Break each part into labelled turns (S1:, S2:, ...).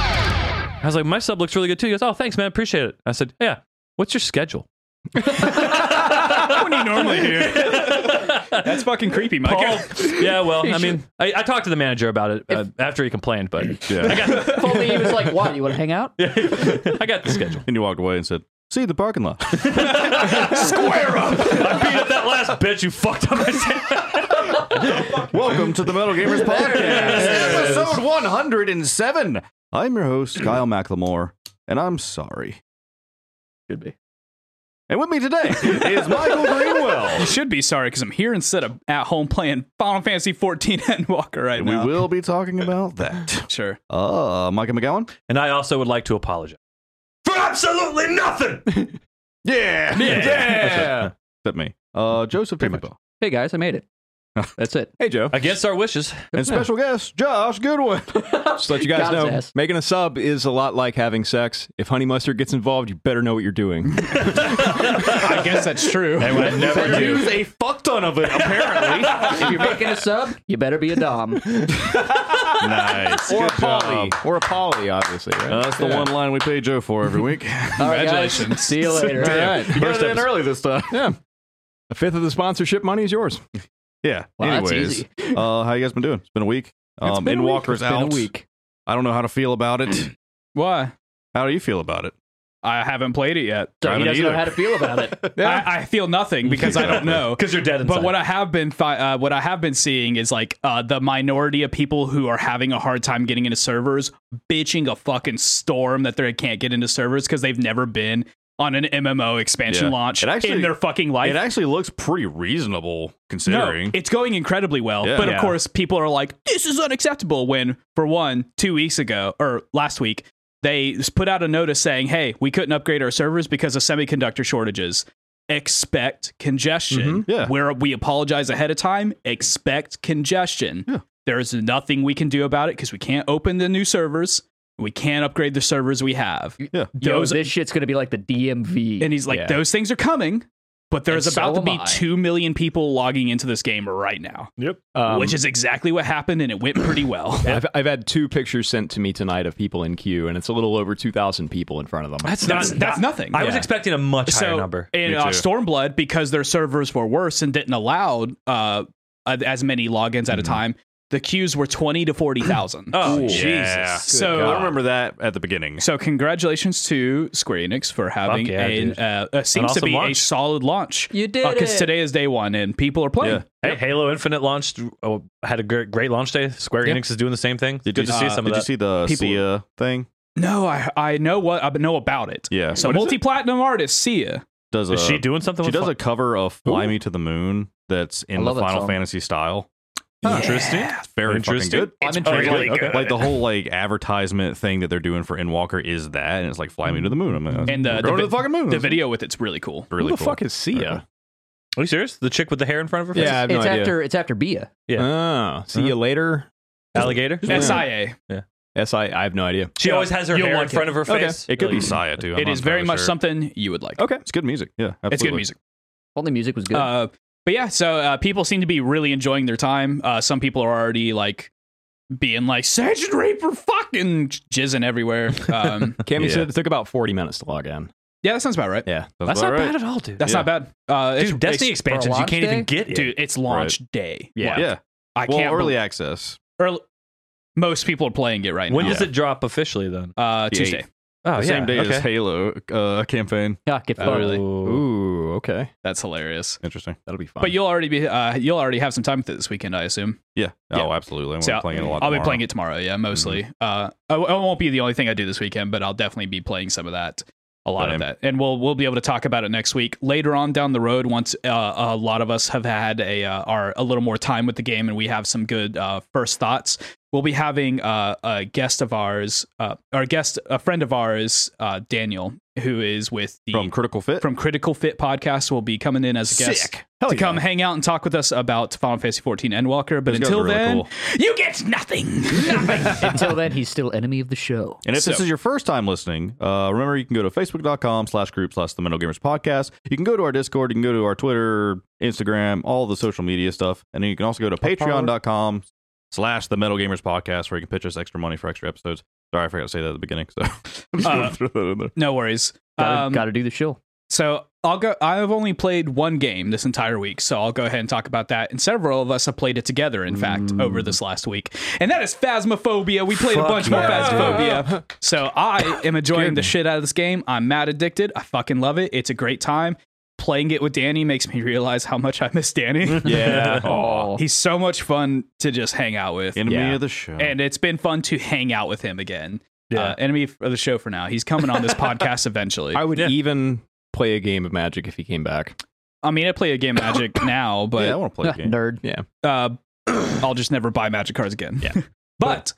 S1: I was like, my sub looks really good too. He goes, oh, thanks, man. Appreciate it. I said, yeah. What's your schedule?
S2: What do you normally do? That's fucking creepy, Mike.
S1: yeah, well, I mean, I, I talked to the manager about it uh, after he complained, but
S3: Yeah.
S1: I,
S3: If only he was like, "Why? You want to hang out?" Yeah.
S1: got, I got the schedule.
S3: And you walked away and said, "See you at the parking lot."
S1: Square up! I beat up that last bitch who fucked up my
S3: Welcome to the Metal Gamers Podcast, episode 107. I'm your host, Kyle McLemore, and I'm sorry.
S1: Should be.
S3: And with me today is Michael Greenwell.
S2: You should be sorry because I'm here instead of at home playing Final Fantasy 14 Endwalker right
S3: We
S2: now.
S3: will be talking about that.
S2: Sure.
S3: Uh, Micah McGowan?
S1: And I also would like to apologize. For absolutely nothing!
S3: Yeah.
S1: Yeah.
S3: Except me. Uh, Joseph Pimbo.
S4: Hey guys, I made it. That's it.
S5: Hey, Joe.
S1: Against our wishes.
S3: And special guest, Josh Goodwin.
S5: Just to let you guys
S4: God's
S5: know,
S4: ass.
S5: making a sub is a lot like having sex. If honey mustard gets involved, you better know what you're doing.
S2: I guess that's true.
S1: Never do.
S3: a fuck ton of it, apparently.
S4: If you're making a sub, you better be a dom.
S3: nice.
S5: or a
S3: Good
S5: poly.
S3: job.
S5: Or a poly, obviously. Right?
S3: Uh, that's the one line we pay Joe for every week.
S4: All right, guys.
S2: Congratulations.
S4: See you later.
S5: All right.
S3: First in early this time.
S5: Yeah. A fifth of the sponsorship money is yours.
S3: Yeah.
S4: Wow, that's
S3: Anyways,
S4: easy.
S3: uh, how you guys been doing? It's been a week. Um,
S2: been a week.
S3: Walker's
S4: Been
S3: out.
S4: a week.
S3: I don't know how to feel about it.
S2: Why?
S3: How do you feel about it?
S2: I haven't played it yet.
S4: So he
S3: Haven't
S4: doesn't
S3: either.
S4: know how to feel about it.
S2: I, I feel nothing because I don't know.
S1: Because you're dead inside.
S2: But what I have been th- uh, what I have been seeing is like uh, the minority of people who are having a hard time getting into servers bitching a fucking storm that they can't get into servers because they've never been on an MMO expansion
S3: Yeah.
S2: launch
S3: It actually-
S2: in their fucking life.
S3: it actually looks pretty reasonable
S2: no,
S3: considering.
S2: it's going incredibly well,
S3: Yeah.
S2: but of
S3: Yeah.
S2: course people are like, "This is unacceptable." When for one, two weeks ago or last week, they s- put out a notice saying, "Hey, we couldn't upgrade our servers because of semiconductor shortages. Expect congestion."
S3: Mhm. Yeah.
S2: where we apologize ahead of time. Expect congestion.
S3: Yeah.
S2: There's nothing we can do about it because we can't open the new servers. We can't upgrade the servers we have.
S3: yeah.
S4: Yo,
S2: Those
S4: this shit's gonna be like the DMV.
S2: and he's like,
S5: Yeah.
S2: those things are coming, but there's
S4: And so
S2: about to
S4: am
S2: be
S4: I.
S2: 2 million people logging into this game right now,
S5: Um,
S2: which is exactly what happened, and it went pretty well.
S5: I've, I've had two pictures sent to me tonight of people in queue, and it's a little over 2,000 people in front of them.
S1: that's,
S2: That's,
S1: not,
S2: that's nothing.
S1: I was expecting a much higher
S2: so,
S1: number.
S2: in
S3: Me
S2: uh,
S3: too.
S2: Stormblood, because their servers were worse and didn't allow uh, as many logins at a time, the queues were 20 to 40,000.
S1: Mm-hmm. Oh,
S5: Ooh.
S1: Jesus.
S3: Yeah.
S2: so,
S3: I remember that at the beginning.
S2: So congratulations to Square Enix for having
S1: yeah,
S2: a,
S1: dude.
S2: uh, a seems to
S1: awesome
S2: be
S1: launch.
S2: a solid launch.
S4: You did
S2: because
S4: it.
S2: today is day one and people are playing.
S3: Yeah.
S1: Hey, Halo Infinite launched, oh, had a great, great launch day. Square Enix is doing the same thing. Good
S3: you-
S1: to see
S2: uh,
S1: some
S3: Did
S1: of
S3: you
S1: that.
S3: see the
S2: people-
S3: Sia thing?
S2: No, I I know what I know about it.
S3: Yeah.
S2: So
S3: What is it?
S2: multi-platinum artist Sia.
S3: Does
S1: Is
S3: a-
S1: she doing something
S3: She
S1: with
S3: does
S1: fu-
S3: a cover of "Fly Me to the Moon" that's
S4: I
S3: in the
S4: love that
S3: Final
S4: song.
S3: Fantasy style.
S1: Interesting.
S3: It's very fucking
S1: Interesting.
S3: good.
S4: I'm
S1: Oh,
S4: intrigued.
S1: really? Okay.
S3: Like the whole like advertisement thing that they're doing for Endwalker is that, and it's like "Fly Me to the Moon." I'm like,
S2: And the the
S3: "We're going
S2: vi-
S3: to the fucking moon.
S2: The video with it's really cool.
S3: Hmm. really
S5: Who the
S3: cool.
S5: fuck is Sia?
S1: Are you serious? The chick with the hair in front of her face?
S5: Yeah, I have no
S4: it's
S5: idea.
S4: after it's after Bia.
S3: Ah,
S5: Oh, see you later.
S1: Alligator?
S2: SIA.
S5: S-I, I have no idea.
S1: She always has her
S2: You'll
S1: hair in
S2: like
S1: front
S2: it.
S1: of her
S5: Okay.
S1: face.
S3: It could be
S1: Like-
S3: Saya too. I'm
S2: It
S3: not
S2: is very
S3: entirely
S2: much
S3: sure.
S2: something you would like.
S5: Okay.
S3: It's good music. Yeah,
S2: It's good
S3: absolutely.
S2: music.
S4: Only music was good.
S2: Uh, but yeah, so uh, people seem to be really enjoying their time. Uh, some people are already like being like Sergeant Reaper fucking jizzing everywhere. Um,
S5: Cammy
S3: Yeah.
S5: said it took about 40 minutes to log in.
S2: yeah, that sounds about right.
S5: Yeah.
S3: Sounds
S1: That's
S3: about
S1: not
S3: right.
S1: bad at all, dude.
S2: That's not bad. Uh,
S1: Dude, Destiny
S2: it's,
S1: expansions, you
S4: launch
S1: can't even
S4: day?
S1: get
S2: dude, it's launch day.
S5: Yeah.
S2: Like,
S3: Yeah.
S2: I
S3: Well,
S2: can't.
S3: early
S2: believe-
S3: access.
S2: early- most people are playing it right
S1: When
S2: now.
S1: does it drop officially then?
S2: Uh,
S3: The
S2: Tuesday.
S3: eighth.
S1: Oh,
S3: the same day as Halo uh, campaign.
S4: yeah, get fucked.
S5: Ooh, okay.
S2: That's hilarious.
S3: Interesting.
S5: That'll be fun.
S2: But you'll already be uh, you'll already have some time with it this weekend, I assume.
S3: Yeah.
S2: Yeah.
S3: Oh, absolutely. I'm
S2: So,
S3: gonna be playing it a lot. Mm-hmm.
S2: I'll be playing it tomorrow. Yeah, mostly. Uh, I, I won't be the only thing I do this weekend, but I'll definitely be playing some of that. A lot
S3: Same.
S2: of that, and we'll we'll be able to talk about it next week. Later on down the road, once uh, a lot of us have had a uh, our a little more time with the game, and we have some good uh, first thoughts, we'll be having uh, a guest of ours, uh, our guest, a friend of ours, uh, Daniel, who is with the
S3: from Critical Fit.
S2: from Critical Fit Podcast will be coming in as a guest
S3: Sick.
S2: to come hang out and talk with us about Final Fantasy 14 Endwalker. But
S3: This guy's
S2: until
S3: really
S2: then,
S3: cool.
S2: you get nothing. nothing.
S4: Until then, he's still enemy of the show.
S3: And if this
S2: So-
S3: is your first time listening, uh, remember you can go to facebook.com slash group slash the Metal Gamers Podcast. You can go to our Discord, you can go to our Twitter, Instagram, all the social media stuff. And then you can also go to patreon.com slash the Metal Gamers Podcast, where you can pitch us extra money for extra episodes. Sorry, I forgot to say that at the beginning. So I'm just
S2: Uh,
S3: gonna throw that in there.
S2: No worries.
S4: Gotta,
S2: Um,
S4: gotta do the show.
S2: So I'll go. I've only played one game this entire week, so I'll go ahead and talk about that. And several of us have played it together, in fact, over this last week, and that is Phasmophobia. We played a
S3: Mm. Fuck
S2: bunch more
S3: yeah,
S2: Phasmophobia. So I am enjoying the shit out of this game. I'm mad addicted. I fucking love it. It's a great time. Playing it with Danny makes me realize how much I miss Danny.
S5: Yeah.
S4: Oh,
S2: He's so much fun to just hang out with.
S3: Enemy
S5: yeah.
S3: of the show.
S2: And it's been fun to hang out with him again.
S1: Yeah.
S2: Uh, enemy of the show for now. He's coming on this podcast eventually.
S5: I would
S1: Yeah.
S5: even play a game of Magic if he came back.
S2: I mean, I play a game of Magic now, but
S3: yeah, I want to play a game.
S4: nerd,
S2: uh, I'll just never buy Magic cards again. Yeah. but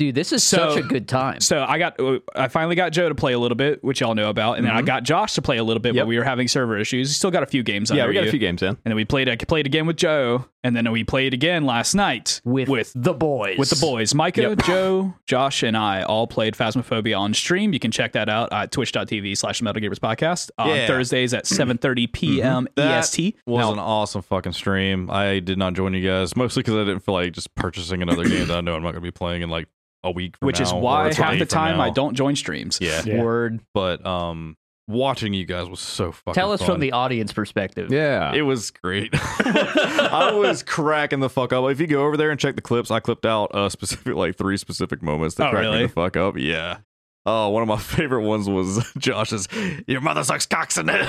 S4: dude, this is
S2: So-
S4: such a good time.
S2: so I got, uh, I finally got Joe to play a little bit, which y'all know about, and then I got Josh to play a little bit,
S5: Mm-hmm. Yep.
S2: but we were having server issues. Still got a few games.
S5: yeah,
S2: under
S5: we got
S2: you.
S5: a few games in.
S2: And then we played. I played again with Joe, and then we played again last night
S4: with,
S2: with
S4: the boys.
S2: with the boys. Micah, Joe, Josh, and I all played Phasmophobia on stream. You can check that out at twitch.tv slash Metal Gamers Podcast on
S3: Yeah. Mm-hmm.
S2: Thursdays at 7.30 p.m.
S3: That
S2: EST.
S3: was
S5: Now-
S3: an awesome fucking stream. I did not join you guys mostly because I didn't feel like just purchasing another game that I know I'm not going to be playing in like a week. From
S2: Which is
S3: now, or
S2: why
S3: it's a
S2: half
S3: day
S2: the
S3: from
S2: time
S3: now.
S2: I don't join streams.
S3: Yeah,
S1: Yeah.
S4: word.
S3: but um, watching you guys was so fucking.
S4: Tell us
S3: fun.
S4: from the audience perspective.
S5: Yeah.
S3: It was great. I was cracking the fuck up. If you go over there and check the clips, I clipped out uh, specific like three specific moments that
S2: Oh,
S3: cracked
S2: really?
S3: me the fuck up. Yeah. Oh, one of my favorite ones was Josh's "Your mother sucks cocks in it."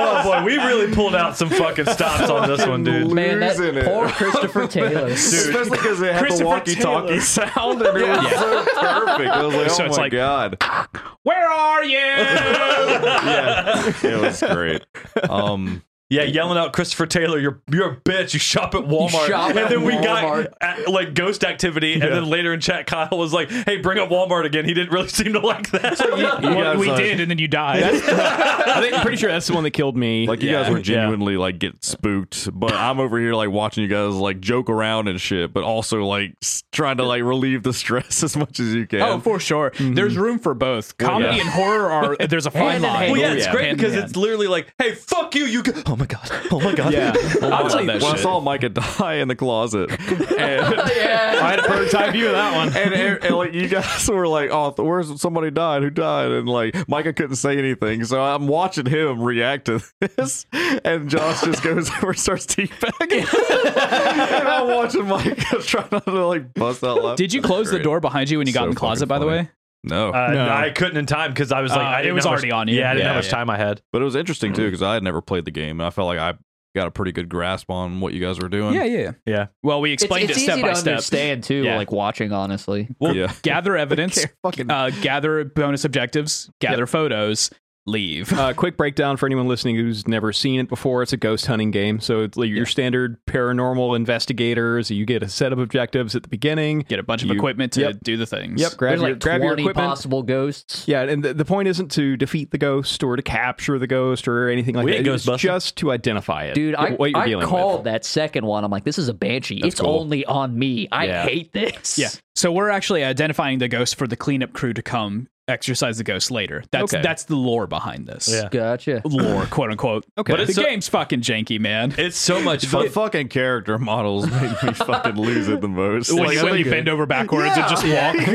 S1: Oh boy, we really pulled out some fucking stops on this one, dude.
S4: Man, that
S3: Losing it.
S4: poor Christopher Taylor.
S3: Especially because it had the
S1: Christopher
S3: walkie-talkie
S1: Taylor.
S3: sound, and it was so perfect. I was like, "Oh
S2: So
S3: my
S2: it's like-
S3: god!"
S2: Where are you?
S3: Yeah, it was great. Um,
S1: Yeah, yelling out Christopher Taylor, you're you're a bitch. You shop at Walmart,
S4: shop
S1: and
S4: at
S1: then we
S4: Walmart.
S1: got uh like ghost activity, and then later in chat, Kyle was like, "Hey, bring up Walmart again." He didn't really seem to like that.
S2: Well,
S3: guys,
S2: we
S3: uh,
S2: did, and then you died.
S5: I think, I'm pretty sure that's the one that killed me.
S3: like you
S5: Yeah.
S3: guys were
S5: Yeah.
S3: genuinely like get spooked, but I'm over here like watching you guys like joke around and shit, but also like s- trying to like relieve the stress as much as you can.
S2: Oh, for sure. There's room for both. Comedy
S3: Mm-hmm. yeah.
S2: and horror are there's a fine
S4: Hand in
S2: line.
S4: hand.
S1: well, yeah, it's
S5: yeah.
S1: great
S2: Hand in
S1: because
S2: hand.
S1: it's literally like, "Hey, fuck you, you." Go- oh my god, oh my god.
S5: Yeah.
S2: I love that
S3: when I
S2: shit.
S3: saw Micah die in the closet, and,
S5: I had a prototype view of that one.
S3: and, and, and, like you guys were like, "Oh, th- where's somebody died? Who died?" And like Micah couldn't say anything, so I'm watching him react to this, and Josh just goes over and starts teabagging, and I'm watching Micah try not to like bust out laughing.
S2: Did you close the
S3: Great.
S2: door behind you when you got
S3: So
S2: in the closet?
S3: fucking
S2: By the
S3: funny.
S2: way,
S3: No,
S1: Uh,
S5: No.
S1: I couldn't in time because I was like,
S2: Uh,
S1: I
S2: it
S1: didn't
S2: was
S1: know how
S2: already
S1: much,
S2: on you.
S1: Yeah, I didn't
S5: Yeah,
S1: know how much
S5: yeah.
S1: time I had.
S3: But it was interesting too because I had never played the game, and I felt like I got a pretty good grasp on what you guys were doing.
S2: yeah, yeah,
S1: Yeah.
S2: Well, we
S4: It's,
S2: explained
S4: it's
S2: it step
S4: easy
S2: by
S4: to
S2: step.
S4: understand too,
S2: Yeah.
S4: like watching honestly.
S2: Well,
S3: Yeah.
S2: gather evidence,
S3: fucking
S2: uh, gather bonus objectives, gather photos, leave.
S5: Uh, quick breakdown for anyone listening who's never seen it before. It's a ghost hunting game. So it's like your standard paranormal investigators. You get a set of objectives at the beginning.
S2: Get a bunch of
S5: You-
S2: equipment to
S5: Yep.
S2: do the things.
S5: Yep. Grab
S4: There's
S5: your,
S4: like
S5: grab your
S4: 20
S5: equipment.
S4: possible ghosts.
S5: Yeah, and the, the point isn't to defeat the ghost or to capture the ghost or anything like
S1: We
S5: that.
S1: ain't
S5: It's
S1: Ghostbusters.
S5: just to identify it.
S4: Dude, I,
S5: what you're
S4: I
S5: dealing
S4: called
S5: with.
S4: that second one. I'm like, this is a banshee. it's
S5: cool.
S4: only on me. I
S5: Yeah.
S4: hate this.
S2: Yeah. So we're actually identifying the ghost for the cleanup crew to come exercise the ghost later. That's
S5: Okay.
S2: that's the lore behind this.
S1: Yeah.
S4: Gotcha.
S2: Lore, quote unquote.
S5: Okay.
S2: But the
S1: it's so-
S2: game's fucking janky, man.
S1: It's so much
S3: the
S1: fun.
S3: fucking character models made me fucking lose it the most.
S2: when
S3: Like,
S2: you,
S3: I
S2: when you
S3: think,
S2: bend over backwards and just walk.
S3: like,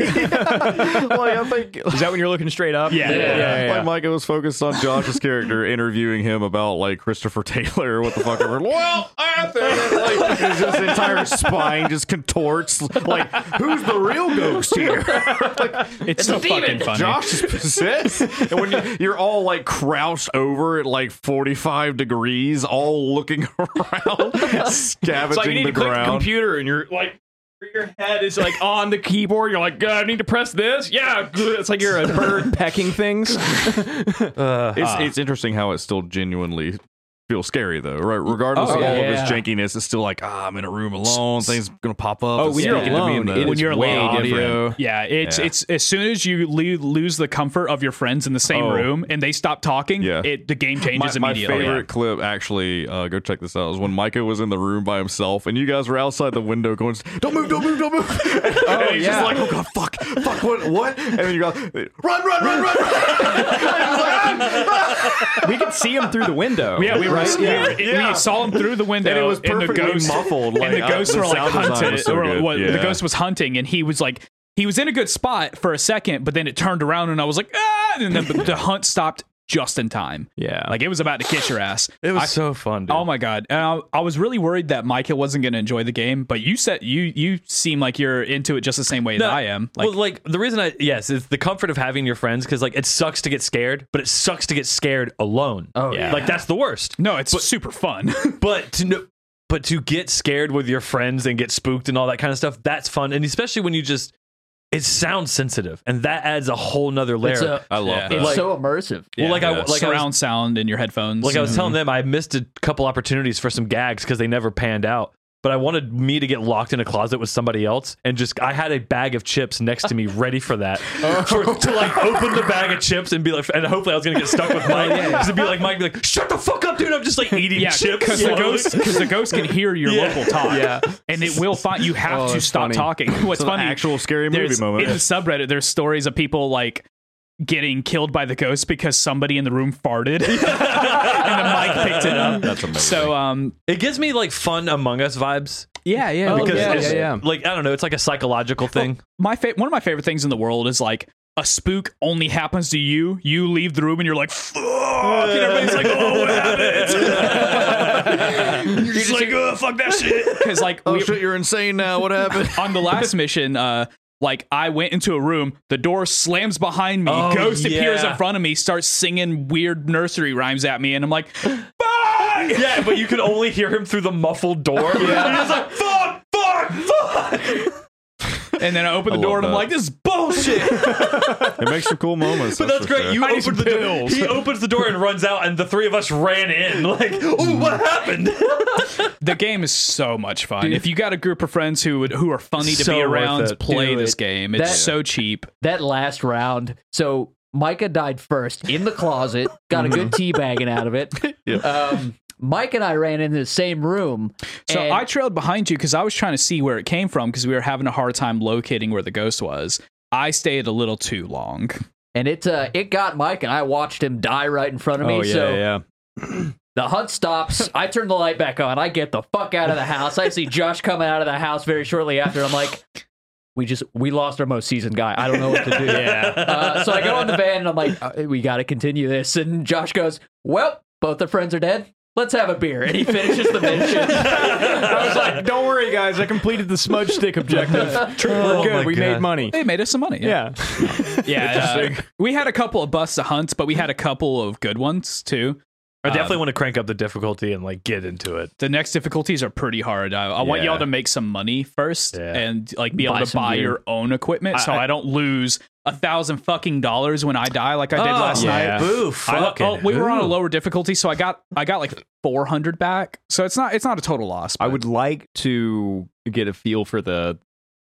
S3: I think
S5: Is that when you're looking straight up?
S2: Yeah. Yeah.
S3: like Micah was focused on Josh's character interviewing him about like Christopher Taylor or what the fuck ever. Well, I think like his just entire spine just contorts. Like, who's the real ghost here?
S2: It's, so fucking funny.
S3: Josh is possessed. and when you, you're all like crouched over at like 45 degrees, all looking around,
S5: It's
S3: scavenging
S5: like you need
S3: the
S5: to click
S3: ground.
S5: computer and you're like your head is like on the keyboard. You're like, I need to press this. Yeah, it's like you're a bird pecking things.
S3: It's, it's interesting how it still genuinely feels scary though, right? Regardless
S5: Oh,
S3: of all of
S4: yeah.
S3: its jankiness, it's still like, ah, I'm in a room alone. Things gonna pop up.
S5: Oh,
S3: it's
S5: when you're
S3: speaking to me in
S5: alone,
S3: the-
S5: it
S2: when
S5: is
S2: you're
S5: way
S2: alone.
S5: different.
S2: Yeah, it's
S3: Yeah.
S2: it's as soon as you le- lose the comfort of your friends in the same
S3: Oh.
S2: room and they stop talking,
S3: Yeah.
S2: it the game
S3: my,
S2: changes
S3: my
S2: immediately.
S3: favorite clip actually uh, go check this out is when micah was in the room by himself and you guys were outside the window going don't move don't move don't move oh, he's
S5: yeah.
S3: just like oh god fuck fuck what what and then you go run run run run, run. And he's like, "Ah, ah."
S5: we could see him through the window.
S2: Yeah, we were,
S6: Right?
S2: we,
S6: Yeah.
S2: were-
S6: Yeah.
S2: we saw him through the window,
S6: And it was
S2: the
S6: perfectly
S2: ghost,
S6: muffled,
S2: and the
S6: like, uh,
S2: ghosts
S6: the
S2: were like
S6: sound design
S2: hunted.
S6: was so
S2: or
S6: good,
S2: what- The
S6: yeah.
S2: ghost was hunting, and he was like, he was in a good spot for a second, but then it turned around, and I was like, ah! And then the, the hunt stopped just in time.
S5: Yeah.
S2: Like it was about to kiss your ass.
S1: It was
S2: I-
S1: so fun, dude.
S2: Oh my god! And I, I was really worried that Micah wasn't going to enjoy the game, but you said you you seem like you're into it just the same way that I am. Like,
S1: well, like the reason I yes, it's the comfort of having your friends because like it sucks to get scared, but it sucks to get scared alone.
S4: Oh, yeah.
S1: like that's the worst.
S2: no, it's super fun.
S1: But to know, but to get scared with your friends and get spooked and all that kind of stuff, that's fun. And especially when you just it's sound sensitive, and that adds a whole nother layer.
S4: It's a-
S6: I love
S2: Yeah.
S6: that.
S4: It's
S1: Like-
S4: so immersive.
S1: well, like I
S6: yeah.
S1: like I was
S2: Surround sound in your headphones.
S1: Like I was
S2: Mhm.
S1: telling them, I missed a couple opportunities for some gags because they never panned out. But I wanted me to get locked in a closet with somebody else, and just I had a bag of chips next to me, ready for that,
S2: Oh.
S1: for, to like open the bag of chips and be like, and hopefully I was gonna get stuck
S2: Oh,
S1: with Mike, because it'd be like Mike, be like, shut the fuck up, dude, I'm just like eating
S2: Yeah,
S1: chips.
S2: because the
S1: slowly."
S2: ghost because the ghost can hear your
S1: Yeah.
S2: local talk.
S5: Yeah.
S2: and it will find you have
S5: Oh,
S2: to
S5: that's
S2: stop
S5: funny.
S2: talking. What's
S6: an
S2: funny?
S6: actual scary movie
S2: there's-
S6: moment.
S2: in the subreddit. There's stories of people like getting killed by the ghost because somebody in the room farted and the mic picked it up.
S6: That's amazing.
S2: So um
S1: It gives me like fun Among Us vibes
S2: yeah Oh, yeah
S1: because
S5: yeah,
S1: it's,
S5: yeah, yeah.
S1: like I don't know, it's like a psychological thing.
S2: my fa- one of my favorite things in the world is like a spook only happens to you. You leave the room and you're like, fuck. And everybody's like, oh, what happened? you're just like, oh, fuck that shit. Because like
S6: oh
S2: we,
S6: shit, you're insane now. What happened?
S2: on the last mission, uh, like I went into a room, the door slams behind me,
S1: Oh,
S2: ghost appears
S1: yeah.
S2: in front of me, starts singing weird nursery rhymes at me, and I'm like,
S1: yeah, but you could only hear him through the muffled door. Yeah, he's like, fuck, fuck, fuck.
S2: and then I open the
S6: I
S2: door
S6: love
S2: and
S6: that.
S2: I'm like, this is bullshit.
S6: It makes some cool moments.
S1: But that's
S6: for
S1: great.
S6: sure.
S1: You
S2: I need some
S1: opened the door.
S2: pills.
S1: He opens the door and runs out, and the three of us ran in. Like, oh, what happened?
S2: the game is so much fun. If you got a group of friends who would who are funny to
S1: So
S2: be
S1: worth
S2: around,
S1: it.
S2: play
S4: Dude,
S2: this game. It's
S4: that-
S2: so cheap.
S4: That last round. So Micah died first in the closet, got a good tea bagging out of it. Um, Mike and I ran into the same room.
S2: So
S4: and-
S2: I trailed behind you because I was trying to see where it came from because we were having a hard time locating where the ghost was. I stayed a little too long.
S4: and it uh, it got Mike, and I watched him die right in front of me.
S5: Oh yeah,
S4: so
S5: yeah.
S4: the hunt stops. I turn the light back on. I get the fuck out of the house. I see Josh coming out of the house very shortly after. I'm like, we just we lost our most seasoned guy. I don't know what to do.
S5: Yeah.
S4: Uh, so I go in the van and I'm like, uh, we got to continue this. And Josh goes, well, both the friends are dead. Let's have a beer. And he finishes the mission. I was like,
S5: Don't worry, guys. I completed the smudge stick objective. True. We're
S1: Oh
S5: good.
S1: my
S5: we
S1: God.
S5: made money.
S2: They made us some money.
S5: Yeah.
S2: yeah. uh, we had a couple of busts of hunts, but we had a couple of good ones too.
S1: I definitely want to crank up the difficulty and like get into it.
S2: The next difficulties are pretty hard. I, I want
S1: Yeah.
S2: y'all to make some money first
S1: Yeah.
S2: and like be
S4: Buy
S2: able to
S4: some
S2: buy
S4: gear.
S2: your own equipment, so I, don't lose a thousand fucking dollars when I die like I did last
S5: yeah.
S2: night.
S1: Boo!
S2: I-
S1: Fuck
S2: oh, we were on a lower difficulty, so I got I got like 400 back. So it's not it's not a total loss.
S5: I
S2: but-
S5: would like to get a feel for the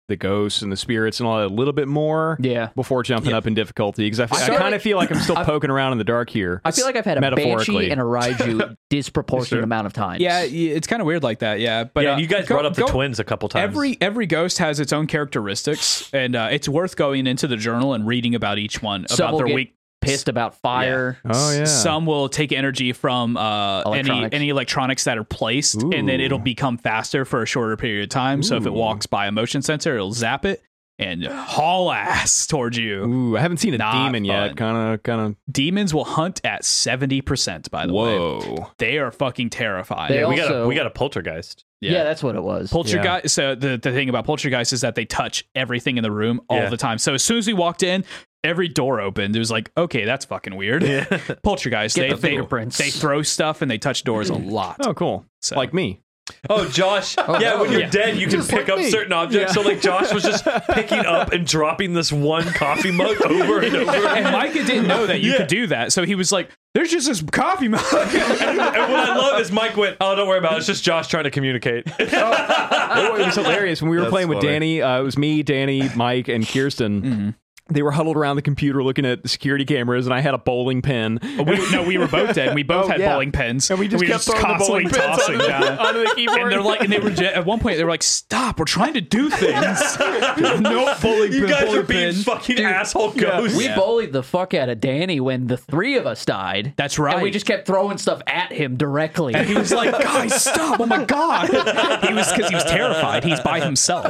S5: the ghosts and the spirits and all that a little bit more
S4: yeah.
S5: before jumping up in difficulty because I
S4: started-
S5: kind of feel like I'm still poking around in the dark here.
S4: I feel like I've had a
S5: Metaphorically.
S4: banshee and a raiju disproportionate
S6: Sure.
S4: amount of times.
S2: Yeah, y- it's kind of weird like that. Yeah, but
S1: yeah,
S2: uh,
S1: you guys
S2: go-
S1: brought up the
S2: go-
S1: twins a couple times.
S2: Every every ghost has its own characteristics, and uh, it's worth going into the journal and reading about each one
S4: Some
S2: about
S4: will
S2: their
S4: get
S2: weak.
S4: Pissed about fire.
S5: oh yeah.
S2: Some will take energy from uh, any
S4: Electronics.
S2: any electronics that are placed, and then
S5: Ooh.
S2: it'll become faster for a shorter period of time. So if it
S5: Ooh.
S2: walks by a motion sensor, it'll zap it and haul ass towards you.
S5: Ooh, I haven't seen a
S2: Not
S5: demon
S2: fun.
S5: yet. Kind of, kind
S2: Demons will hunt at seventy percent. By
S5: of.
S2: the way,
S5: Whoa.
S2: they are fucking terrified.
S4: They
S1: yeah, we got a,
S4: also-
S1: we got a poltergeist.
S4: Yeah. that's what it was.
S2: Poltergeist. So the, the thing about poltergeist is that they touch everything in the room all
S1: Yeah.
S2: the time. So as soon as we walked in, every door opened. It was like, okay, that's fucking weird. poltergeist.
S4: Get
S2: they,
S4: the
S2: they,
S4: fingerprints.
S2: they throw stuff and they touch doors a lot.
S5: Oh, cool.
S2: So-
S5: Like me.
S1: Oh, Josh. yeah, when you're
S2: Yeah.
S1: dead, you can
S5: Just
S1: pick
S5: like
S1: up
S5: me.
S1: certain objects. So like, Josh was just picking up and dropping this one coffee mug over and over.
S2: and Micah didn't know that you
S1: Yeah.
S2: could do that, so he was like, "There's just this coffee mug."
S1: and what I love is Mike went, "Oh, don't worry about it. It's just Josh trying to communicate."
S5: Oh, it was hilarious when we were
S6: That's
S5: playing with
S6: funny.
S2: Mm-hmm.
S5: Danny. Uh, it was me, Danny, Mike, and Kirsten. They were huddled around the computer looking at the security cameras, and I had a bowling pin.
S2: We, no, we were both dead. We both
S5: Oh,
S2: had
S5: yeah.
S2: bowling pins,
S5: And we just kept throwing the
S2: constantly
S5: bowling pins
S2: tossing down.
S5: onto the keyboard.
S2: And they're like, and they were at one point they were like, "Stop! We're trying to do things. no bowling pin.
S1: You guys
S2: bowling
S1: are being
S2: pin.
S1: fucking asshole ghosts.
S4: We bullied the fuck out of Danny when the three of us died.
S2: That's
S4: And we
S2: right.
S4: just kept throwing stuff at him directly.
S2: He was like, guys, stop! Oh my god! He was because he was terrified. He's by himself.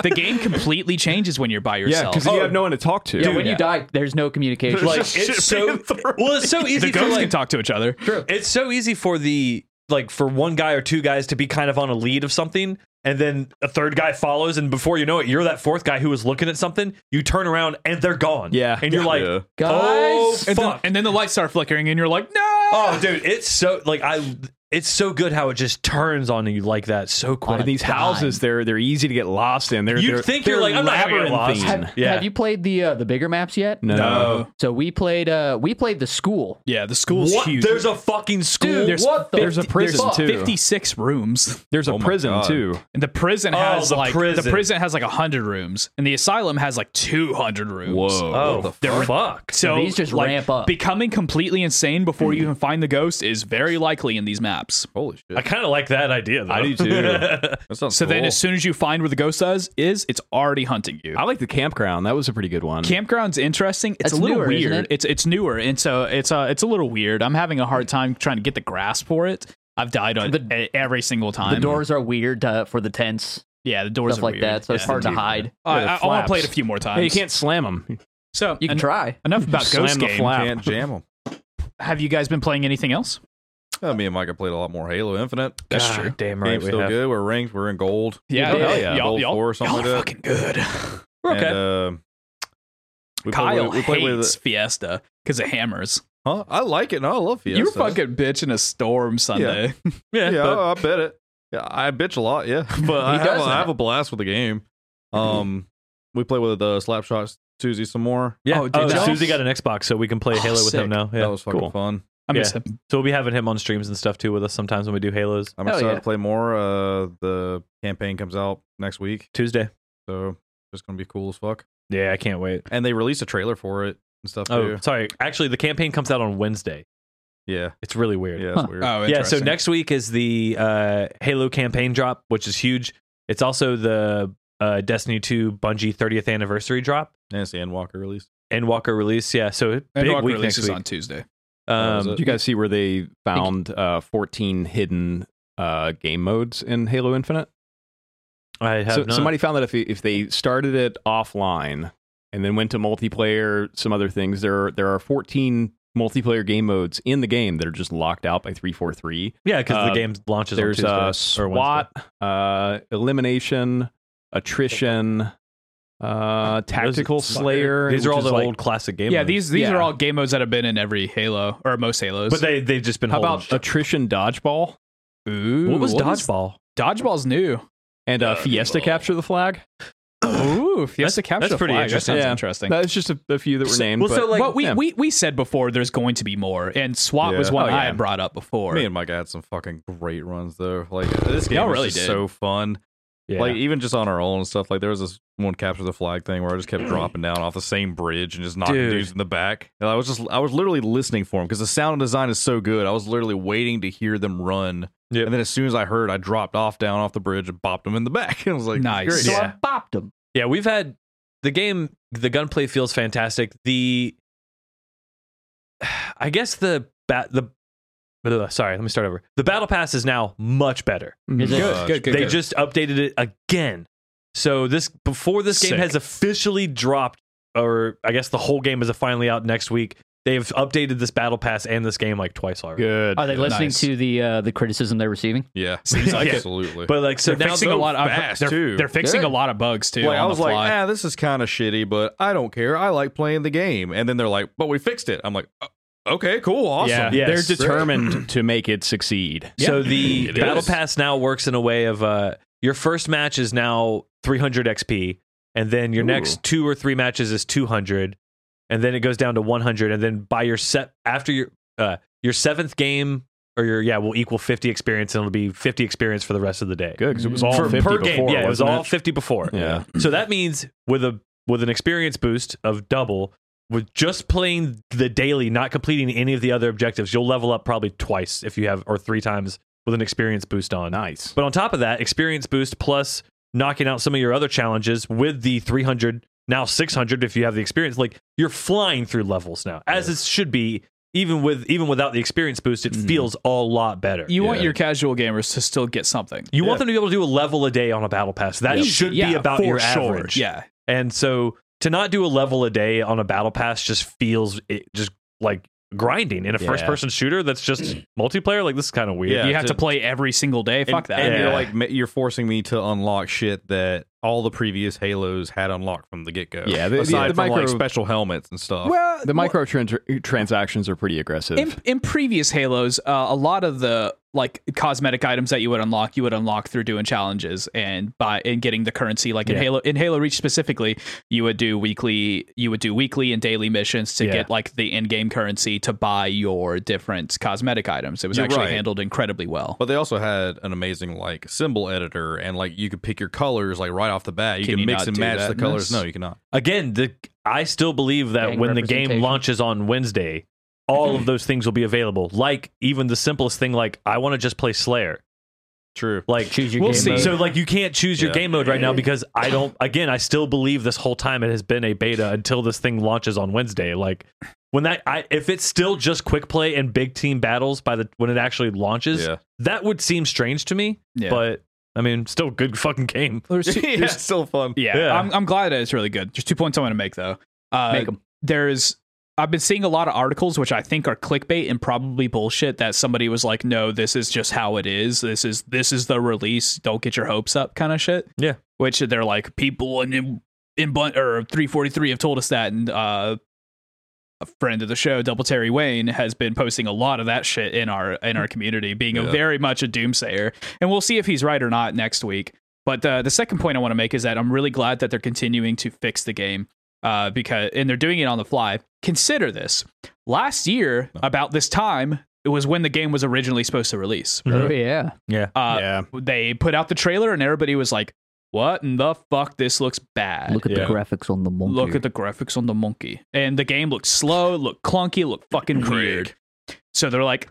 S2: The game completely changes when you're by
S5: yeah,
S2: yourself.
S5: because you have no one to talk to.
S4: yeah, when you die, there's no communication.
S1: like
S3: just shit
S1: it's so
S3: being thrown.
S1: well, it's so easy
S2: the
S1: for
S2: ghosts
S1: like,
S2: can talk to each other.
S1: it's so easy for the like for one guy or two guys to be kind of on a lead of something and then a third guy follows and before you know it you're that fourth guy who was looking at something you turn around and they're gone
S5: Yeah.
S1: and you're like
S3: Yeah.
S1: oh
S4: Guys?
S2: And then,
S1: fuck
S2: and then the lights start flickering, and you're like, no!
S1: oh dude it's so like i it's so good how it just turns on you like that so
S5: And
S1: quick
S5: these houses, they're they're easy to get lost in. They're
S1: You'd
S5: they're,
S1: think you're
S5: they're
S1: like, I'm not gonna get
S5: labyrinthine.
S1: lost.
S4: have,
S1: yeah.
S4: have you played the uh, the bigger maps yet?
S5: No.
S4: So we played uh we played the school.
S2: Yeah, the school's
S1: what?
S2: huge.
S1: there's a fucking school
S4: Dude,
S2: There's
S4: what the
S5: there's a prison
S4: fuck?
S5: too.
S2: 56 rooms.
S5: There's a
S3: my
S5: prison
S3: God.
S5: too.
S2: And the prison
S1: Oh,
S2: has
S1: the
S2: like the
S1: prison.
S2: prison has like 100 rooms and the asylum has like 200 rooms.
S1: oh they're fucked
S2: So
S4: These just
S2: like,
S4: ramp up.
S2: Becoming completely insane before you even find the ghost is very likely in these maps.
S1: Oh,
S3: Holy shit.
S1: i kind of like that idea though
S3: that sounds
S2: So then
S3: cool.
S2: as soon as you find where the ghost is, is it's already hunting you.
S5: I like the campground. That was a pretty good one.
S2: Campground's interesting. It's
S4: That's
S2: a little
S4: newer, isn't
S2: weird.
S4: it?
S2: It's it's newer, and so it's uh it's a little weird. I'm having a hard time trying to get the grasp for it. I've died on
S4: The-
S2: e- every single time.
S4: The doors are weird uh, for the tents,
S2: yeah, the doors
S4: stuff
S2: are
S4: like
S2: weird.
S4: that. So
S2: yeah.
S4: it's hard to hide.
S2: I,
S5: Yeah,
S2: I, want to play it a
S5: flaps.
S2: few more times.
S5: Hey, you can't slam them.
S2: So
S4: You can
S2: en-
S4: try.
S2: Enough about
S5: Slam
S2: Ghost
S5: the
S2: Game.
S5: flap.
S3: can't jam them.
S2: Have you guys been playing anything else?
S3: Yeah, Uh, me and Mike have played a lot more Halo Infinite.
S2: That's
S1: God
S2: true.
S1: damn right
S3: Game's
S1: we
S3: still
S1: have.
S3: good. We're ranked. We're in gold.
S2: Yeah,
S3: Hell
S2: y'all-
S3: yeah.
S2: Y'all,
S3: Gold
S2: y'all,
S3: four or something
S2: y'all
S3: like
S2: are
S3: that.
S2: fucking good.
S1: We're okay
S3: And, uh, we play
S2: Kyle
S3: with, we play
S2: hates
S3: with uh,
S2: Fiesta because it hammers.
S3: huh? I like it. No, I love Fiesta.
S2: You're fucking bitch in a storm Sunday.
S3: Yeah,
S1: but-
S3: I I bet it. Yeah, I bitch a lot. Yeah, but I
S4: He
S3: have,
S4: does
S3: a,
S4: that.
S3: I have a blast with the game. Um, we play with uh, Slapshot Susie some more.
S1: yeah
S2: Oh,
S1: oh,
S2: did y'all-
S1: susie got an xbox so we can play
S2: Oh,
S1: halo with
S2: sick.
S1: him now yeah
S3: that was fucking
S5: cool.
S3: fun.
S2: I miss
S1: Yeah.
S2: him.
S1: So we'll be having him on streams and stuff too with us sometimes when we do Halos
S3: I'm
S4: Hell
S3: excited
S4: yeah.
S3: to play more. Uh, the campaign comes out next week,
S1: Tuesday.
S3: so it's gonna be cool as fuck.
S1: Yeah, I can't wait.
S3: And they released a trailer for it and stuff
S1: Oh,
S3: too.
S1: sorry. Actually, the campaign comes out on Wednesday.
S3: Yeah,
S1: It's really weird.
S3: yeah, it's
S4: Huh.
S3: weird.
S2: Oh,
S1: Yeah, so
S2: interesting.
S1: next week is the uh, Halo campaign drop, which is huge. It's also the uh, Destiny 2 Bungie 30th anniversary drop
S3: and it's the Endwalker release.
S1: and Walker release. Yeah, so a
S2: And
S1: big
S2: Rock
S1: week
S2: release
S1: next
S2: is
S1: week.
S2: on Tuesday.
S3: was
S1: Um,
S3: Oh, it?
S5: Did you guys see where they found uh, 14 hidden uh, game modes in Halo Infinite?
S1: I have
S5: So,
S1: not.
S5: somebody found that if if they started it offline and then went to multiplayer, some other things, there are, there are 14 multiplayer game modes in the game that are just locked out by 343.
S1: yeah, because
S5: uh,
S1: the game launches
S5: There's
S1: on Tuesday
S5: uh,
S1: or Wednesday.
S5: SWAT, uh, elimination, attrition, uh, tactical
S1: Those-
S5: slayer.
S1: These are
S5: which
S1: all
S5: is
S1: the
S5: like-
S1: old classic game.
S2: Yeah,
S1: modes.
S2: these these
S5: Yeah.
S2: are all game modes that have been in every Halo or most Halos.
S1: But they they've just been.
S5: How
S1: holding
S5: about
S1: shit.
S5: attrition dodgeball
S2: Ooh,
S1: what was
S2: is-
S1: dodgeball?
S2: Dodgeball's new.
S5: and uh, Fiesta capture the flag?
S2: Ooh, Fiesta capture
S1: that's
S2: the
S1: pretty
S2: flag. That
S1: interesting.
S2: sounds
S5: Yeah.
S2: interesting.
S5: That's just a, a few that were named.
S1: well, so,
S5: but-
S1: like-
S2: but we,
S5: yeah.
S2: we we said before there's going to be more, and SWAT was
S3: Yeah.
S2: one
S5: Oh,
S2: I
S5: yeah.
S2: had brought up before.
S3: Me and Mike had some fucking great runs though. Like this game
S2: Y'all
S3: was
S2: really
S3: just
S2: did.
S3: so fun.
S1: Yeah.
S3: Like even just on our own and stuff. Like there was this one capture the flag thing where I just
S2: Mm.
S3: kept dropping down off the same bridge and just knocking
S1: Dude.
S3: dudes in the back. And I was just I was literally listening for them because the sound and design is so good. I was literally waiting to hear them run.
S1: Yep.
S3: And then as soon as I heard, I dropped off down off the bridge and bopped them in the back. I was like,
S2: Nice.
S3: great.
S4: So
S1: Yeah.
S4: I bopped him.
S1: Yeah, we've had the game. The gunplay feels fantastic. The I guess the bat the ugh, sorry. Let me start over. The battle pass is now much better.
S4: Is it-
S3: Uh,
S2: Mm-hmm. good, good,
S1: they
S2: good.
S1: just updated it again. So this before this
S2: Sick.
S1: game has officially dropped, or I guess the whole game is finally out next week. They've updated this battle pass and this game like twice already.
S5: good.
S4: Are they listening
S2: Nice.
S4: to the uh, the criticism they're receiving?
S3: Yeah.
S2: Seems like it.
S3: Absolutely.
S1: But like so
S2: they're
S1: now
S2: fixing
S1: the-
S2: a lot. I've heard-
S3: fast,
S2: they're,
S3: too.
S2: they're fixing
S3: They're-
S2: a lot of bugs too.
S3: like,
S2: on
S3: I was
S2: the
S3: like,
S2: fly.
S3: ah, this is kind of shitty, but I don't care. I like playing the game. And then they're like, but we fixed it. I'm like, "Oh, okay, cool, awesome.
S5: Yeah,
S1: Yes.
S5: they're determined to make it succeed.
S1: So
S2: Yeah.
S1: the
S3: It
S1: battle
S3: is.
S1: pass now works in a way of uh, your first match is now 300 XP, and then your
S5: Ooh.
S1: next two or three matches is 200, and then it goes down to 100, and then by your set after your uh, your seventh game or your yeah will equal 50 experience, and it'll be 50 experience for the rest of the day.
S5: Good, because it was all
S1: For-
S5: 50
S1: per
S5: before,
S1: game, yeah, it was
S5: wasn't
S1: all 50 before.
S5: Yeah.
S1: So that means with a with an experience boost of double with just playing the daily, not completing any of the other objectives. You'll level up probably twice if you have, or three times with an experience boost on.
S5: Nice.
S1: But on top of that, experience boost plus knocking out some of your other challenges with the 300, now 600 if you have the experience, like you're flying through levels now, as it should be. Even with even without the experience boost,
S5: Mm-hmm.
S1: it feels a lot better.
S2: You
S1: You,
S2: want your casual gamers to still get something.
S1: want them to be able to do a level a day on a battle pass. That
S2: Easy,
S1: should
S2: yeah,
S1: be about
S2: for
S1: your
S2: sure.
S1: average.
S2: Yeah.
S1: And so to not do a level a day on a battle pass just feels it just like grinding in a
S5: Yeah.
S1: first person shooter that's just multiplayer. Like this is kind of weird.
S6: Yeah,
S2: you have to,
S6: to-
S2: play every single day. Fuck that.
S6: And you're
S1: Yeah.
S6: like ma- you're forcing me to unlock shit that all the previous Halos had unlocked from the get go.
S5: Yeah, the- the-
S6: aside
S5: the
S6: from like
S5: micro-
S6: special helmets and stuff.
S2: well,
S5: The microtransactions are pretty aggressive.
S2: in, in previous Halos, uh, a lot of the like cosmetic items that you would unlock, you would unlock through doing challenges and by and getting the currency. Like in
S1: Yeah.
S2: Halo, in Halo Reach specifically, you would do weekly, you would do weekly and daily missions to
S1: Yeah.
S2: get like the in-game currency to buy your different cosmetic items. It was
S6: You're
S2: actually
S6: right.
S2: handled incredibly well.
S6: But they also had an amazing like symbol editor, and like you could pick your colors like right off the bat. You
S2: Can
S6: can,
S2: you
S6: mix
S2: not
S6: and
S2: do
S6: match
S2: that
S6: the
S2: in
S6: colors.
S2: this?
S6: No, you cannot.
S1: Again, the I still believe that
S4: Gang
S1: when the game
S4: representation.
S1: launches on Wednesday, all of those things will be available. Like even the simplest thing, like I want to just play Slayer.
S6: True.
S1: Like
S4: Choose your
S2: We'll
S4: game
S2: see.
S4: mode.
S1: So like you can't choose your
S6: Yeah.
S1: game mode right now because I don't again I still believe this whole time it has been a beta until this thing launches on Wednesday like when that I if it's still just quick play and big team battles by the when it actually launches
S6: Yeah.
S1: that would seem strange to me
S2: Yeah.
S1: but I mean still good fucking game
S2: There's two-
S6: yeah. It's still fun.
S3: Um,
S2: Yeah,
S1: Yeah.
S2: I'm, I'm glad that it's really good. There's two points I want to make though. Uh,
S4: Make 'em.
S2: There's I've been seeing a lot of articles which I think are clickbait and probably bullshit that somebody was like, no, this is just how it is. This is this is the release. Don't get your hopes up, kind of shit.
S1: Yeah.
S2: which they're like people in in, in bun- or 343 have told us that, and uh, a friend of the show, Double Terry Wayne, has been posting a lot of that shit in our in our community, being a
S6: Yeah.
S2: very much a doomsayer. And we'll see if he's right or not next week. But uh, the second point I want to make is that I'm really glad that they're continuing to fix the game uh, because and they're doing it on the fly. Consider this: last year, about this time, it was when the game was originally supposed to release.
S4: oh, yeah.
S2: Uh,
S5: yeah.
S2: They put out the trailer, and everybody was like, "What in the fuck? This looks bad."
S4: Look at
S5: Yeah.
S4: the graphics on the monkey.
S2: Look at the graphics on the monkey. And the game looked slow, it looked clunky, it looked fucking weird. So they're like,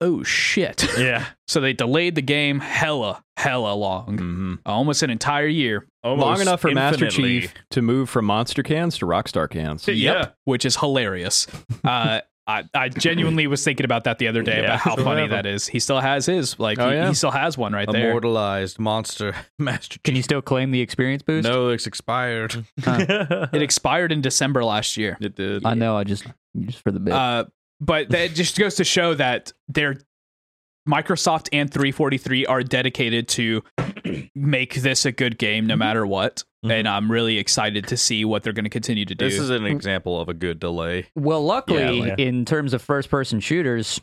S2: oh shit.
S1: yeah
S2: So they delayed the game hella, hella long.
S4: Mm-hmm.
S5: hmm
S2: Almost an entire year.
S5: Long enough for Master Chief to move from monster cans to rockstar cans.
S2: Yep. Which is hilarious. Uh, I, I genuinely was thinking about that the other day about how funny that is. He still has his. Like,
S5: Oh,
S2: he,
S5: yeah.
S2: he still has one right there.
S6: Immortalized monster master.
S4: Can you still claim the experience boost?
S6: No, it's expired.
S2: It expired in December last year.
S6: It did.
S4: I know. I just just for the bit.
S2: Uh, but that just goes to show that they're Microsoft and 343 are dedicated to make this a good game no matter what. And I'm really excited to see what they're going to continue to do.
S6: Mm-hmm. This is an example of a good delay.
S4: well, luckily,
S1: yeah.
S4: in terms of first-person shooters,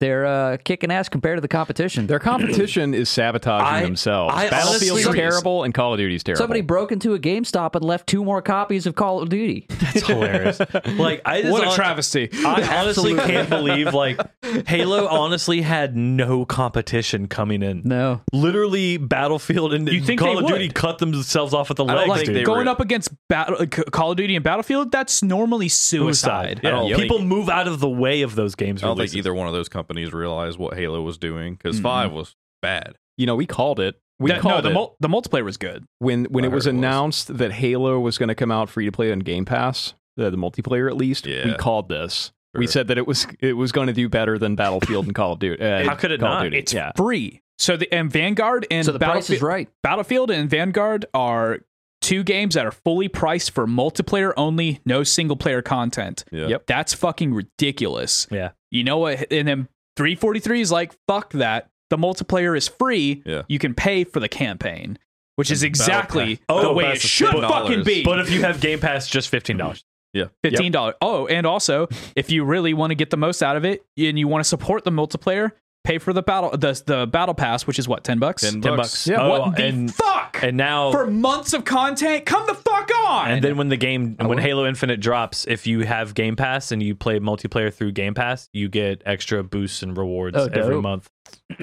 S4: they're uh, kicking ass compared to the competition.
S5: Their competition is sabotaging
S1: I-
S5: themselves.
S1: I
S5: Battlefield's
S1: honestly-
S5: terrible and Call of Duty's terrible.
S4: Somebody broke into a GameStop and left two more copies of Call of Duty.
S1: that's hilarious like I just
S2: what a
S1: hon-
S2: travesty.
S1: I honestly
S4: Absolutely.
S1: can't believe like Halo honestly had no competition coming in
S4: No,
S1: literally Battlefield and
S2: You think
S1: Call
S2: they
S1: of Duty
S2: would?
S1: cut themselves off at the
S6: don't
S1: legs,
S6: think
S1: dude.
S6: they
S2: Going
S6: were-
S2: up against battle, uh, C- Call of Duty and Battlefield, that's normally suicide.
S1: Yeah.
S6: I don't
S1: People move out of the way of those games.
S6: I don't think
S1: releases.
S6: either one of those companies realized what Halo was doing because
S2: Mm.
S6: five was bad.
S5: you know, we called it. We
S2: That- no,
S5: called
S2: the,
S5: it
S2: mul- the multiplayer was good.
S5: when when
S6: I
S5: it was
S6: heard it was.
S5: announced that Halo was going to come out free to play on Game Pass, the, the multiplayer at least. We
S6: Yeah.
S5: called this. We
S6: Sure.
S5: said that it was it was going to do better than Battlefield and Call of Duty. Uh,
S1: How could it
S5: Call of
S1: not?
S5: Duty.
S2: It's
S5: yeah.
S2: free. So the and Vanguard and
S4: so the price
S2: Battlefield
S4: is right.
S2: Battlefield and Vanguard are two games that are fully priced for multiplayer only, no single player content.
S6: Yeah.
S5: Yep.
S2: That's fucking ridiculous.
S1: Yeah.
S2: You know what? And then 343 is like, fuck that. The multiplayer is free.
S6: Yeah.
S2: You can pay for the campaign, which is
S6: And Battle
S2: exactly
S6: Pass-
S2: the
S6: Battle
S2: way
S6: Pass
S2: it
S6: is
S2: should
S6: $10.
S2: fucking be.
S1: But if you have Game Pass, just fifteen dollars.
S2: $15. Oh, and also, if you really want to get the most out of it and you want to support the multiplayer, pay for the battle the, the battle pass, which is what, 10 bucks?
S6: Ten
S1: Ten
S6: bucks.
S1: bucks.
S5: Yeah.
S1: Oh,
S2: What the
S1: and
S2: fuck?
S1: and now
S2: for months of content. Come the fuck come on.
S1: And then when the game, when Halo Infinite drops, if you have Game Pass and you play multiplayer through Game Pass, you get extra boosts and rewards
S4: Oh,
S1: every
S4: dope.
S1: month.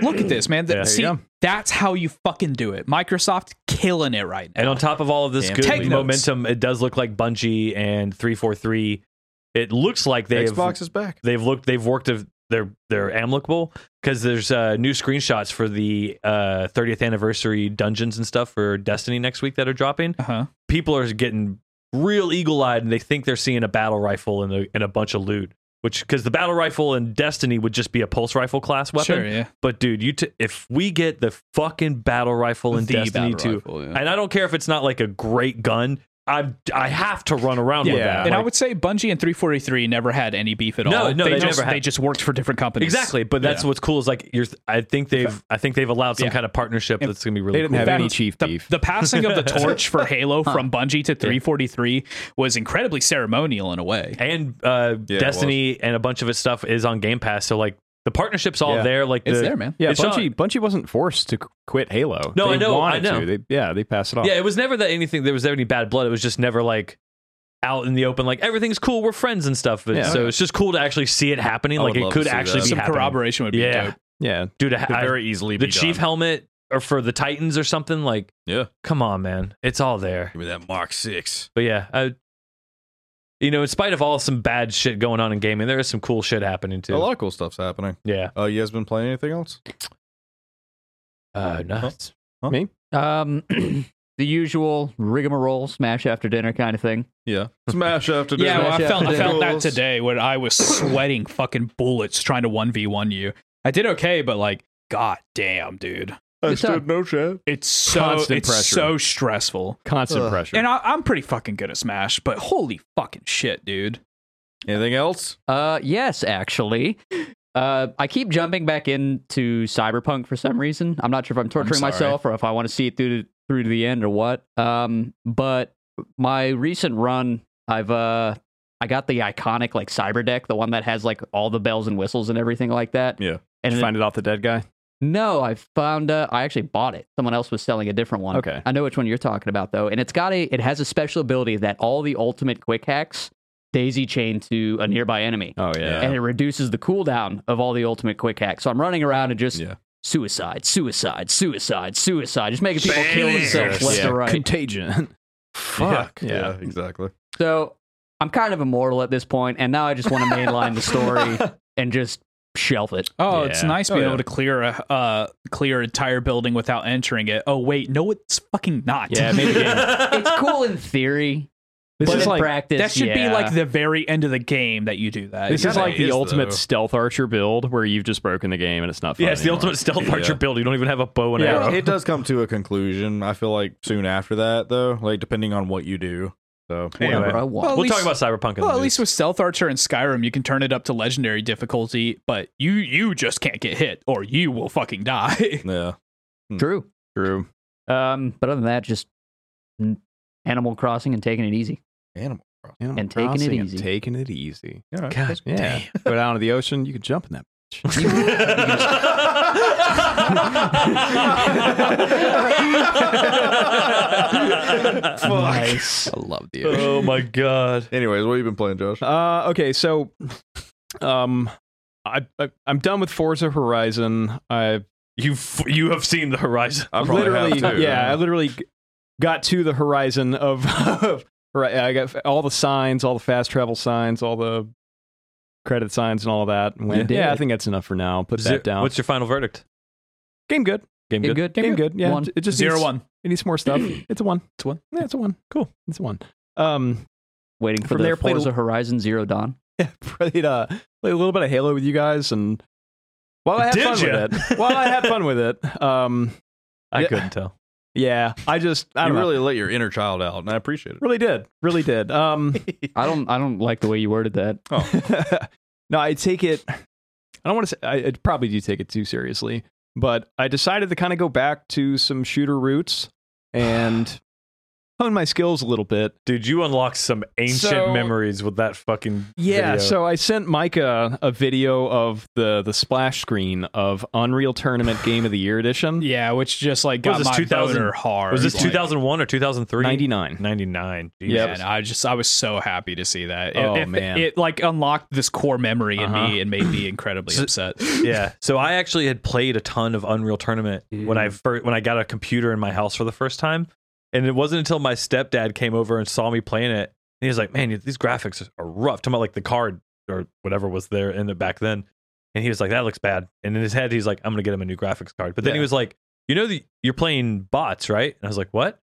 S2: look at this, man. Th-
S1: Yeah. There you
S2: See,
S5: go.
S2: that's how you fucking do it. Microsoft killing it right now.
S1: And on top of all of this
S5: Damn.
S1: good
S2: Take notes.
S1: momentum, it does look like Bungie and 343. It looks like they've
S6: Xbox is back.
S1: they've looked they've worked of they're they're amicable because there's uh, new screenshots for the uh, 30th anniversary dungeons and stuff for Destiny next week that are dropping.
S2: Uh-huh.
S1: People are getting real eagle eyed and they think they're seeing a battle rifle and a, and a bunch of loot. Which because the battle rifle in Destiny would just be a pulse rifle class weapon.
S2: Sure, yeah.
S1: But dude, you t- if we get the fucking battle rifle in
S2: The
S1: Destiny
S2: battle
S1: 2,
S2: rifle, yeah.
S1: and I don't care if it's not like a great gun, I I have to run around with
S5: Yeah.
S1: that.
S2: And I
S1: Like,
S2: would say Bungie and 343 never had any beef at
S1: No,
S2: all.
S1: no, they
S2: just,
S1: never had.
S2: They just worked for different companies.
S1: exactly, but that's
S2: Yeah.
S1: what's cool is like you're. I think they've I think they've allowed some
S2: Yeah.
S1: kind of partnership that's gonna be really
S5: They didn't
S1: cool.
S5: have any
S2: fact,
S5: chief
S2: the,
S5: beef.
S2: the passing of the torch for Halo from Bungie to 343 was incredibly ceremonial in a way.
S1: and uh,
S6: Yeah, it
S1: Destiny and a bunch of its stuff is on Game Pass, so like the partnership's all
S5: Yeah.
S1: there. Like
S2: It's
S1: the-
S2: there, man.
S5: yeah,
S1: it's
S5: Bungie, Bungie wasn't forced to qu- quit Halo.
S1: No,
S5: they
S1: I know, I
S5: Wanted
S1: know.
S5: To. They, yeah, they passed it off.
S1: Yeah, it was never that anything. There was ever any bad blood. It was just never like out in the open. Like everything's cool. We're friends and stuff. But,
S5: Yeah.
S1: so it's just cool to actually see it happening.
S5: I
S1: Like
S5: would
S1: it
S5: love
S1: could
S5: to see
S1: actually
S5: that.
S1: be
S2: Some
S1: happening.
S2: corroboration would be
S1: Yeah.
S2: dope.
S5: yeah.
S1: dude. I,
S3: Could very easily
S1: the
S3: be
S1: chief
S3: done.
S1: helmet or for the Titans or something. Like
S3: Yeah.
S1: come on, man, it's all there.
S3: Give me that Mark Six.
S1: But yeah, I, you know, in spite of all some bad shit going on in gaming, there is some cool shit happening too.
S6: A lot of cool stuff's happening.
S1: yeah.
S6: Uh, you guys been playing anything else?
S1: Uh, nuts.
S4: Um, the usual rigmarole, smash after dinner kind of thing.
S6: Smash after dinner.
S2: Yeah, well, I
S4: Smash
S2: felt
S4: after
S2: I felt that
S6: Rules.
S2: today when I was sweating fucking bullets trying to one v one you. I did okay, but like, god damn, dude,
S6: I
S4: Good
S6: stood
S4: time.
S6: no chance.
S2: it's so
S5: Constant
S2: it's
S5: pressure.
S2: so stressful.
S5: Constant
S6: Ugh.
S5: pressure.
S2: And I, I'm pretty fucking good at Smash, but holy fucking shit, dude.
S6: Anything else?
S4: Uh, yes, actually. Uh, I keep jumping back into Cyberpunk for some reason. I'm not sure if I'm torturing
S2: sorry.
S4: myself or if I want to see it through to, through to the end or what. Um, but my recent run, I've uh, I got the iconic like cyber deck, the one that has like all the bells and whistles and everything like that.
S6: Yeah.
S4: And
S5: Did you
S4: it-
S5: find it off the dead guy?
S4: no, I found uh, I actually bought it. Someone else was selling a different one.
S5: Okay.
S4: I know which one you're talking about though, and it's got a it has a special ability that all the ultimate quick hacks daisy chain to a nearby enemy
S5: Oh yeah.
S4: and it reduces the cooldown of all the ultimate quick hacks. So I'm running around and just
S6: Yeah.
S4: suicide, suicide, suicide, suicide, just making people kill
S3: Failures.
S4: themselves left
S5: yeah.
S4: and right.
S5: Contagion.
S6: Fuck.
S5: Yeah.
S6: yeah exactly.
S4: So I'm kind of immortal at this point, and now I just want to mainline the story and just shelf it.
S2: Oh, it's
S5: Yeah.
S2: nice being
S5: Oh, yeah.
S2: able to clear a uh, clear an entire building without entering it. Oh wait, no, it's fucking not.
S5: Yeah, maybe
S4: It's cool in theory,
S5: This
S4: but
S5: is
S4: in
S5: like
S4: practice,
S2: that should be
S4: yeah.
S2: like the very end of the game that you do that.
S5: this
S2: Yeah.
S5: is like
S3: it
S5: the
S3: is,
S5: ultimate
S3: though.
S5: stealth archer build where you've just broken the game and it's not fun.
S1: Yeah, it's the
S5: anymore.
S1: ultimate stealth archer build. You don't even have a bow and
S5: Yeah.
S1: arrow.
S6: It does come to a conclusion. I feel like soon after that, though, like depending on what you do. So
S2: Anyway.
S4: whatever I want.
S2: Well,
S1: We'll
S2: least-
S1: talk about Cyberpunk. In
S2: Well,
S1: the
S2: at
S1: news.
S2: least with Stealth Archer and Skyrim, you can turn it up to legendary difficulty, but you you just can't get hit, or you will fucking die.
S6: yeah,
S4: True.
S5: True.
S4: Um, but other than that, just mm, Animal Crossing and taking it easy.
S6: animal.
S5: Animal
S4: And taking it
S5: Crossing
S4: easy.
S5: taking it easy.
S6: Yeah,
S5: God yeah. Go down to the ocean. You can jump in that.
S4: Nice.
S5: I love the
S1: oh my god.
S6: Anyways, what have you been playing, Josh?
S5: Uh, okay, so, um, I, I I'm done with Forza Horizon. I
S1: You f- you have seen the horizon.
S6: I probably
S5: literally,
S6: have too.
S5: yeah, I literally g- got to the horizon of. Right, I got f- all the signs, all the fast travel signs, all the credit signs, and all that. and went,
S4: You
S5: yeah, I
S4: did.
S5: think that's enough for now. Put
S1: Zero-
S5: that down.
S1: What's your final verdict?
S5: game good?
S1: Game
S4: You
S1: good.
S4: good?
S5: Game good. Yeah,
S4: One.
S5: it just
S2: Zero
S5: needs,
S2: one.
S5: It needs more stuff. It's a one. It's
S2: one.
S5: Yeah, it's a one. Cool. It's a one. Um,
S4: Waiting for
S5: From
S4: the
S5: there, played a-
S4: Forza Horizon Zero Dawn.
S5: played uh played a little bit of Halo with you guys, and while I had
S1: Did
S5: fun
S1: ya?
S5: with it, while I had fun with it, um,
S1: I
S5: Yeah.
S1: couldn't tell.
S5: yeah, I just I
S6: you
S5: don't know.
S6: really let your inner child out, and I appreciate it.
S5: really did, really did. Um,
S4: I don't. I don't like the way you worded that.
S5: Oh. no, I take it. I don't want to say I, I probably do take it too seriously, but I decided to kind of go back to some shooter roots and hone my skills a little bit.
S1: Dude, you unlock some ancient
S5: So-
S1: memories with that fucking.
S5: Yeah,
S1: video.
S5: so I sent Micah a video of the the splash screen of Unreal Tournament Game of the Year edition.
S2: Yeah, which just like
S1: What
S2: got
S1: was this,
S2: my
S1: 2000
S2: boner hard.
S1: was this
S2: Like,
S1: 2001 or 2003?
S5: 99.
S1: 99. Jesus.
S5: Yep.
S2: Man, I just I was so happy to see that. It,
S5: Oh,
S2: it-
S5: man.
S2: it like unlocked this core memory in
S5: Uh-huh.
S2: me and made me incredibly
S1: So-
S2: upset.
S1: yeah. So I actually had played a ton of Unreal Tournament when I first when I got a computer in my house for the first time, and it wasn't until my stepdad came over and saw me playing it, and he was like, "Man, these graphics are rough." Talking about like the card or whatever was there in it back then, and he was like, "That looks bad." And in his head, he's like, "I'm gonna get him a new graphics card." But then he
S5: Yeah.
S1: was like, "You know, the, you're playing bots, right?" And I was like, "What?"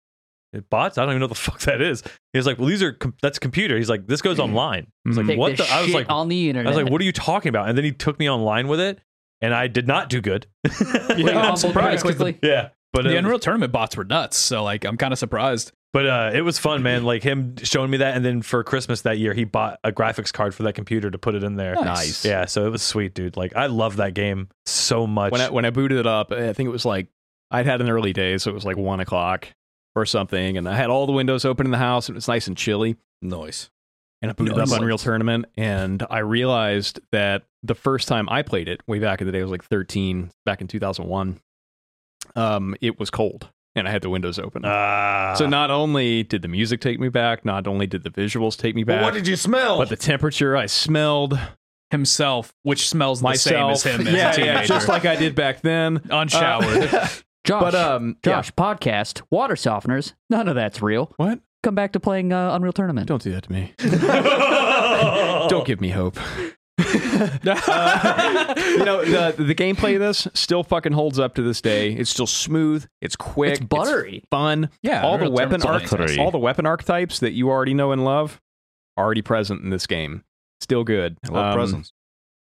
S1: Eh, Bots? I don't even know what the fuck that is. He was like, "Well, these are com- that's computer." He's like, "This goes online." I was like,
S4: Take
S1: "What
S4: this
S1: the?" I was
S4: shit
S1: like,
S4: on the
S1: I
S4: internet.
S1: was like, "What are you talking about?" And then he took me online with it, and I did not do good.
S4: Humbled
S1: yeah,
S4: pretty
S1: I'm surprised. 'cause the-
S4: quickly.
S1: yeah, but
S2: The
S1: uh,
S2: Unreal Tournament bots were nuts, so like I'm kind of surprised.
S1: but uh, it was fun, man. Like him showing me that, and then for Christmas that year, he bought a graphics card for that computer to put it in there.
S2: Nice.
S1: Yeah, so it was sweet, dude. Like I love that game so much.
S5: When I, when I booted it up, I think it was like I'd had an early day, so it was like one o'clock or something, and I had all the windows open in the house, and it was nice and chilly.
S3: Noise.
S5: and I booted
S2: Nice.
S5: up Unreal Tournament, and I realized that the first time I played it, way back in the day, I was like 13, back in 2001. Um, it was cold, and I had the windows open.
S1: Ah.
S5: so not only did the music take me back, not only did the visuals take me back,
S3: Well, what did you smell?
S5: but the temperature I smelled
S2: Himself, which smells
S5: myself,
S2: the same as him
S5: yeah,
S2: as a
S5: yeah,
S2: teenager,
S5: just like I did back then.
S2: unshowered.
S5: Uh,
S4: Josh,
S5: but um, yeah.
S4: Josh, podcast, water softeners. None of that's real.
S5: what?
S4: Come back to playing uh, Unreal Tournament.
S5: Don't do that to me. Don't give me hope. Uh, you know the the gameplay of this still fucking holds up to this day. It's still smooth. It's quick.
S4: it's buttery.
S5: fun.
S2: yeah,
S5: all the
S2: Unreal
S5: weapon
S2: Tournament's
S5: archetypes, all the weapon archetypes that you already know and love, already present in this game. Still good.
S3: I love
S5: Um,
S3: presents.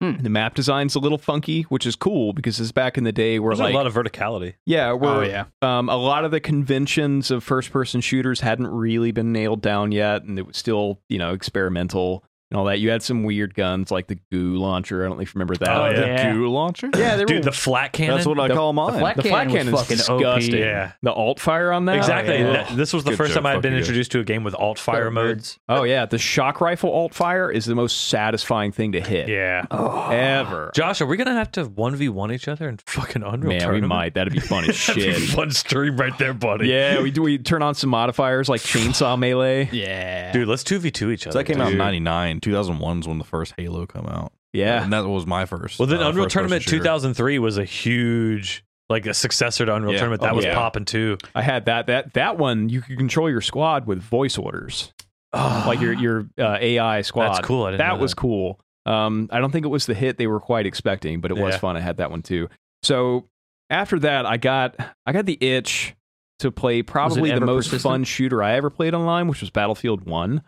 S5: The map design's a little funky, which is cool because it's back in the day where
S1: There's
S5: like
S1: a lot of verticality.
S5: yeah, where
S2: Oh yeah,
S5: um, a lot of the conventions of first person shooters hadn't really been nailed down yet, and it was still, you know, experimental and all that. You had some weird guns like the goo launcher. I don't even remember that.
S1: Oh, yeah.
S6: goo launcher.
S5: yeah they
S1: Dude,
S5: were,
S1: the flat cannon.
S6: That's what I
S5: The-
S6: call
S5: the
S6: mine.
S5: flat,
S4: flat cannon was
S5: cannon's
S4: fucking OP.
S5: disgusting.
S1: Yeah.
S5: The alt fire on that.
S1: exactly.
S4: Oh, yeah.
S1: That- this was the
S3: Good
S1: first
S3: show,
S1: time I had been
S3: fucking good.
S1: introduced to a game with alt fire modes.
S5: Oh yeah, the shock rifle alt fire is the most satisfying thing to hit
S1: Yeah.
S5: ever.
S1: Josh, are we gonna have to one v one each other in fucking Unreal
S5: Man, we
S1: Tournament?
S5: might. That'd be fun as
S1: That'd be
S5: shit.
S1: fun stream right there, buddy.
S5: yeah, we do. We turn on some modifiers like chainsaw melee.
S2: yeah.
S1: Dude, let's 2v2 each other.
S3: that came out in
S1: dude.
S3: 99. 2001 is when the first Halo come out.
S5: Yeah,
S3: And that was my first.
S1: Well, then
S3: uh,
S1: Unreal
S3: first-person
S1: Tournament
S3: shooter.
S1: 2003 was a huge, like a successor to Unreal
S3: Yeah.
S1: Tournament. That
S5: Oh,
S1: was
S5: yeah.
S1: popping too.
S5: I had that. That that one, you could control your squad with voice orders, like your your uh, AI squad.
S1: That's cool. I didn't know
S5: That was cool. Um, I don't think it was the hit they were quite expecting, but it was
S1: Yeah.
S5: fun. I had that one too. So after that, I got I got the itch to play probably the
S4: ever
S5: most
S4: persistent?
S5: fun shooter I ever played online, which was Battlefield One,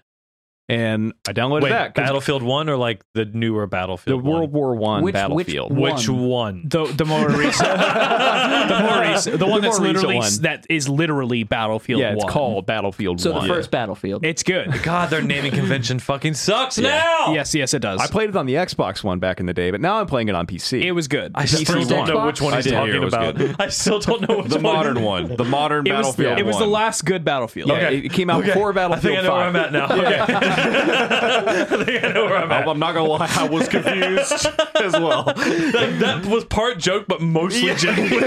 S5: and I downloaded
S1: Wait,
S5: that 'cause
S1: Battlefield One or like the newer
S5: the
S1: Battlefield?
S5: World War One
S4: Which- which
S5: Battlefield.
S1: One? Which one?
S2: the Oh, the more recent, the more recent, the one
S5: The
S2: that's
S5: more recent
S2: literally
S5: one.
S2: that is literally Battlefield.
S5: yeah, it's
S2: 1.
S5: called Battlefield
S4: So
S5: One.
S4: the first Battlefield.
S2: It's good.
S1: God, their naming convention fucking sucks now.
S2: yes, yes, it does.
S5: I played it on the Xbox One back in the day, but now I'm playing it on PC.
S2: it was good.
S1: I still
S4: first
S1: don't know
S4: Xbox?
S1: which one
S3: I
S1: he's
S3: did hear
S1: talking
S3: it was
S1: about.
S3: good.
S1: I still don't know which
S3: The
S1: one.
S3: modern one. The modern
S2: it was,
S3: Battlefield
S2: it was
S3: one.
S2: the last good Battlefield.
S5: Yeah, it- it came out before
S1: I
S5: Battlefield
S1: think I know
S5: 5.
S1: where I'm at now. Okay. I think I know where I'm at.
S6: I'm not gonna lie, I was confused as well.
S1: That, that was part joke, but mostly genuine.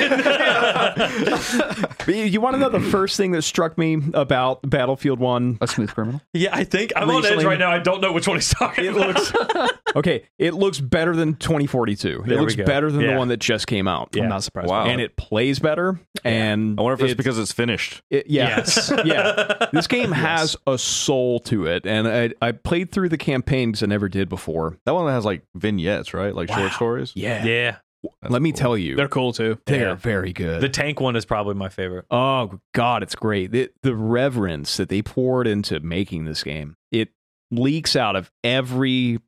S5: But you- you want to know the first thing that struck me about Battlefield 1?
S4: a smooth criminal.
S1: Yeah, I think I'm on
S5: Recently-
S1: edge right now. I don't know which one he's talking
S5: It
S1: about.
S5: looks okay. It looks better than 2042.
S1: There
S5: it
S1: we
S5: looks
S1: go.
S5: better than
S1: Yeah.
S5: the one that just came out.
S2: I'm not surprised.
S3: Wow.
S5: And it plays better. And
S3: I wonder if it's, because it's finished.
S5: it- yeah, yeah. This game has a soul to it, and I, I played through the campaign because I never did before.
S3: That one has like vignettes, right? Like short stories.
S5: Yeah,
S1: Yeah.
S5: let me tell you,
S2: They're
S5: they're,
S2: cool too.
S1: Yeah.
S5: very good.
S1: The tank one is probably my favorite.
S5: Oh God, it's great. The, the reverence that they poured into making this game, it leaks out of every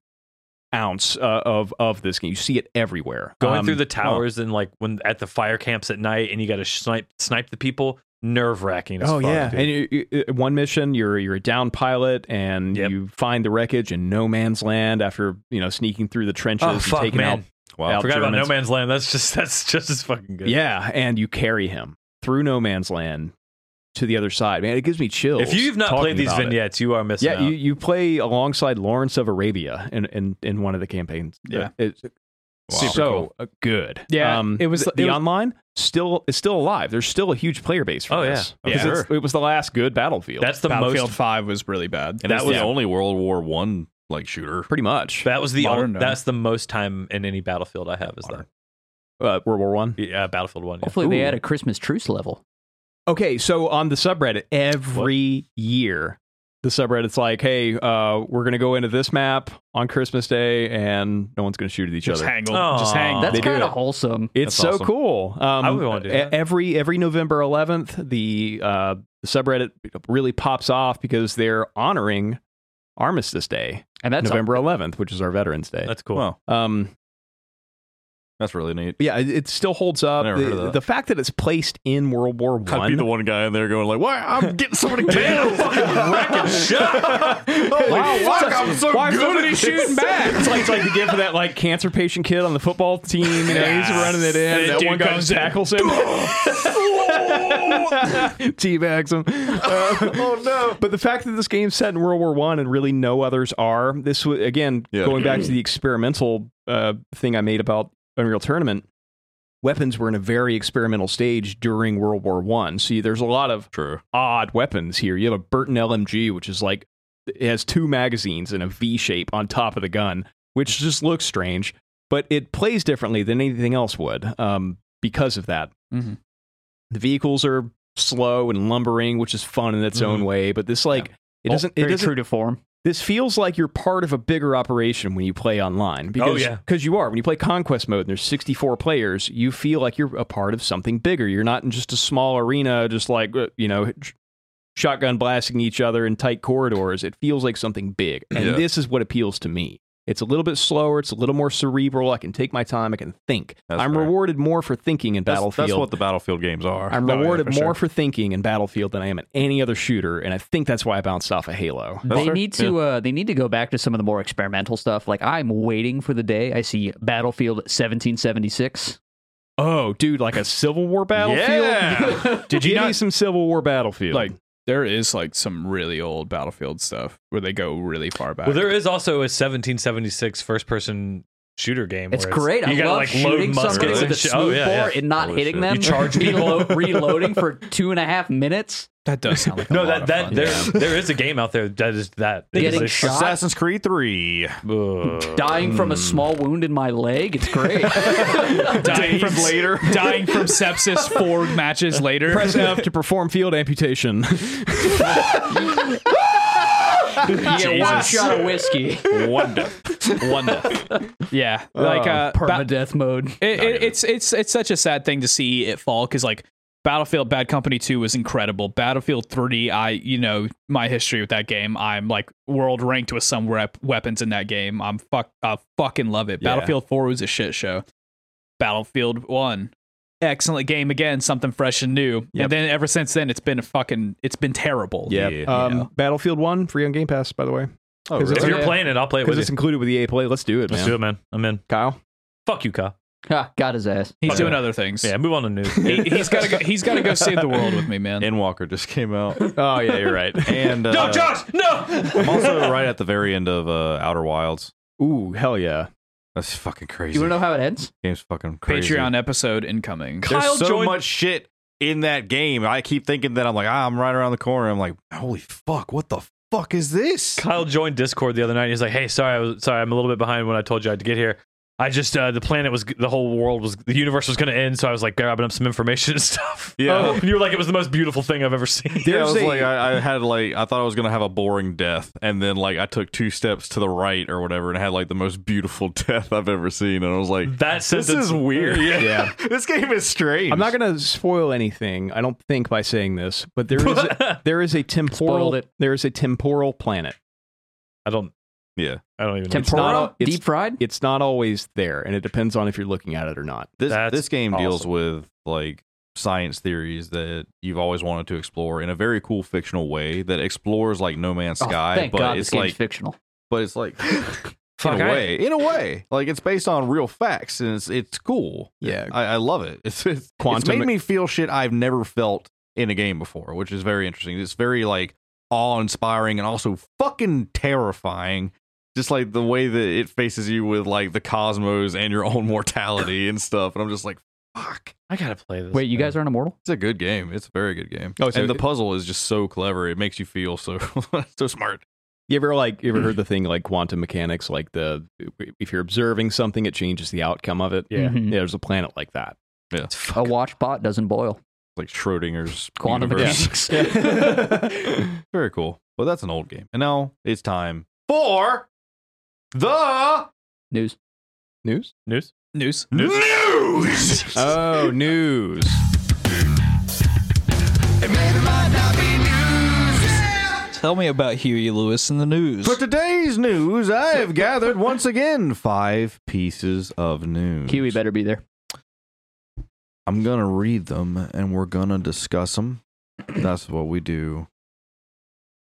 S5: ounce uh, of of this game. You see it everywhere.
S1: Going
S5: Um,
S1: through the towers and like when at the fire camps at night and you got to snipe snipe the people, nerve wracking.
S5: Oh, oh,
S1: fuck,
S5: yeah,
S1: dude.
S5: and you, you- uh, one mission, you're you're a down pilot, and
S1: Yep.
S5: you find the wreckage in no man's land after you know sneaking through the trenches
S1: Oh,
S5: and
S1: fuck,
S5: taking
S1: man.
S5: out.
S3: Wow.
S5: out
S1: I Oh, forgot about
S5: Germans.
S1: No Man's Land. That's just that's just as fucking good.
S5: Yeah, and you carry him through no man's land to the other side. Man, it gives me chills.
S1: If you've not
S5: talking
S1: played these
S5: about it.
S1: vignettes, you are missing
S5: Yeah,
S1: out.
S5: you, you play alongside Lawrence of Arabia in, in, in one of the campaigns.
S2: Yeah.
S5: It's
S3: Super
S5: so
S3: cool.
S5: uh, good.
S2: Yeah, it was-
S5: the,
S2: it was-
S5: online still is still alive. There's still a huge player base for
S1: Oh, yeah.
S5: this.
S1: Oh,
S5: Because
S1: sure.
S5: it's- It was the last good battlefield.
S1: that's the
S2: Battlefield
S1: most.
S2: Five was really bad.
S3: And
S1: That
S3: that was
S1: was-
S3: the only World War One like shooter.
S5: pretty much. uh,
S1: That was the
S2: Modern
S1: only-
S2: era.
S1: that's the most time in any battlefield I have is that
S5: Uh, World War One.
S1: yeah Battlefield One. yeah.
S4: Hopefully they
S5: Ooh.
S4: add a Christmas truce level.
S5: Okay, so on the subreddit every year, the subreddit's like, "Hey, uh, we're gonna go into this map on Christmas Day, and no one's gonna shoot at each
S2: Just
S5: other."
S2: hang,
S1: Aw.
S2: just hang.
S4: That's
S5: they do
S4: kind
S5: it.
S4: of wholesome.
S3: That's
S5: It's so
S3: awesome.
S5: cool. Um,
S1: I would wanna do
S5: e-
S1: that.
S5: Every every November 11th, the uh, the subreddit really pops off because they're honoring Armistice Day,
S4: And that's
S5: November 11th, which is our Veterans Day.
S1: That's cool.
S3: Wow,
S5: Um,
S3: that's really neat.
S5: yeah, it, it still holds up.
S3: Never
S5: the,
S3: heard of that.
S5: the fact that it's placed in World War
S3: I'd be
S5: One.
S3: the one guy in there going like, "Why I'm getting so many
S1: Man, I'm
S3: kills?
S1: fucking wrecking shit.
S5: Oh, Wow,
S3: fuck, I'm so
S5: why is
S3: good at
S5: nobody
S3: this?
S5: shooting back? It's like, it's like the gift of that like cancer patient kid on the football team. You know, he's
S2: Yeah.
S5: running it
S2: And
S5: in.
S2: the
S5: That
S2: dude
S5: one guy
S2: comes
S5: just
S2: in.
S5: tackles him, teabags him. oh no! But the fact that this game's set in World War One and really no others are this was again
S3: Yeah.
S5: going back to the experimental uh, thing I made about Unreal Tournament. Weapons were in a very experimental stage during World War One. See, there's a lot of
S3: True.
S5: odd weapons here. You have a Burton LMG, which is like it has two magazines in a V shape on top of the gun, which just looks strange, but it plays differently than anything else would um, because of that.
S2: Mhm.
S5: The vehicles are slow and lumbering, which is fun in its own way, but this like it doesn't it
S4: very
S5: doesn't
S4: true to form.
S5: this feels like you're part of a bigger operation when you play
S3: Oh,
S5: online because
S1: yeah.
S5: 'cause you are when you play conquest mode and there's 64 players you feel like you're a part of something bigger you're not in just a small arena just like uh, you know sh- shotgun blasting each other in tight corridors it feels like something big and
S3: Yeah.
S5: this is what appeals to me it's a little bit slower it's a little more cerebral i can take my time i can think
S3: That's
S5: i'm
S3: fair.
S5: rewarded more for thinking in
S3: That's,
S5: battlefield
S3: that's what the battlefield games are.
S5: i'm
S2: Oh, yeah,
S5: rewarded
S2: for sure.
S5: more for thinking in battlefield than i am in any other shooter and i think that's why i bounced off of halo
S4: They need to uh, they need to go back to some of the more experimental stuff. Like I'm waiting for the day I see Battlefield 1776.
S5: Oh, dude, like a Civil War battlefield?
S3: Yeah.
S5: Did you
S2: you
S5: Give me
S2: not-
S5: some Civil War battlefield?
S2: Like there is like some really old Battlefield stuff where they go really far back.
S1: Well, there is also a 1776 first-person shooter game.
S4: It's
S1: where
S4: great. I
S1: you gotta
S4: love
S1: like
S4: shooting
S1: load
S4: somebody
S1: muskets
S4: with a
S1: and shit. Oh
S4: smoothbore
S1: yeah, yeah.
S4: and not
S3: Holy
S4: hitting
S3: shit.
S4: them.
S1: You charge
S4: Relo-
S1: people.
S4: reloading for two and a half minutes.
S2: that does sound like a
S1: No,
S2: lot
S1: that that
S2: of fun.
S1: there there is a game out there that is that. It
S4: Getting
S1: is a-
S4: shot.
S3: Assassin's Creed Three.
S1: Ugh.
S4: Dying from a small wound in my leg. It's great.
S2: dying from
S3: later.
S2: dying from sepsis four matches later.
S5: press F to perform field amputation.
S4: you get one
S2: Jesus.
S4: shot of whiskey.
S5: Wonder. Wonder.
S2: Yeah, like uh, ba-
S4: Permadeath mode.
S2: it, it, it's it's it's such a sad thing to see it fall because like Battlefield Bad Company Two was incredible. Battlefield Three, I you know my history with that game. I'm like world ranked with some rep- weapons in that game. I'm fuck I fucking love it.
S5: Yeah.
S2: Battlefield Four was a shit show. Battlefield One, excellent game again, something fresh and new.
S5: Yep.
S2: And then ever since then, it's been a fucking it's been terrible.
S5: Yep.
S3: Yeah.
S5: Um,
S2: Yeah.
S5: Battlefield 1, free on Game Pass, by the way.
S3: Oh,
S5: Is it-
S1: If
S5: Yeah.
S1: you're playing it, I'll play it
S5: Because
S1: with
S5: it's
S1: you.
S5: included with the EA Play. Let's do it,
S1: Let's
S5: man.
S1: do it, man. I'm in.
S5: Kyle?
S1: Fuck you, Kyle.
S4: Ha, got his ass.
S2: he's
S1: Okay.
S2: doing other things.
S1: Yeah, move on to news.
S2: He, he's gotta go, he's gotta go save the world with me, man.
S3: Endwalker just came out,
S5: Oh, yeah, you're right.
S3: and uh,
S1: no, Josh, no.
S3: I'm also right at the very end of uh, Outer Wilds.
S5: Ooh, hell yeah.
S3: That's fucking crazy.
S4: You want to know how it ends?
S3: Game's fucking crazy.
S2: Patreon episode incoming.
S3: There's
S1: Kyle
S3: so
S1: joined-
S3: much shit in that game. I keep thinking that I'm like, ah, I'm right around the corner. I'm like, holy fuck, what the fuck is this?
S1: Kyle joined Discord the other night. He's like, "Hey, sorry, I was, sorry, I'm a little bit behind when I told you I had to get here. I just uh, the planet was the whole world was the universe was going to end, so I was like grabbing up some information and stuff.
S3: Yeah.
S1: Oh, and you were like, it was the most beautiful thing I've ever seen.
S3: yeah, I was
S5: There's a-
S3: like, I, I had like, I thought I was gonna have a boring death, and then like I took two steps to the right or whatever, and had like the most beautiful death I've ever seen, and I was like,
S1: That
S3: this
S1: sentence
S3: is weird.
S5: Yeah.
S3: this game is strange.
S5: I'm not going to spoil anything, I don't think, by saying this, but there is a, there is a
S4: Spoiled
S5: temporal
S4: it.
S5: there is a temporal planet.
S1: I don't.
S3: Yeah.
S1: I don't even.
S5: not
S4: Temporal?
S5: all- it's-
S4: Deep fried?
S5: It's not always there, and it depends on if you're looking at it or not.
S3: This
S1: That's
S3: this game deals
S1: awesome.
S3: with like science theories that you've always wanted to explore in a very cool fictional way that explores like No Man's
S4: Oh,
S3: Sky,
S4: thank
S3: but
S4: God
S3: it's
S4: this game's
S3: like
S4: fictional.
S3: but it's like
S1: Fuck,
S3: in a
S1: I-
S3: way, in a way, like it's based on real facts and it's it's cool.
S5: Yeah.
S3: I, I love it. It's, it's
S5: Quantum-
S3: It's made me feel shit I've never felt in a game before, which is very interesting. It's very like awe inspiring and also fucking terrifying. Just like the way that it faces you with like the cosmos and your own mortality and stuff. And I'm just like, fuck.
S1: I gotta play this. Uh,
S4: Wait, you guys aren't immortal?
S3: It's a good game. It's a very good game.
S5: Oh, so
S3: and the
S5: it-
S3: puzzle is just so clever. It makes you feel so so smart.
S5: You ever like you ever heard the thing like quantum mechanics, like the if you're observing something, it changes the outcome of it.
S4: Mm-hmm.
S1: Yeah.
S5: Yeah, there's a planet like that.
S3: Yeah. It's
S4: A watch pot doesn't boil.
S3: like Schrodinger's
S4: Quantum
S3: universe.
S4: mechanics.
S3: Very cool. But that's an old game. And now it's time for the
S4: News.
S5: News?
S1: news?
S2: News.
S3: news.
S5: Oh, news.
S2: Tell me about Huey Lewis in the news.
S3: For today's news, I have gathered once again five pieces of news.
S4: Kiwi better be there.
S3: I'm gonna read them and we're gonna discuss them. That's what we do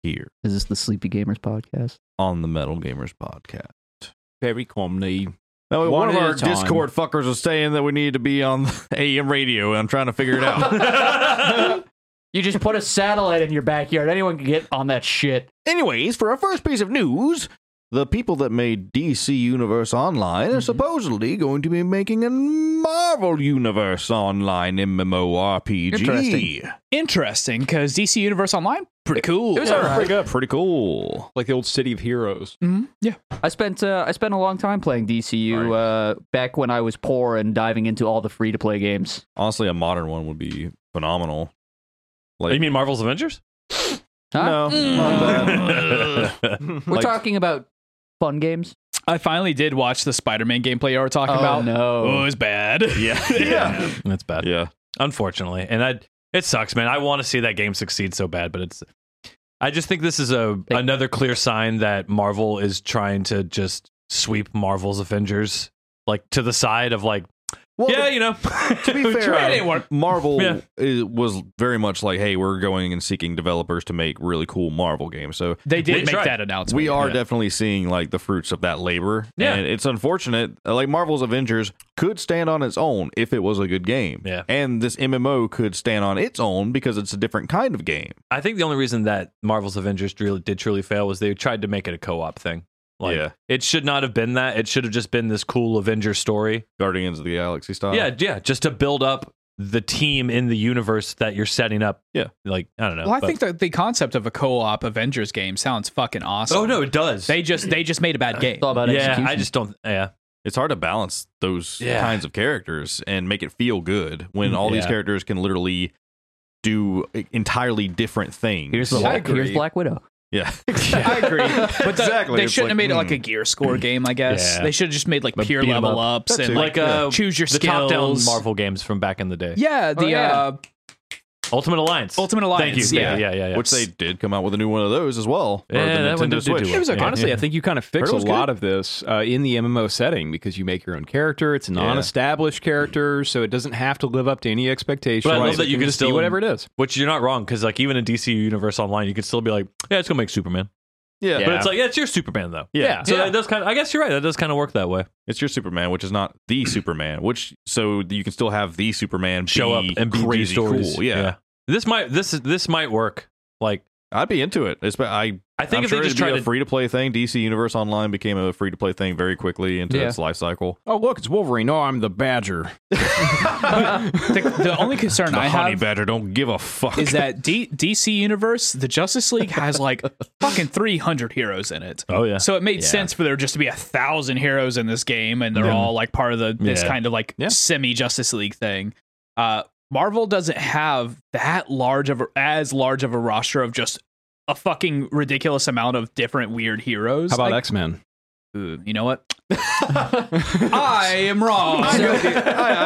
S3: here
S4: Is this the Sleepy Gamers podcast?
S3: on the Metal Gamers podcast.
S5: Very calmly.
S3: Now, one,
S5: One
S3: of
S5: at a
S3: our
S5: time.
S3: Discord fuckers was saying that we needed to be on AM radio, and I'm trying to figure it out.
S4: You just put a satellite in your backyard. Anyone can get on that shit.
S3: Anyways, for our first piece of news, the people that made DC Universe Online are supposedly going to be making a Marvel Universe Online MMORPG.
S4: Interesting.
S2: Interesting, because DC Universe Online, pretty cool.
S5: It was actually pretty good. Pretty cool. Like the old City of Heroes.
S2: Mhm, Yeah.
S4: I spent uh, I spent a long time playing DCU uh, back when I was poor and diving into all the free to play games.
S3: Honestly, a modern one would be phenomenal.
S1: you mean Marvel's Avengers?
S4: Huh?
S3: Mm. Uh, Not bad.
S4: We're
S3: Like-
S4: talking about fun games.
S2: I finally did watch the Spider Man gameplay you were talking about. Oh, it
S4: no!
S2: was bad.
S1: Yeah.
S3: Yeah.
S1: That's bad.
S3: yeah.
S1: Unfortunately. And I it sucks, man. I want to see that game succeed so bad, but it's I just think this is a another clear sign that Marvel is trying to just sweep Marvel's Avengers like to the side of like
S3: Well,
S1: yeah, you know.
S3: to be fair, um,
S2: It didn't work.
S3: Marvel
S1: Yeah.
S3: is, was very much like, hey, we're going and seeking developers to make really cool Marvel games. So
S2: They did
S1: We
S2: make
S1: tried.
S2: that announcement.
S3: we are
S2: Yeah.
S3: definitely seeing like the fruits of that labor.
S1: Yeah.
S3: And it's unfortunate. uh, Like Marvel's Avengers could stand on its own if it was a good game.
S1: Yeah.
S3: And this MMO could stand on its own because it's a different kind of game.
S1: I think the only reason that Marvel's Avengers really did truly fail was they tried to make it a co-op thing. Like
S3: Yeah.
S1: it should not have been that. It should have just been this cool Avengers story.
S3: Guardians of the Galaxy style.
S1: yeah, yeah, just to build up the team in the universe that you're setting up.
S3: Yeah.
S1: Like, I don't know.
S2: Well, I
S1: but-
S2: think that the concept of a co op Avengers game sounds fucking awesome.
S1: Oh no, it does.
S2: They just they just made a bad game.
S4: It's all about
S1: yeah,
S4: execution.
S1: I just don't yeah.
S3: It's hard to balance those
S1: Yeah.
S3: kinds of characters and make it feel good when all these
S1: Yeah.
S3: characters can literally do e, entirely different things.
S4: here's the
S3: yeah.
S4: Black, here's Black Widow.
S3: Yeah.
S2: I agree. But the-
S3: Exactly.
S2: they
S3: It's
S2: shouldn't have
S3: like,
S2: made it like
S3: hmm.
S2: a gear score game, I guess.
S1: Yeah.
S2: They should have just made like
S1: But
S2: pure
S1: beat 'em
S2: level
S1: up.
S2: ups and
S1: Like
S2: like,
S1: uh,
S2: choose your
S1: the
S2: skills.
S1: top-down Marvel games from back in the day.
S2: Yeah, the
S4: Oh, yeah.
S2: Uh,
S1: Ultimate Alliance.
S2: Ultimate Alliance.
S1: Thank you.
S2: Yeah.
S1: Yeah, yeah, yeah. yeah.
S3: Which they did come out with a new one of those as well. or
S1: Yeah,
S3: the
S1: that one did
S3: Nintendo
S1: do
S3: Switch.
S1: well. It was a-
S3: Yeah.
S5: Honestly, I think you kind of fix
S3: Heard it
S5: a
S3: was
S5: lot of this uh, in the MMO setting because you make your own character. It's a non-established character, so it doesn't have to live up to any expectation.
S1: But I love
S5: Right.
S1: that you can
S5: just be
S1: still-
S5: whatever it is.
S1: Which you're not wrong because like even in DC Universe Online, you could still be like, yeah, it's gonna make Superman.
S3: Yeah.
S1: But it's like, yeah, it's your Superman though.
S3: yeah.
S1: So that does kind of. I guess you're right. That does kind of work that way.
S3: It's your Superman, which is not the Superman, which so you can still have the Superman
S1: Show up
S3: be
S1: and be
S3: crazy
S1: stories.
S3: cool. Yeah.
S1: This might. This is. This might work. Like
S3: I'd be into it. It's, I
S1: I think
S3: I'm
S1: if
S3: sure
S1: they just
S3: it'd be
S1: try
S3: a
S1: to.
S3: free to play thing, DC Universe Online became a free to play thing very quickly into
S4: Yeah.
S3: its life cycle.
S5: Oh, look, it's Wolverine. Oh, I'm the Badger.
S2: the, the only concern
S3: the
S2: I
S3: honey
S2: have
S3: badger don't give a fuck.
S2: is that D- DC Universe, the Justice League has like fucking 300 heroes in it.
S1: oh yeah.
S2: So it made sense for there just to be a thousand heroes in this game, and they're all like part of the this
S1: Yeah.
S2: kind of like
S5: Yeah.
S2: semi Justice League thing. Uh, Marvel doesn't have that large of a, as large of a roster of just a fucking ridiculous amount of different weird heroes.
S5: How about
S2: Like,
S5: X Men?
S2: You know what? I am wrong.
S3: I,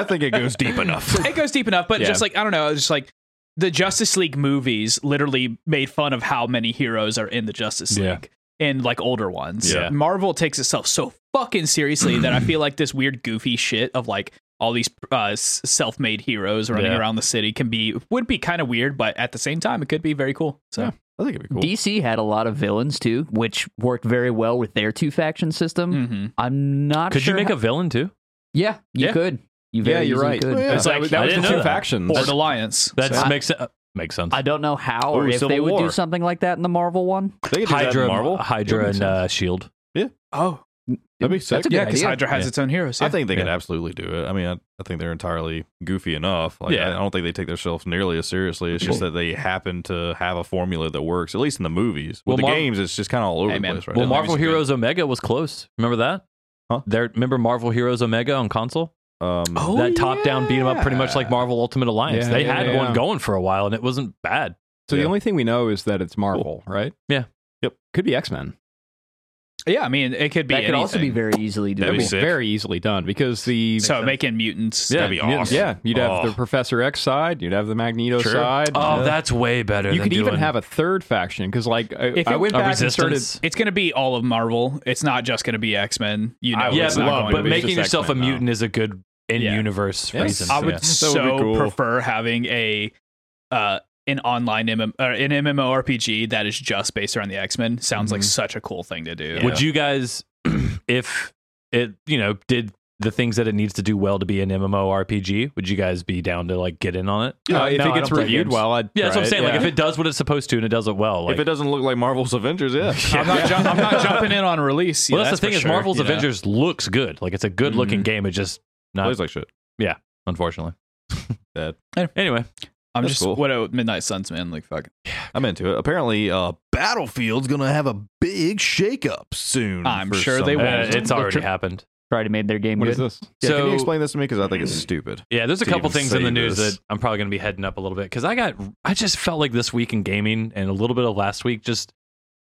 S3: I think it goes deep enough.
S2: it goes deep enough, but
S5: Yeah.
S2: just like I don't know, it's just like the Justice League movies literally made fun of how many heroes are in the Justice
S1: Yeah.
S2: League and like older ones.
S1: Yeah.
S2: Marvel takes itself so fucking seriously that I feel like this weird goofy shit of like all these uh, s- self-made heroes running
S1: Yeah.
S2: around the city can be would be kind of weird, but at the same time it could be very cool. So
S3: I think it'd be cool.
S4: DC had a lot of villains too, which worked very well with their two faction system.
S2: mhm.
S4: I'm not
S1: could
S4: sure.
S1: you make a villain too?
S4: Yeah, you
S2: Yeah.
S4: could. You very easily Could.
S5: Yeah,
S1: It's
S5: that
S1: like-
S5: was, that
S1: I
S5: was the
S1: didn't know
S5: two
S1: that.
S5: factions.
S2: Or an alliance.
S1: That
S2: So-
S1: makes sense. Makes sense.
S4: I don't know how or
S3: Ooh,
S4: if
S3: Civil
S4: they would do
S3: War.
S4: something like that in the Marvel one.
S3: They could do that in
S1: Hydra,
S3: Marvel.
S1: Hydra,
S3: That
S1: and
S3: makes
S1: uh, Shield.
S2: Oh,
S3: That'd be
S4: That's
S3: sick.
S4: a good
S2: yeah, because
S4: idea.
S2: Hydra has
S1: Yeah.
S2: its own heroes.
S3: I
S2: Yeah.
S3: think they could
S1: Yeah.
S3: absolutely do it. I mean, I, I think they're entirely goofy enough. Like,
S1: Yeah.
S3: I don't think they take themselves nearly as seriously. It's just that they happen to have a formula that works, at least in the movies. With
S1: Well,
S3: the
S1: Mar-
S3: games, it's just kind of all over
S2: Hey,
S3: the
S2: man.
S3: place right
S1: Well,
S3: now.
S1: Marvel Heroes Omega was close. Remember that?
S3: Huh?
S1: There, remember Marvel Heroes Omega on console?
S3: Um,
S2: Oh,
S1: that top down beat 'em up, pretty much
S2: yeah.
S1: like Marvel Ultimate Alliance.
S5: Yeah,
S1: they
S5: yeah,
S1: had
S5: yeah.
S1: one going for a while, and it wasn't bad.
S5: So
S3: Yeah.
S5: the only thing we know is that it's Marvel, right?
S1: Yeah.
S3: Yep.
S5: Could be X Men.
S2: Yeah, I mean, it could be.
S4: That could also be
S2: anything.
S4: very easily
S3: That'd
S5: That'd
S3: be
S5: be
S4: doable.
S3: sick.
S5: very easily done because the
S2: So making mutants.
S3: Yeah. that'd be
S5: mutants-
S3: awesome.
S5: Yeah, you'd have
S3: Oh.
S5: the Professor X side, you'd have the Magneto
S3: Sure.
S5: side.
S1: Oh,
S5: Yeah.
S1: that's way better.
S5: you
S1: than
S5: could even
S1: doing
S5: have a third faction because, like, I,
S2: If
S5: I
S2: it-
S5: went
S1: a
S5: back and
S1: resistance.
S5: started.
S2: It's going to be all of Marvel. It's not just going to be X Men. You know,
S5: I would
S1: yeah,
S2: Oh, it's not
S1: but,
S2: going
S1: but
S2: to be.
S1: making
S3: just
S1: yourself a
S3: X-Men now.
S1: mutant is a good in universe
S5: Yes.
S1: reason.
S2: I would
S1: Yeah.
S3: That would be
S2: so
S3: cool.
S2: prefer having a uh, an online MM, or an MMORPG that is just based around the X Men. Sounds like
S5: Mhm.
S2: such a cool thing to do.
S1: Mm-hmm. Would you guys, if it you know did the things that it needs to do well to be an MMORPG, would you guys be down to like get in on it?
S5: uh,
S1: Uh,
S5: if
S1: no,
S5: it
S1: I
S5: gets
S1: don't play
S5: reviewed
S1: games.
S5: well, I'd
S1: Yeah, that's what I'm
S5: try
S1: saying. Like
S5: yeah.
S1: if it does what it's supposed to and it does it well, like
S3: if it doesn't look like Marvel's Avengers, yeah.
S2: I'm not, jump- I'm not jumping in on a release.
S1: well,
S2: yeah,
S1: that's, the
S2: for
S1: thing is
S2: sure,
S1: Marvel's
S2: you know?
S1: Avengers looks good. Like it's a good looking game. It just not
S3: Mm-hmm. Plays like shit.
S1: unfortunately.
S3: Bad.
S1: Anyway,
S2: I'm
S3: That's
S2: just
S3: cool.
S2: what a Midnight Suns man. Like fuck.
S3: I'm into it. Apparently, uh, Battlefield's gonna have a big shakeup soon.
S2: I'm
S3: for
S2: sure
S3: some
S2: they
S1: uh,
S2: will.
S3: reason.
S1: it's already happened.
S4: Try to made their game
S5: what
S4: good.
S5: is this?
S3: Yeah,
S1: so
S3: can you explain this to me? Because I think it's stupid.
S1: Yeah, there's a
S3: to
S1: couple
S3: even
S1: things in
S3: say
S1: the news
S3: this.
S1: that I'm probably going to be heading up a little bit because I got, I just felt like this week in gaming and a little bit of last week, just,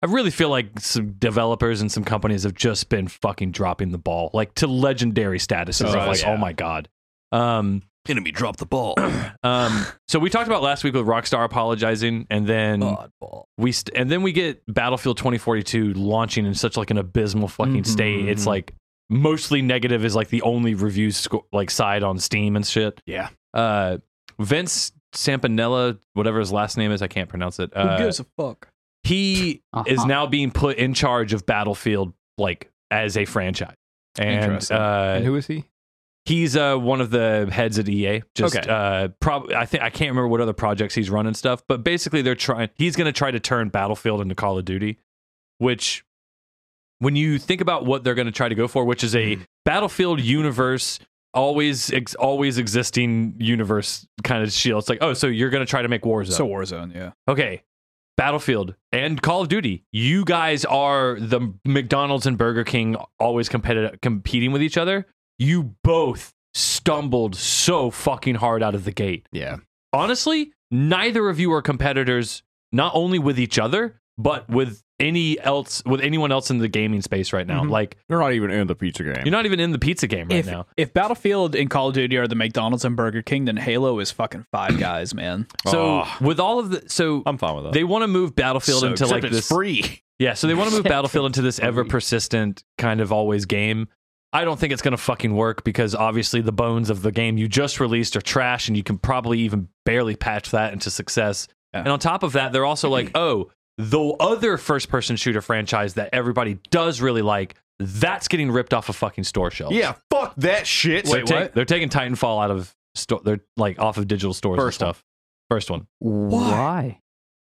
S1: I really feel like some developers and some companies have just been fucking dropping the ball, like to legendary status and
S2: Oh,
S1: stuff. Like,
S2: yeah.
S1: oh my God. Um,
S3: Enemy dropped the ball.
S1: um, so we talked about last week with Rockstar apologizing, and then
S3: Oddball.
S1: we st- and then we get Battlefield 2042 launching in such like an abysmal fucking
S5: Mhm.
S1: state. It's like mostly negative is like the only review sco- like side on Steam and shit.
S5: Yeah.
S1: Uh, Vince Sampanella, whatever his last name is, I can't pronounce it. Uh,
S2: a fuck?
S1: he is
S4: Uh-huh.
S1: now being put in charge of Battlefield like as a franchise. And
S2: Interesting.
S1: uh,
S5: And who is he?
S1: He's uh, one of the heads at EA. Just
S5: Okay.
S1: uh, prob- I think I can't remember what other projects he's run and stuff, but basically they're trying. He's going to try to turn Battlefield into Call of Duty, which, when you think about what they're going to try to go for, which is a Battlefield universe, always ex- always existing universe kind of shield. It's like, oh, so you're going to try to make Warzone?
S2: So Warzone, yeah.
S1: okay, Battlefield and Call of Duty. You guys are the McDonald's and Burger King always competi- competing with each other. You both stumbled so fucking hard out of the gate.
S5: Yeah.
S1: Honestly, neither of you are competitors not only with each other, but with any else with anyone else in the gaming space right now.
S2: Mhm.
S1: Like
S6: They're not even in the pizza game.
S1: you're not even in the pizza game right
S2: if
S1: now.
S2: if Battlefield and Call of Duty are the McDonald's and Burger King, then Halo is fucking Five Guys, man.
S1: So
S3: Oh.
S1: with all of the so
S3: I'm fine with that.
S1: they want to move Battlefield
S2: So
S1: into like
S3: Except it's
S1: this
S3: free.
S1: Yeah, so they want to move
S4: Except
S1: Battlefield into this
S4: for
S1: ever
S4: me.
S1: persistent kind of always game. I don't think it's going to fucking work because obviously the bones of the game you just released are trash and you can probably even barely patch that into success.
S2: Yeah.
S1: And on top of that, they're also like, oh, the other first person shooter franchise that everybody does really like, that's getting ripped off of fucking store shelves.
S3: Yeah, fuck that shit.
S1: they're, ta- they're taking Titanfall out of store, they're like off of digital stores and
S3: First one.
S1: stuff. First one.
S4: Why?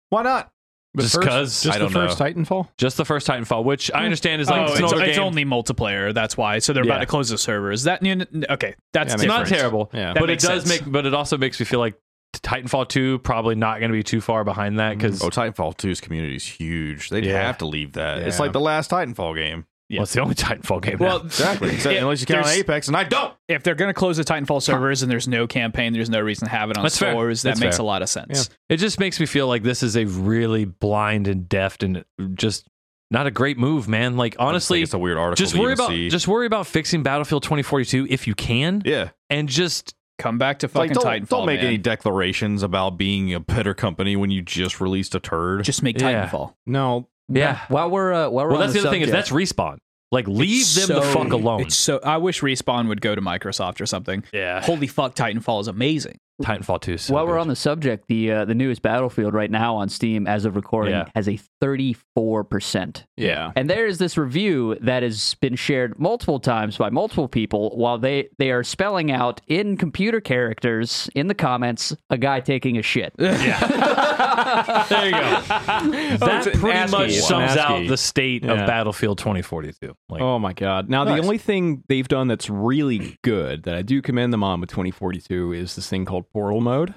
S3: Why not?
S5: The
S1: Just
S5: first-
S1: 'cause-
S5: Just
S3: I
S5: the
S3: don't
S5: first Titanfall?
S1: Just the first Titanfall, which I understand is like
S2: oh,
S1: it's,
S2: it's,
S1: an older
S2: it's
S1: game.
S2: only multiplayer. That's why. So they're about
S1: Yeah.
S2: to close the servers. That okay. That's
S5: Yeah,
S1: it's not
S2: different.
S1: terrible.
S5: Yeah.
S2: That
S1: but it
S2: makes
S1: does
S2: sense.
S1: make but it also makes me feel like titanfall 2 probably not going to be too far behind that because
S3: Oh, Titanfall 2's community is huge. They'd
S1: Yeah.
S3: have to leave that. It's
S5: Yeah.
S3: like the last Titanfall game.
S1: well, it's the only titanfall game
S2: Well,
S1: now.
S3: Exactly. Except,
S2: It-
S3: unless you count
S2: there's-
S3: Apex, and I don't.
S2: if they're going to close the Titanfall servers and there's no campaign, there's no reason to have it on
S1: That's fair.
S2: stores. That
S1: That's
S2: makes
S1: fair.
S2: a lot of sense.
S1: it just makes me feel like this is a really blind and deft and just not a great move man like honestly
S3: it's a weird article.
S1: just
S3: to
S1: worry
S3: even
S1: about
S3: see.
S1: just worry about fixing battlefield 2042 if you can
S3: yeah.
S1: and just
S2: Come back to
S3: It's Like
S2: fucking
S3: don't,
S2: Titanfall.
S3: don't make
S2: man.
S3: any declarations about being a better company when you just released a turd.
S2: Just make
S1: Yeah.
S2: Titanfall.
S5: No.
S1: yeah
S4: While we're uh, while we're
S1: well
S4: on
S1: that's the other thing is that's
S4: subject-
S1: respawn like leave
S2: It's
S1: them the
S2: so-
S1: fuck alone
S2: It's so I wish Respawn would go to Microsoft or something.
S1: yeah
S2: Holy fuck, Titanfall is amazing.
S1: Titanfall 2 is so
S4: While we're
S1: good.
S4: on the subject, the uh, the newest Battlefield right now on Steam as of recording
S1: Yeah.
S4: has a 34%.
S5: Yeah.
S4: And there is this review that has been shared multiple times by multiple people while they, they are spelling out in computer characters in the comments a guy taking a shit.
S5: There you go.
S1: that
S5: it's an
S1: pretty
S5: ASCII.
S1: much
S5: It's an
S1: sums
S5: ASCII.
S1: out the state
S5: Yeah.
S1: of Battlefield 2042. Like,
S5: Oh my god. Now
S1: Nice.
S5: the only thing they've done that's really good that I do commend them on with 2042 is this thing called portal mode.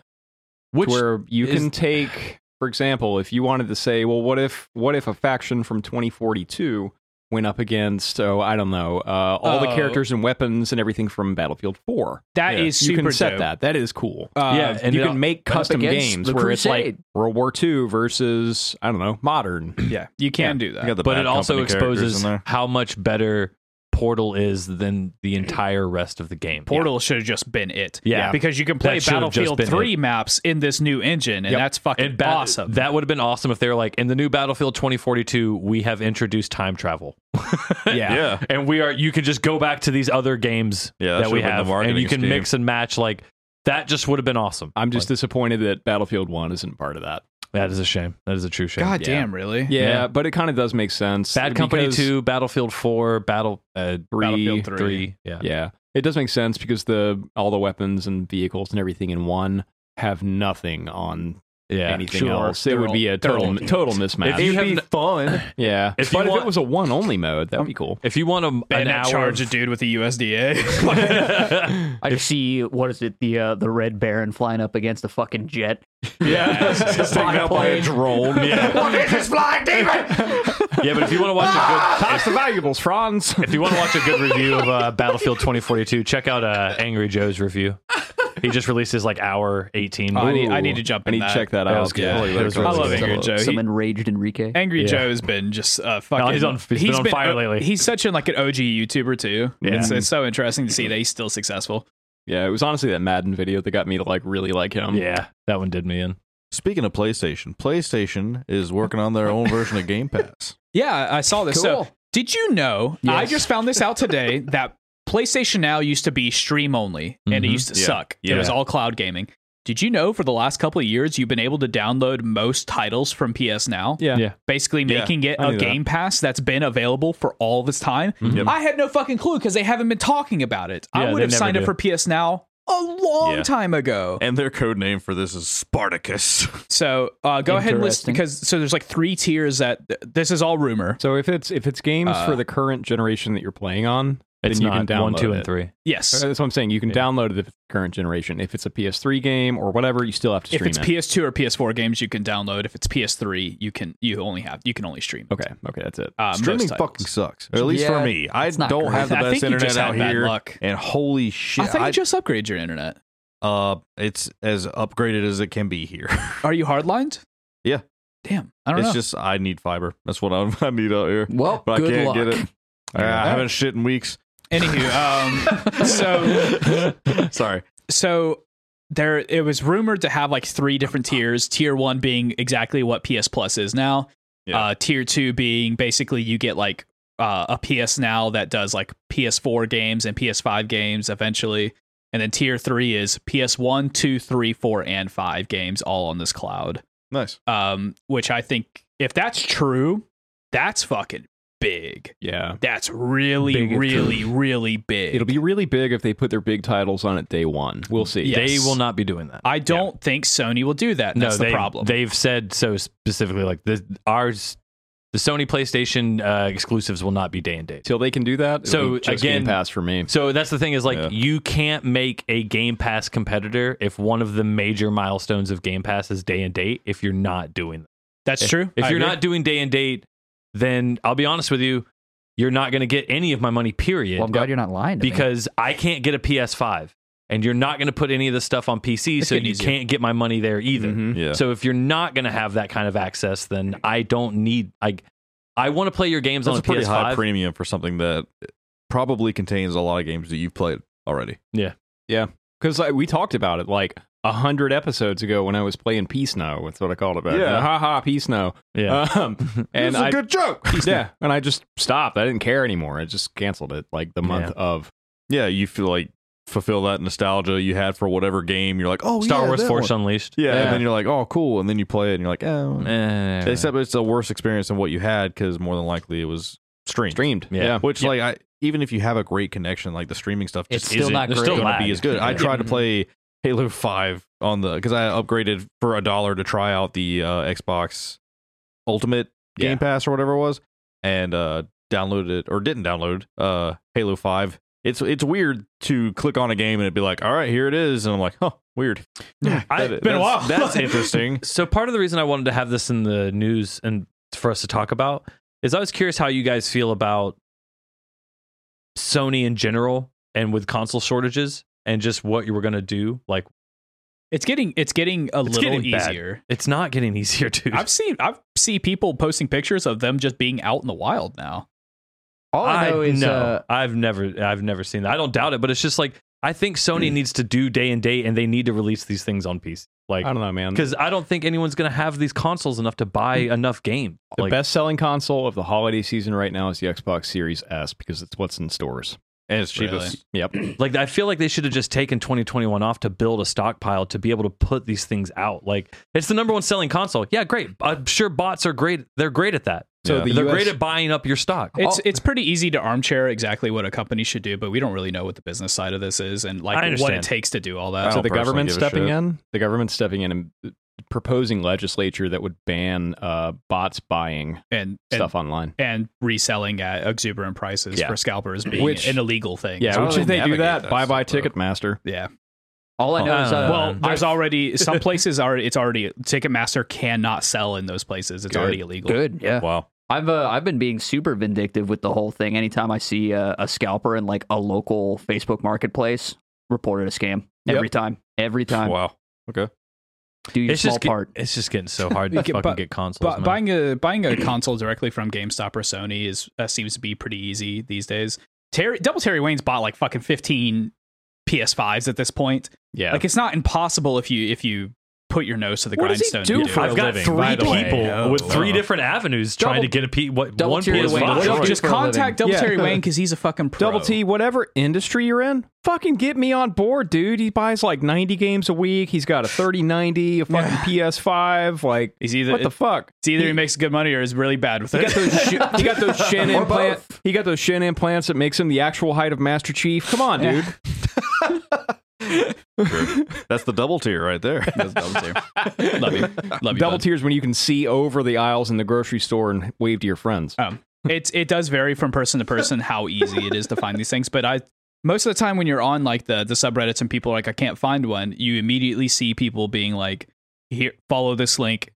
S1: which
S5: where you
S1: is-
S5: can take for example if you wanted to say well what if what if a faction from 2042 went up against oh i don't know uh, all the
S2: Oh.
S5: characters and weapons and everything from battlefield 4
S2: That is
S1: Yeah.
S5: you
S2: super
S5: can set
S2: dope.
S5: that that is cool uh,
S1: Yeah, and
S5: you
S1: it-
S5: can make
S4: up
S5: custom
S4: against
S5: games
S4: the
S5: where it's
S4: Crusade.
S5: like world war ii versus i don't know modern
S2: Yeah, you can do that.
S3: You got the
S1: but
S3: Bad
S1: it also
S3: Company characters
S1: exposes
S3: in there.
S1: how much better Portal is than the entire rest of the game.
S2: Portal should have just been it.
S1: Yeah.
S2: because you can play
S1: That should have just
S2: Battlefield
S1: been it.
S2: 3 maps in this new engine, and
S1: Yep.
S2: that's fucking
S1: And ba-
S2: awesome.
S1: That would have been awesome if they were like, in the new Battlefield 2042, we have introduced time travel.
S5: yeah
S3: Yeah.
S1: and we are you can just go back to these other games
S3: Yeah, that
S1: that, we
S3: should've been the
S1: have and
S3: marketing
S1: you can
S3: scheme.
S1: mix and match like that just would have been awesome
S5: i'm just disappointed that battlefield 1 isn't part of that
S1: that is a shame that is a true shame
S2: God
S5: yeah.
S2: damn, really?
S5: yeah,
S1: Yeah.
S5: but it kind of does make sense uh,
S1: bad company
S5: because-
S1: 2 battlefield 4 battle uh,
S2: Battlefield 3.
S1: 3 yeah.
S5: Yeah, it does make sense because the all the weapons and vehicles and everything in one have nothing on
S1: yeah
S5: anything
S2: sure.
S5: else. It
S2: They're
S5: would
S2: all-
S5: be a
S2: they're
S5: total
S2: all
S5: total mismatch.
S1: If you have n-
S5: fun, yeah.
S1: If
S5: but
S1: you
S5: if it
S1: want-
S5: was a one only mode, that'd be cool.
S1: if you want a, an
S2: Bayonet
S1: hour
S2: charge a
S1: of-
S2: dude with the USDA.
S4: I just see, what is it, the uh, the Red Baron flying up against a fucking jet.
S5: Yeah,
S3: It's taken out by a drone.
S1: yeah. yeah but if you want to watch a good
S5: that's the valuables, Franz.
S1: if you want to watch a good review of uh, battlefield 2042 check out uh, angry joe's review he just released his like hour 18
S2: Oh, I need- I need to jump
S5: I
S2: in
S5: need to
S2: that.
S5: check that
S1: That
S5: out.
S1: was good.
S5: Yeah.
S1: Holy
S3: that was
S2: I
S3: really
S2: love
S3: good.
S2: Angry Joe. He-
S4: Some enraged Enrique.
S2: Angry
S1: Yeah.
S2: Joe's been just uh, fucking. uh,
S1: he's on- he's been on fire lately.
S2: He's such an like an OG YouTuber too.
S1: Yeah.
S2: It's, it's so interesting to see that he's still successful.
S5: Yeah, it was honestly that Madden video that got me to like really like him.
S1: yeah that one did me in
S3: Speaking of PlayStation, PlayStation is working on their own version of Game Pass.
S2: Yeah, I saw this. So,
S4: Cool.
S2: did you know? I
S4: Yes.
S2: just found this out today that PlayStation Now used to be stream only, and it
S1: Mhm.
S2: used to
S3: Yeah.
S2: suck. It
S3: Yeah.
S2: was all cloud gaming. Did you know for the last couple of years you've been able to download most titles from PS Now?
S5: Yeah.
S1: Yeah.
S2: Basically
S3: Yeah,
S2: making it
S5: I
S2: a
S5: knew that.
S2: Game Pass that's been available for all this time.
S1: Mhm.
S2: I had no fucking clue because they haven't been talking about it. I
S1: Yeah,
S2: would
S1: they
S2: have
S1: never
S2: signed up
S1: do.
S2: for PS Now a long
S3: Yeah.
S2: time ago.
S3: And their code name for this is Spartacus.
S2: So uh, go ahead and list
S4: Interesting.
S2: because so there's like three tiers that this is all rumor.
S5: So if it's if it's games
S2: Uh,
S5: for the current generation that you're playing on,
S1: it's
S5: then you
S1: not
S5: can download
S1: one two
S5: it.
S1: and three
S2: Yes.
S5: Uh, That's what I'm saying. You can download it if it's current generation. If it's a PS3 game or whatever, you still have to
S2: if
S5: stream
S2: it's
S5: it.
S2: PS2 or PS4 games, you can download. If it's PS3, you can you only have you can only stream.
S5: okay, okay, that's it.
S2: Uh, most
S3: Streaming
S2: titles.
S3: fucking sucks. Or at least
S4: Yeah,
S3: for me. I
S4: it's not
S3: don't
S4: great.
S3: have the
S2: I think
S3: best
S2: you
S3: internet
S2: just
S3: out
S2: had bad
S3: here.
S2: luck.
S3: And holy shit.
S2: I think
S3: I-
S2: you just upgrade your internet.
S3: uh, it's as upgraded as it can be here.
S2: Are you hardlined?
S3: Yeah.
S2: Damn. I don't
S3: It's
S2: know.
S3: just I need fiber. That's what I, I need out here.
S4: Well,
S3: But
S4: good
S3: I can't
S4: luck.
S3: get it. Uh, I haven't shit in weeks.
S2: Anywho, um, so
S3: Sorry.
S2: so there it was rumored to have like three different tiers. Tier one being exactly what PS Plus is now.
S3: Yeah.
S2: Uh, tier two being basically you get like uh, a PS Now that does like PS4 games and PS5 games eventually. And then tier three is PS1, 2, 3, 4, and 5 games all on this cloud.
S3: Nice.
S2: Um, which I think, if that's true, that's fucking big.
S5: Yeah.
S2: That's really,
S1: Big if
S2: really, really big.
S5: It'll be really big if they put their big titles on it day one. We'll see.
S2: Yeah.
S1: they
S2: Yes.
S1: will not be doing that
S2: I don't think Sony will do that. and that's
S1: no,
S2: the
S1: they,
S2: problem.
S1: They've said so specifically, like the ours, the Sony PlayStation uh, exclusives will not be day and date.
S5: Till they can do that. it'll
S1: So,
S5: be just
S1: again-
S5: Game Pass for me.
S1: So that's the thing is like
S3: Yeah.
S1: you can't make a Game Pass competitor if one of the major milestones of Game Pass is day and date. If you're not doing that,
S2: that's true.
S1: if
S2: I
S1: you're
S2: agree.
S1: not doing day and date, then I'll be honest with you, you're not going to get any of my money. Period.
S4: Well, I'm glad you're not lying to me.
S1: because I can't get a PS5, and you're not going to put any of this stuff on PC,
S2: It's
S1: so
S2: getting
S1: you
S2: easier.
S1: can't get my money there either.
S5: Mhm.
S3: Mm-hmm. Yeah.
S1: So if you're not going to have that kind of access, then I don't need like I want to play your games
S3: That's
S1: on
S3: a
S1: a
S3: pretty high
S1: PS5.
S3: premium for something that probably contains a lot of games that you've played already.
S5: Because like, we talked about it like a hundred episodes ago when I was playing Peace Now. That's what I called it back.
S3: Yeah.
S5: then. Ha ha, Peace Now.
S3: Uh,
S1: yeah.
S5: Um, and I,
S3: good joke.
S5: yeah, and I just stopped. I didn't care anymore. I just canceled it like the month of.
S3: Yeah, you feel like fulfill that nostalgia you had for whatever game. You're like, oh,
S1: Star
S3: yeah,
S1: Wars
S3: that
S1: Force
S3: one.
S1: Unleashed.
S3: Yeah,
S5: Yeah.
S3: and then you're like, oh, cool, and then you play it, and you're like, oh.
S1: Eh.
S3: Except it's a worse experience than what you had because more than likely it was streamed.
S5: Streamed.
S1: Yeah.
S3: Which like I even if you have a great connection, like the streaming stuff just
S4: It's still
S3: isn't
S4: not
S1: There's
S4: great.
S1: still
S3: gonna
S1: lag.
S3: be as good. I
S1: Yeah.
S3: tried to play Halo Five on the because I upgraded for a dollar to try out the uh, Xbox Ultimate Game
S5: Yeah.
S3: Pass or whatever it was, and uh, downloaded or didn't download uh, Halo Five. It's it's weird to click on a game and it'd be like, all right, here it is, and I'm like, huh, weird.
S2: Yeah.
S3: That-
S2: It's been a
S3: that's-
S2: while.
S3: That's interesting.
S1: So part of the reason I wanted to have this in the news and for us to talk about is I was curious how you guys feel about Sony in general and with console shortages and just what you were going to do. Like
S2: It's getting it's getting a
S1: It's
S2: little
S1: getting bad.
S2: easier.
S1: it's not getting easier, dude.
S2: I've seen I've see people posting pictures of them just being out in the wild now.
S4: All I know is
S1: no,
S4: uh,
S1: I've never, I've never seen that. I don't doubt it, but it's just like I think
S4: Mm.
S1: Sony needs to do day and date, and they need to release these things on PC. Like,
S5: I don't know, man.
S1: because I don't think anyone's gonna have these consoles enough to buy
S4: Mm.
S1: enough game.
S5: The
S1: Like,
S5: best selling console of the holiday season right now is the Xbox Series S because it's what's in stores.
S3: And it's cheapest.
S2: Really?
S5: Yep.
S1: like I feel like they should have just taken 2021 off to build a stockpile to be able to put these things out. Like, it's the number one selling console. Yeah, great. I'm sure bots are great. They're great at that.
S5: So
S3: Yeah.
S5: the
S1: They're
S5: US
S1: great at buying up your stock.
S3: Oh.
S2: It's it's pretty easy to armchair exactly what a company should do, but we don't really know what the business side of this is and
S1: I
S2: like what
S1: understand.
S2: it takes to do all
S3: I
S2: that.
S5: so
S3: don't
S5: the
S3: personally
S5: government
S3: give a
S5: stepping
S3: shit.
S5: in, the government stepping in and uh, proposing legislature that would ban uh, bots buying
S2: and, and
S5: stuff online.
S2: and reselling at exuberant prices
S5: Yeah.
S2: for scalpers being
S5: Which-
S2: an illegal thing.
S5: Yeah,
S3: how
S5: which
S3: do
S5: if
S3: they
S5: they do
S3: navigate
S5: that,
S3: that
S5: bye bye
S3: stuff, though?
S5: Ticketmaster.
S2: yeah.
S4: all I know is uh,
S2: Well,
S4: I-
S2: there's already some places are it's already Ticketmaster cannot sell in those places. It's
S3: Good.
S2: already illegal.
S4: good. Yeah,
S3: Wow.
S4: I've uh, I've been being super vindictive with the whole thing. Anytime I see uh, a scalper in like a local Facebook marketplace, reported a scam
S5: Yep.
S4: every time. Every time,
S3: Wow. Okay.
S4: do your
S1: It's
S4: small
S1: just get-
S4: part.
S1: it's just getting so hard to
S2: Okay,
S1: fucking
S2: but-
S1: get consoles.
S2: Bu-
S1: man.
S2: buying a buying a console directly from GameStop or Sony is uh, seems to be pretty easy these days. Terry Double Terry Wayne's bought like fucking 15 PS5s at this point.
S5: Yeah.
S2: Like it's not impossible if you if you put your nose to the
S5: What does he
S2: grindstone.
S5: do
S2: to
S5: for
S2: it.
S1: I've got
S5: by
S1: three
S5: the way.
S1: people
S5: No.
S1: with three different avenues trying to get a P. What
S4: double
S1: one
S4: tier
S1: PS5?
S4: away.
S2: Just-
S4: Double
S2: just
S4: for a living.
S2: contact Double
S5: Yeah.
S2: Terry Wayne because he's a fucking pro.
S5: Double T, whatever industry you're in, fucking get me on board, dude. He buys like 90 games a week. He's got a 3090, a fucking PS5. Like,
S2: He's either
S5: what the fuck?
S2: it's either he makes good money or is really bad with
S5: He
S2: it.
S5: got those. Sh- he got those shin
S4: Or
S5: implant.
S4: both.
S5: He got those shin implants that makes him the actual height of Master Chief. Come on, dude.
S3: That's the double tier right there.
S2: Love you. Love you.
S5: Double
S2: bud.
S5: tiers when you can see over the aisles in the grocery store and wave to your friends.
S2: Um, it's it does vary from person to person how easy it is to find these things, but I most of the time when you're on like the the subreddits and people are like I can't find one, you immediately see people being like here follow this link,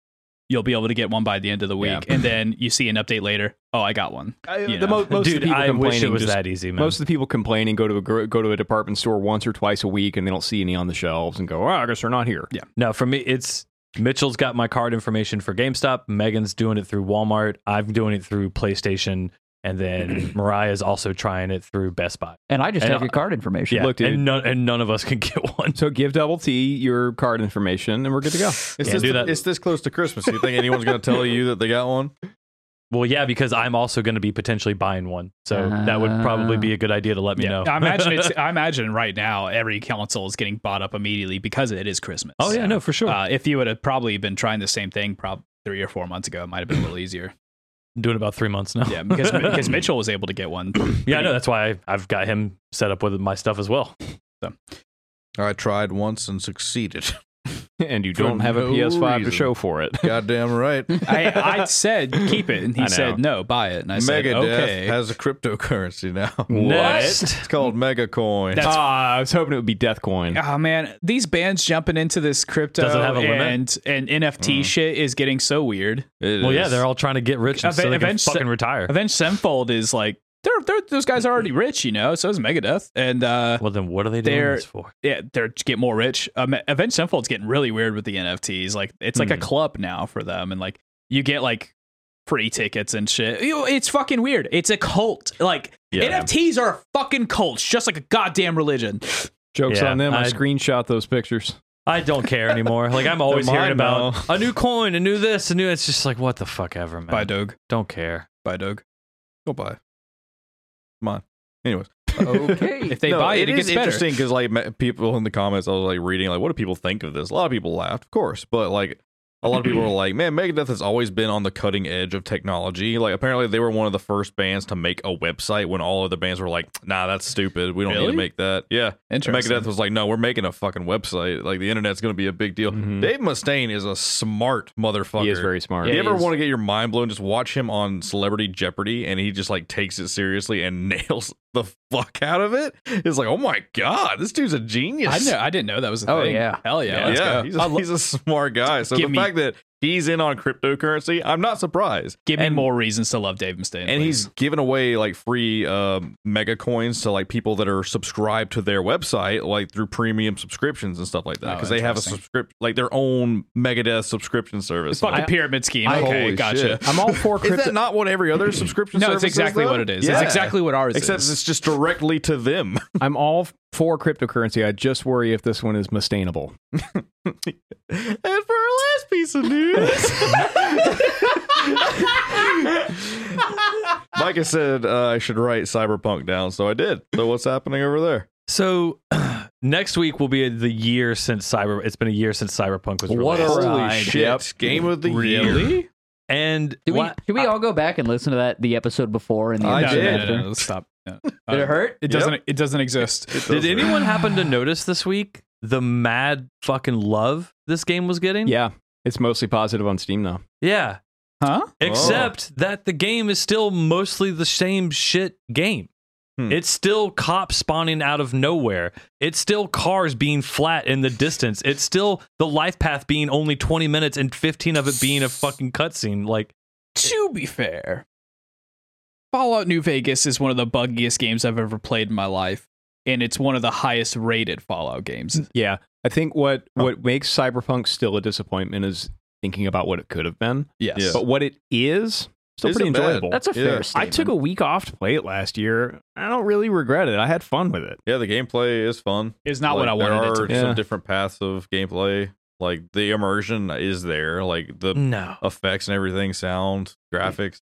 S2: you'll be able to get one by the end of the week,
S5: Yeah.
S2: and then you see an update later. Oh, I got one.
S1: Uh,
S5: I-
S2: You
S5: the
S2: know.
S5: mo- most of
S1: Dude,
S5: the people
S1: I wish it
S5: complaining
S1: was
S5: just-
S1: that easy, man.
S5: Most of the people complaining go to a gro- go to a department store once or twice a week and they don't see any on the shelves and go, oh, I guess they're not here.
S1: no, for me, it's Mitchell's got my card information for GameStop. Megan's doing it through Walmart. I'm doing it through PlayStation, and then Mariah's also trying it through Best Buy.
S4: And I just
S1: And
S4: have
S1: I-
S4: your card information.
S1: Yeah,
S5: Look, dude.
S1: and none and none of us can get one.
S5: So give Double T your card information and we're good to go.
S3: It's,
S1: Yeah,
S3: this,
S1: do that.
S3: it's this close to Christmas. Do you think anyone's going to tell you that they got one?
S1: Well, yeah, because I'm also going to be potentially buying one, so that would probably be a good idea to let me know.
S2: I imagine it's I imagine right now every console is getting bought up immediately because it is Christmas.
S1: oh yeah, no, for sure.
S2: Uh, if you would have probably been trying the same thing, probably three or four months ago, it might have been a little easier.
S1: I'm doing about three months now.
S2: Yeah, because because Mitchell was able to get one.
S1: yeah, I know. That's why I, I've got him set up with my stuff as well.
S3: I tried once and succeeded.
S5: And you
S3: For
S5: don't have a
S3: no
S5: PS5 to
S3: reason.
S5: show for it.
S3: Goddamn right.
S2: I, I said keep it, and
S5: I
S2: he
S5: know.
S2: said no, buy it, and I said
S3: Megadeth
S2: okay.
S3: has a cryptocurrency now.
S1: Next.
S3: It's called Megacoin.
S2: That's-
S5: Ah, I was hoping it would be Deathcoin.
S2: Oh man, these bands jumping into this crypto
S1: Does it have a limit?
S2: and and NFT shit is getting so weird.
S3: Hmm. It
S1: Well, yeah,
S3: is.
S1: they're all trying to get rich and
S2: Aven-
S1: so they can
S2: Avenged-
S1: fucking retire.
S2: Avenged Sevenfold is like they're, they're those guys are already rich, you know. So is Megadeth, and uh,
S1: Well, then what are they doing
S2: They're-
S1: this for?
S2: yeah, they're to get more rich. Um, Avenged Sevenfold's getting really weird with the NFTs. Like it's like a
S3: Hmm.
S2: club now for them, and like you get like free tickets and shit. You know, It's fucking weird. It's a cult. Like
S3: Yeah.
S2: NFTs are fucking cults, just like a goddamn religion.
S5: Jokes
S1: Yeah,
S5: on them. I,
S1: I-
S5: screenshot those pictures.
S1: I don't care anymore. Like I'm always
S5: They're
S1: hearing
S5: mine
S1: about a new coin, a new this, a new. It's just like what the fuck ever, man.
S2: Bye, Doug.
S1: don't care.
S2: Bye, Doug.
S3: Go buy. Come on. Anyways.
S4: Okay.
S2: If they buy it, it,
S3: it is
S2: gets better.
S3: interesting because like me- people in the comments, I was like reading like, what do people think of this? A lot of people laughed, of course, but like a lot of people were like, man, Megadeth has always been on the cutting edge of technology. Like apparently they were one of the first bands to make a website when all other bands were like, nah, that's stupid. We don't need
S2: Really?
S3: to make that. Yeah,
S2: Interesting.
S3: Megadeth was like, no, we're making a fucking website. Like the internet's going to be a big deal.
S2: Mm-hmm.
S5: Mhm.
S3: Dave Mustaine is a smart motherfucker.
S5: He is very smart.
S3: you
S4: Yeah,
S3: ever
S4: he is.
S3: want to get your mind blown? Just watch him on Celebrity Jeopardy, and he just like takes it seriously and nails the fuck out of it. It's like, oh my god, this dude's a genius.
S2: I know. I didn't know that was a
S4: Oh,
S2: thing.
S4: yeah.
S2: Hell yeah.
S3: Yeah,
S2: Let's go.
S3: He's, a,
S2: I lo-
S3: he's a smart guy. So the
S2: Give me-
S3: fact that he's in on cryptocurrency, I'm not surprised.
S2: give me
S3: and-
S2: more reasons to love Dave Mustaine.
S3: And he's
S2: please.
S3: giving away like free um, mega coins to like people that are subscribed to their website, like through premium subscriptions and stuff like that,
S2: Oh,
S3: because they have a
S2: interesting.
S3: subscription, like their own Megadeth subscription service.
S2: it's like
S3: Like,
S2: the pyramid scheme.
S3: I-
S2: okay,
S3: Holy
S2: gotcha.
S3: shit.
S5: I'm all for
S3: is
S5: crypto.
S3: that not what every other subscription?
S2: No,
S3: service
S2: it's exactly
S3: is, though?
S2: what it is.
S3: Yeah.
S2: That's exactly what ours
S3: Except
S2: is.
S3: it's just directly to them.
S5: I'm all for cryptocurrency. I just worry if this one is mustainable.
S3: and for our last piece of news, Micah said uh, I should write Cyberpunk down, so I did. So what's happening over there?
S1: So next week will be the year since Cyber. It's been a year since Cyberpunk was released.
S4: What a ride.
S3: Game of the year.
S2: really?
S1: and
S4: Do we,
S1: what-
S4: do we all go back and listen to that the episode before and the
S3: I
S2: no, no,
S4: episode
S3: did.
S2: no,
S4: after?
S2: no, no, stop. No.
S4: Did
S2: Uh,
S4: it hurt?
S2: It doesn't. It doesn't exist.
S1: did anyone happen to notice this week the mad fucking love this game was getting?
S5: Yeah, it's mostly positive on Steam now.
S1: Yeah.
S2: Huh?
S3: Oh.
S1: Except that the game is still mostly the same shit game.
S3: Hmm.
S1: It's still cops spawning out of nowhere. It's still cars being flat in the distance. It's still the life path being only 20 minutes and 15 of it being a fucking cutscene. Like,
S2: To be fair, Fallout New Vegas is one of the buggiest games I've ever played in my life, and it's one of the highest rated Fallout games.
S5: Yeah, I think what what makes Cyberpunk still a disappointment is thinking about what it could have been,
S2: Yes.
S3: Yeah.
S5: but what it is still
S3: Isn't
S5: pretty
S3: bad.
S5: enjoyable.
S4: That's a
S3: Yeah.
S4: fair
S3: I
S5: I
S4: statement.
S5: took a week off to play it last year. I don't really regret it. I had fun with it.
S3: Yeah, the gameplay is fun.
S2: It's not what I
S3: Like,
S2: wanted it
S3: There
S2: to
S3: are
S5: be.
S3: some
S5: Yeah.
S3: different paths of gameplay. Like the immersion is there. Like the
S1: no.
S3: effects and everything, sound, graphics.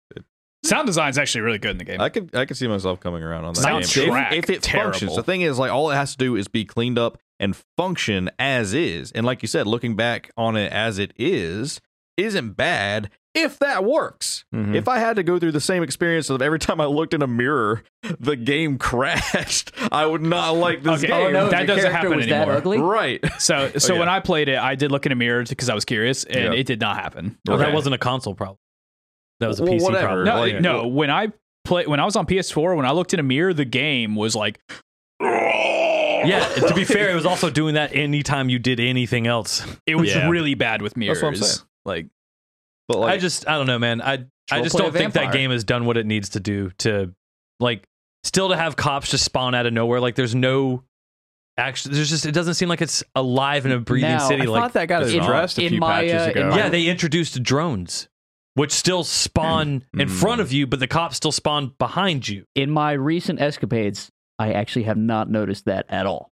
S2: Sound design's actually really good in the game.
S3: I could I could see myself coming around on that.
S2: Sounds
S3: game.
S2: track,
S3: if, if it
S2: terrible.
S3: functions, the thing is like all it has to do is be cleaned up and function as is. And like you said, looking back on it as it is isn't bad if that works.
S5: Mhm.
S3: If I had to go through the same experience of every time I looked in a mirror, the game crashed, I would not like this
S2: Okay.
S3: game.
S2: Oh, no, that
S4: the
S2: doesn't
S4: character
S2: happen
S4: was
S2: anymore.
S4: That ugly?
S3: Right.
S2: So, so
S3: yeah.
S2: when I played it, I did look in a mirror because I was curious, and
S3: Yeah.
S2: it did not happen.
S1: Well,
S3: Okay.
S1: That wasn't a console problem. That was a
S3: Well,
S1: PC
S3: whatever.
S1: problem.
S2: No,
S3: Like-
S2: no. When I play, when I was on PS4, when I looked in a mirror, the game was like,
S1: Yeah, to be fair, it was also doing that anytime you did anything else.
S2: it was
S1: Yeah.
S2: really bad with mirrors.
S3: That's what I'm saying.
S2: Like,
S3: But like
S1: I just I don't know, man. I I
S4: Role
S1: just
S4: play
S1: don't think that
S4: vampire.
S1: game has done what it needs to do to like still to have cops just spawn out of nowhere. Like there's no actually there's just it doesn't seem like it's alive in a breathing
S4: Now,
S1: city
S5: I
S1: like
S5: thought that got
S3: It's
S5: addressed
S4: not.
S5: a few
S4: In my,
S5: patches
S4: uh,
S5: ago.
S4: in my-
S1: Yeah, they introduced drones which still spawn in
S3: Mm.
S1: front of you, but the cops still spawn behind you.
S4: In my recent escapades, I actually have not noticed that at all.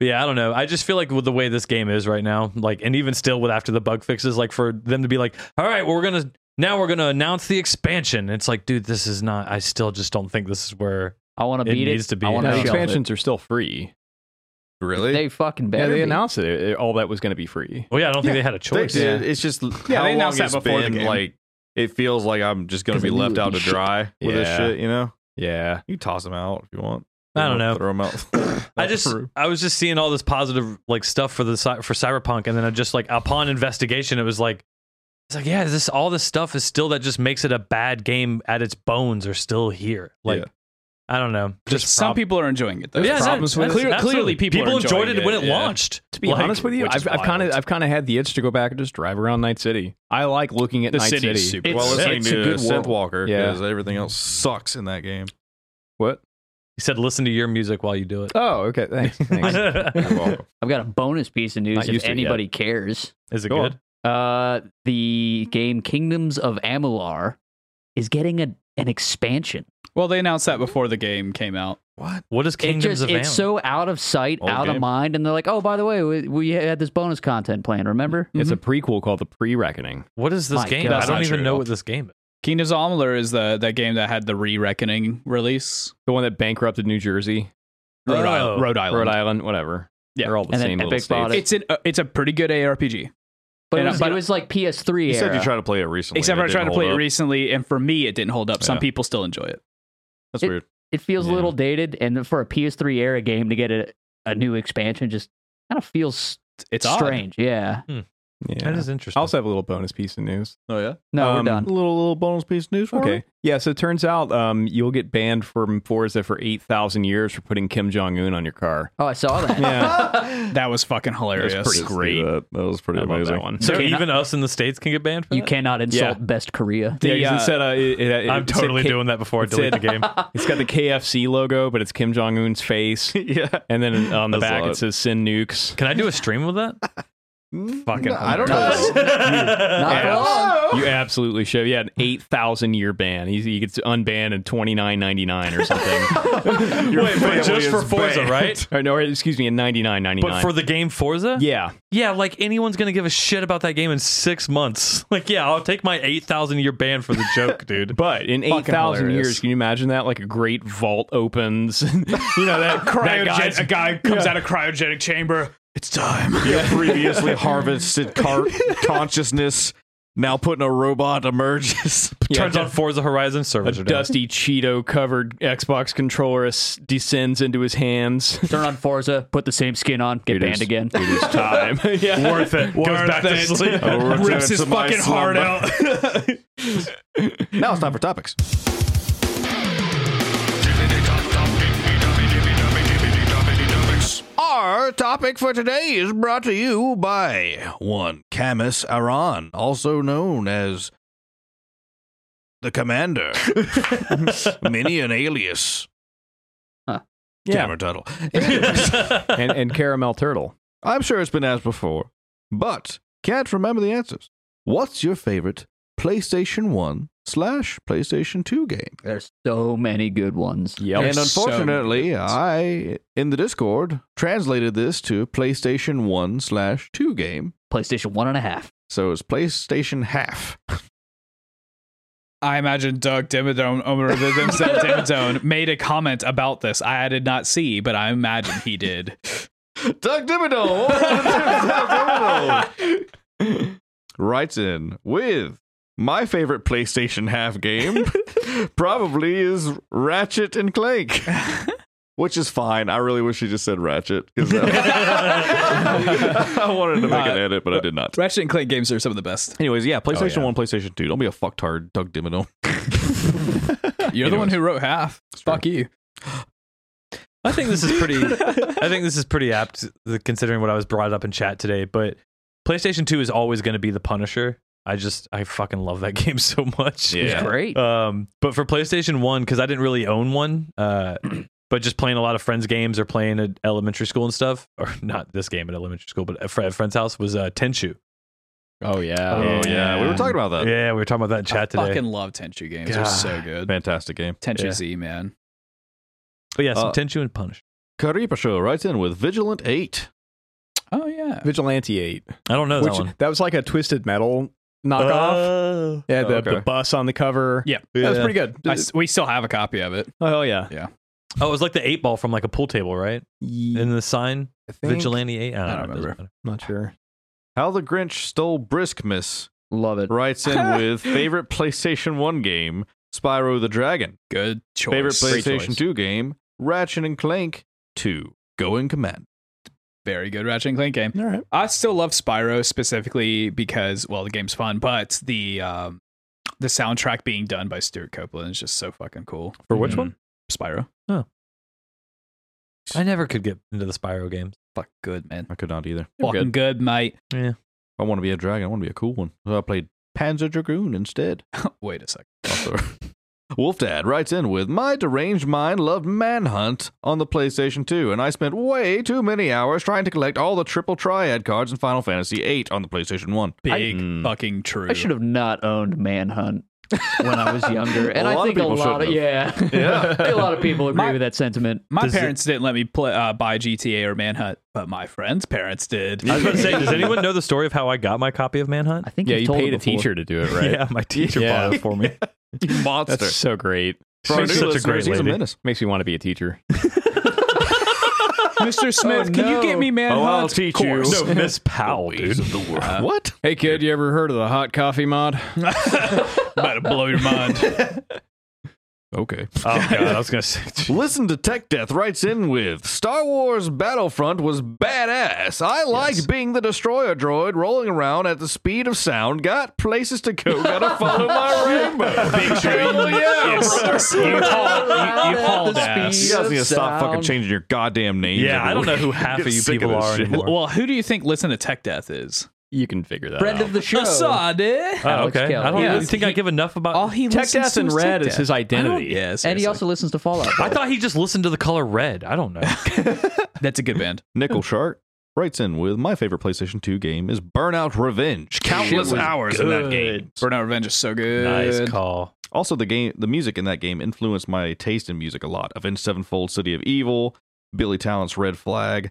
S1: Yeah, I don't know. I just feel like with the way this game is right now, like, and even still with after the bug fixes, like for them to be like, all right, well, we're gonna now we're gonna announce the expansion. It's like, dude, this is not. I still just don't think this is where.
S4: I want to
S1: It
S4: beat it.
S1: needs to be.
S4: I want
S5: No,
S4: to
S5: the
S1: Yeah.
S4: shelve
S5: expansions are still free.
S4: it.
S3: really
S4: They fucking
S5: Yeah,
S4: better.
S5: they
S4: be.
S5: announced it. it- All that was going to be free.
S1: Well, yeah, I don't think they had a
S3: They
S1: choice.
S3: did. It's just how
S2: they
S3: long
S2: announced that
S3: it's
S2: before the
S3: been.
S2: game.
S3: Like it feels like I'm just gonna
S4: 'Cause
S3: be
S4: they knew
S3: left
S4: it'd
S3: out
S4: be
S3: to dry with this
S5: Yeah.
S3: shit. You know,
S5: Yeah.
S3: you toss them out if you want.
S1: I don't know.
S3: Throw them out.
S1: I just I was just seeing all this positive like stuff for the cy- for Cyberpunk, and then I just like upon investigation, it was like it's like yeah, this all this stuff is still that just makes it a bad game at its bones are still here. Like
S3: Yeah.
S1: I don't know, just
S2: some people are enjoying it. Though.
S1: Yeah,
S5: problems
S1: that's-
S5: with it.
S1: that's- absolutely.
S2: Clearly people are
S1: enjoyed
S2: enjoying
S1: it when
S2: it,
S1: it
S2: yeah.
S1: launched.
S5: To be
S1: Like,
S5: honest with you,
S2: which is
S5: I've, I've kind of
S2: wild.
S5: I've kind of had the itch to go back and just drive around Night City. I like looking at
S2: The
S5: Night
S2: city
S5: City.
S2: is super.
S4: It's-
S3: While listening
S4: it's a
S3: to
S4: good
S3: Synth
S4: world.
S3: Walker,
S5: Yeah.
S3: because everything else sucks in that game.
S5: What?
S1: He said, "Listen to your music while you do it."
S5: Oh, okay. Thanks. Thanks.
S4: I've got a bonus piece of news
S5: Not
S4: if
S5: used to it yet.
S4: anybody cares.
S1: Is it
S5: Go
S1: good?
S4: Uh, the game Kingdoms of Amular is getting a, an expansion.
S2: well, they announced that before the game came out.
S3: What?
S1: What is
S4: It
S1: Kingdoms
S4: just,
S1: of
S4: it's
S1: Amalur?
S4: so out of sight,
S3: Old
S4: out
S3: game.
S4: of mind, and they're like, "Oh, by the way, we, we had this bonus content plan. Remember?
S5: It's a prequel called The Pre Reckoning.
S1: What is this
S4: My
S1: game?
S4: God.
S1: I
S4: That's
S1: don't
S2: not
S1: even
S2: true at
S1: know
S2: all.
S1: what this game is.
S2: Kingdoms of Amalur is the that game that had the re-reckoning release.
S5: The one that bankrupted New Jersey,
S2: Rhode,
S1: Oh.
S2: Island, Rhode Island.
S5: Rhode Island, whatever.
S2: Yeah.
S5: They're all the
S4: And then
S5: same little
S4: Epic
S5: states.
S4: bought it.
S2: It's an uh, it's a pretty good ARPG.
S4: But it
S2: And I-
S4: was,
S2: but-
S4: it was like PS3
S3: You
S4: era.
S3: said you tried to play it recently.
S2: Except for
S3: and
S2: I tried to
S3: didn't
S2: play
S3: hold
S2: it
S3: up.
S2: recently, and for me, it didn't hold up. Some
S3: Yeah.
S2: people still enjoy it.
S3: That's
S4: It-
S3: weird.
S4: it feels
S3: Yeah.
S4: a little dated, and for a PS3 era game to get a, a new expansion just kind of feels
S2: It's odd.
S4: strange. Yeah.
S5: Yeah.
S1: That is interesting.
S5: I also have a little bonus piece of news.
S3: Oh yeah.
S4: No,
S5: Um,
S4: we're done.
S3: little little bonus piece of news. For
S5: Okay. Yeah. So it turns out um, you'll get banned from Forza for 8,000 years for putting Kim Jong Un on your car.
S4: Oh, I saw that.
S5: Yeah.
S2: That was fucking hilarious.
S5: That's pretty great.
S3: That. that was pretty
S5: I love
S3: amazing.
S5: that one.
S1: so
S4: You cannot-
S1: even us in the states can get banned. For
S4: You
S1: that?
S4: cannot insult best Korea.
S5: yeah, 'cause
S2: uh,
S5: it said, uh, it- it- it
S1: I'm
S5: said
S1: totally
S5: Ki-
S1: doing that before I
S5: it's
S1: delete the
S5: it.
S1: game.
S5: It's got the KFC logo, but it's Kim Jong Un's face,
S3: yeah.
S5: and then on the
S3: That's
S5: back
S3: odd.
S5: it says "Send Nukes."
S1: Can I do a stream with that?
S3: Fucking. I don't
S4: hilarious.
S3: know.
S4: Not
S5: Yeah.
S4: for long.
S5: You absolutely should. Yeah, an eight thousand year ban. He, he gets unbanned in twenty nine ninety nine or something.
S1: Wait, but
S3: family
S1: just for
S3: is
S1: Forza,
S3: banned.
S1: right?
S5: or, no, excuse me, in ninety nine ninety
S1: But
S5: nine.
S1: for the game Forza?
S5: yeah,
S1: Yeah, like anyone's gonna give a shit about that game in six months. Like, yeah, I'll take my eight thousand year ban for the joke, dude.
S5: but in eight thousand
S2: hilarious.
S5: years, can you imagine that? Like a great vault opens. you know that that guy.
S2: Cryogen- a guy comes out of cryogenic chamber. It's time.
S3: Your previously harvested car- consciousness now put in a robot emerges.
S5: yeah,
S1: Turns on Forza Horizon
S5: A
S1: servers are down.
S5: dusty Cheeto covered Xbox controller s- descends into his hands.
S4: Turn on Forza, put the same skin on, get
S5: It
S4: banned
S5: is-
S4: again.
S5: It is time. yeah.
S1: Worth it. Goes back to sleep.
S2: Oh, Rips his fucking heart out.
S3: Now it's time for topics. Our topic for today is brought to you by one Camus Aran, also known as the Commander, Minion Alias.
S4: Huh.
S3: Camera title.
S5: and, and caramel turtle.
S3: I'm sure it's been asked before, but can't remember the answers. What's your favorite PlayStation 1 slash PlayStation 2 game?
S4: There's so many good ones.
S5: Yep.
S3: and
S2: There's so many
S3: unfortunately,
S2: games.
S3: I, in the Discord, translated this to PlayStation 1 slash 2 game.
S4: PlayStation one and a half.
S3: So it's PlayStation half.
S2: I imagine Doug Dimmadome, Omer himself, Dimmadome, made a comment about this. I did not see, but I imagine he did.
S3: Doug Dimmadome! Doug Dimmadome! Writes in with my favorite PlayStation half game probably is Ratchet and Clank. Which is fine. I really wish he just said Ratchet. 'cause that- I wanted to make an
S2: Uh,
S3: edit, but I did not.
S2: Ratchet and Clank games are some of the best.
S3: Anyways,
S5: Oh,
S3: yeah, PlayStation
S2: yeah.
S3: 1, PlayStation 2. Don't be a fucktard, Doug Dimmadome.
S2: You're the one who wrote half. Fuck you.
S1: I think this is pretty. I think this is pretty apt the- considering what I was brought up in chat today. But PlayStation Two is always going to be the Punisher. I just I fucking love that game so much.
S3: Yeah.
S4: Great.
S1: Um, but for PlayStation One, because I didn't really own one, uh, but just playing a lot of friends' games or playing at elementary school and stuff, or not this game at elementary school, but at fr- at a friend's house was uh, Tenchu.
S5: Oh yeah.
S3: Oh, yeah. We were talking about that.
S1: yeah, we were talking about that in chat
S2: I
S1: today.
S2: fucking love Tenchu games. They're
S1: God.
S2: so good.
S3: Fantastic game.
S2: Tenchu
S1: Yeah.
S2: Z, man.
S1: But yeah, some
S3: Uh,
S1: Tenchu and Punisher.
S3: Karipa Show writes in with Vigilant 8.
S2: Oh, yeah.
S5: Vigilante Eight.
S1: I don't know
S5: Which,
S1: that one.
S5: that was like a twisted metal knockoff.
S1: Oh.
S5: yeah, the,
S3: Uh, okay.
S5: the bus on the cover.
S2: Yeah.
S5: That was
S1: Yeah.
S5: pretty good.
S2: I s- we still have a copy of it.
S5: oh hell yeah.
S1: Oh, it was like the eight ball from like a pool table, right? In the sign,
S5: I think-
S1: Vigilante eight. I don't,
S2: I don't
S1: know. It doesn't
S2: remember.
S1: matter.
S5: Not sure.
S3: How the Grinch Stole Briskmas
S4: Love it.
S3: writes in with favorite PlayStation 1 game, Spyro the Dragon.
S2: Good choice.
S3: Favorite
S2: Great
S3: PlayStation
S2: choice.
S3: 2 game, Ratchet and Clank 2. Going Command.
S2: Very good Ratchet and Clank game.
S5: All right.
S2: I still love Spyro specifically because, well, the game's fun, but the um, the soundtrack being done by Stuart Copeland is just so fucking cool.
S1: For which
S2: Mhm.
S1: one?
S2: Spyro.
S1: I never could get into the Spyro games.
S2: Fuck good, man.
S3: I could not either.
S2: Fucking good. mate.
S3: I want to be a dragon. I want to be a cool one. So I played Panzer Dragoon instead.
S2: Wait a second.
S3: Also, Wolf Dad writes in with My deranged mind loved Manhunt on the PlayStation 2, and I spent way too many hours trying to collect all the triple triad cards in Final Fantasy VIII on the PlayStation 1.
S2: Big
S1: Hmm.
S5: Mm.
S2: fucking true.
S4: I should have not owned Manhunt. when I was younger, and I
S3: lot of
S4: think a
S3: people
S4: lot of
S3: shouldn't
S4: yeah,
S3: Yeah.
S4: a lot of people agree
S2: My-
S4: with that sentiment.
S2: My
S1: Does it-
S2: parents didn't let me play, uh, buy GTA or Manhunt, but my friends' parents did.
S1: I was about to say, does anyone know the story of how I got my copy of Manhunt?
S4: I think
S5: yeah,
S4: you've
S5: you
S4: told
S5: paid
S4: it
S5: a
S4: before.
S5: teacher to do it, right?
S1: Yeah, my teacher
S5: Yeah.
S1: bought it for me.
S3: monster.
S5: That's so great.
S3: For our
S1: She's
S3: new
S1: such a
S3: listeners,
S1: great
S3: he's
S1: lady.
S3: a menace.
S5: Makes me want to be a teacher.
S2: Mr. Smith, can Oh, you get me
S5: Oh,
S2: Manhunt?
S3: Oh, teach
S1: No, Miss Powell, dude.
S3: what?
S5: Hey kid, you ever heard of the hot coffee mod?
S2: About to blow your mind.
S5: Okay.
S1: Oh god, I was gonna say.
S3: Listen to Tech Death writes in with Star Wars Battlefront was badass. I liked being the destroyer droid rolling around at the speed of sound. Got places to go. Gotta follow my rainbow. Hell yeah, brother.
S2: you hauled, you, you hauled
S4: The
S2: ass.
S3: You
S4: speed.
S3: guys need to
S4: Sound.
S3: stop fucking changing your goddamn names.
S1: Yeah, I don't know who half
S3: Get
S1: of you
S3: sick
S1: people
S3: this
S1: are
S3: shit.
S1: anymore.
S2: Well, who do you think Listen to Tech Death is?
S5: You can figure that
S4: friend
S5: out.
S4: of the show.
S2: Assad, eh?
S1: Oh,
S4: Alex
S1: okay. I
S4: Kelly.
S1: don't
S2: Yeah.
S1: really think I give enough about.
S2: All he
S5: Tech
S2: listens
S5: Death
S2: to
S5: in
S2: is
S5: Red
S2: Tech
S5: is his
S2: Death.
S5: identity.
S2: Yeah,
S4: and
S2: seriously.
S4: he also listens to Fallout.
S1: I thought he just listened to the color red. I don't know.
S2: that's a good band.
S3: Nickel Shark writes in with my favorite PlayStation 2 game is Burnout Revenge. Countless hours in that game.
S2: Burnout Revenge is so good.
S1: nice call.
S3: Also, the game, the music in that game influenced my taste in music a lot. Avenged Sevenfold, City of Evil, Billy Talent's Red Flag,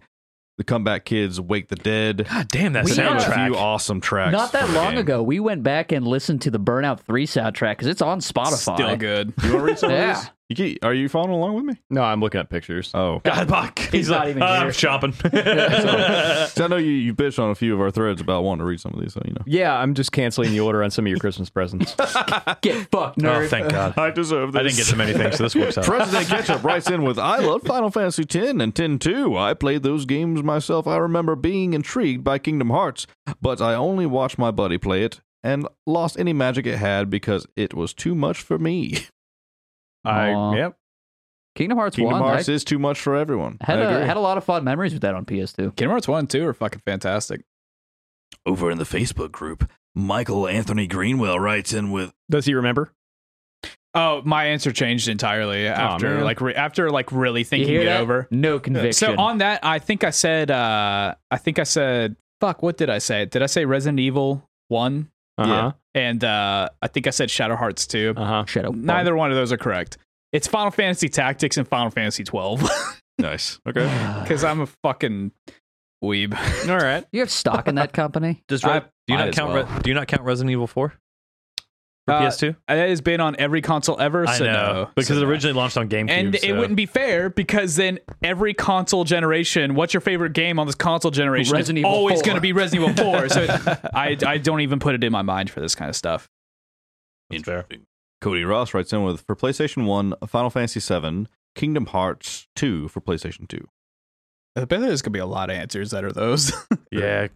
S3: The Comeback Kids, Wake the Dead.
S1: God damn that
S4: We
S3: Name
S4: have
S1: soundtrack.
S3: A few awesome tracks.
S4: Not that
S3: from the
S4: long
S3: game.
S4: ago, we went back and listened to the Burnout Three soundtrack because it's on Spotify.
S2: Still good.
S3: You want to read some
S4: Yeah.
S3: of this? You keep- are you following along with me?
S5: No, I'm looking at pictures.
S3: Oh,
S1: God, fuck. He's,
S4: not
S1: like,
S4: even
S1: "Uh,
S4: here."
S1: I'm shopping.
S3: 'Cause I know you, you bitched on a few of our threads about wanting to read some of these, so you know.
S5: Yeah, I'm just canceling the order on some of your Christmas presents.
S4: Get fucked, nerd.
S1: oh, thank God.
S3: I deserve
S1: I didn't get to many things, so this works out.
S3: President Ketchup writes in with I love Final Fantasy X and X-2. I played those games myself. I remember being intrigued by Kingdom Hearts, but I only watched my buddy play it and lost any magic it had because it was too much for me.
S5: I
S4: Aw.
S5: yep.
S4: Kingdom Hearts
S3: Kingdom
S4: One.
S3: Hearts
S4: I
S3: is too much for everyone.
S4: had
S3: I
S4: a,
S3: agree.
S4: had a lot of fond memories with that on PS2.
S2: Kingdom Hearts 1 and 2 are fucking fantastic.
S3: Over in the Facebook group, Michael Anthony Greenwell writes in with
S5: Does he remember?
S2: Oh, my answer changed entirely after
S5: man.
S2: like re- after like really
S4: You
S2: thinking
S4: hear
S2: it
S4: that?
S2: over.
S4: No conviction.
S2: So on that, I think I said uh I think I said fuck, what did I say? Did I say Resident Evil 1?
S5: Uh-huh.
S2: And uh I think I said Shadow Hearts 2.
S5: Uh-huh.
S4: Shadow. Ball.
S2: Neither one of those are correct. It's Final Fantasy Tactics and Final Fantasy 12
S3: Nice. Okay.
S2: cuz I'm a fucking weeb.
S5: All right.
S4: You have stock in that company.
S1: Does
S2: I
S1: Re- do you
S2: might
S1: not
S2: as
S1: count?
S2: well.
S1: Re- do you not count Resident Evil Four for
S2: Uh,
S1: PS2?
S2: It has been on every console ever,
S1: I
S2: so
S1: know
S2: no.
S1: because
S2: So
S1: it
S2: no.
S1: originally launched on GameCube,
S2: And it
S1: so-
S2: wouldn't be fair because then every console generation, what's your favorite game on this console generation? It's
S4: Resident Evil
S2: always
S4: 4.
S2: going to be Resident Evil 4. so I, I don't even put it in my mind for this kind of stuff.
S3: Interesting. Cody Ross writes in with for PlayStation 1, Final Fantasy 7, Kingdom Hearts 2 for PlayStation 2.
S2: I bet there's going to be a lot of answers that are those.
S1: Yeah,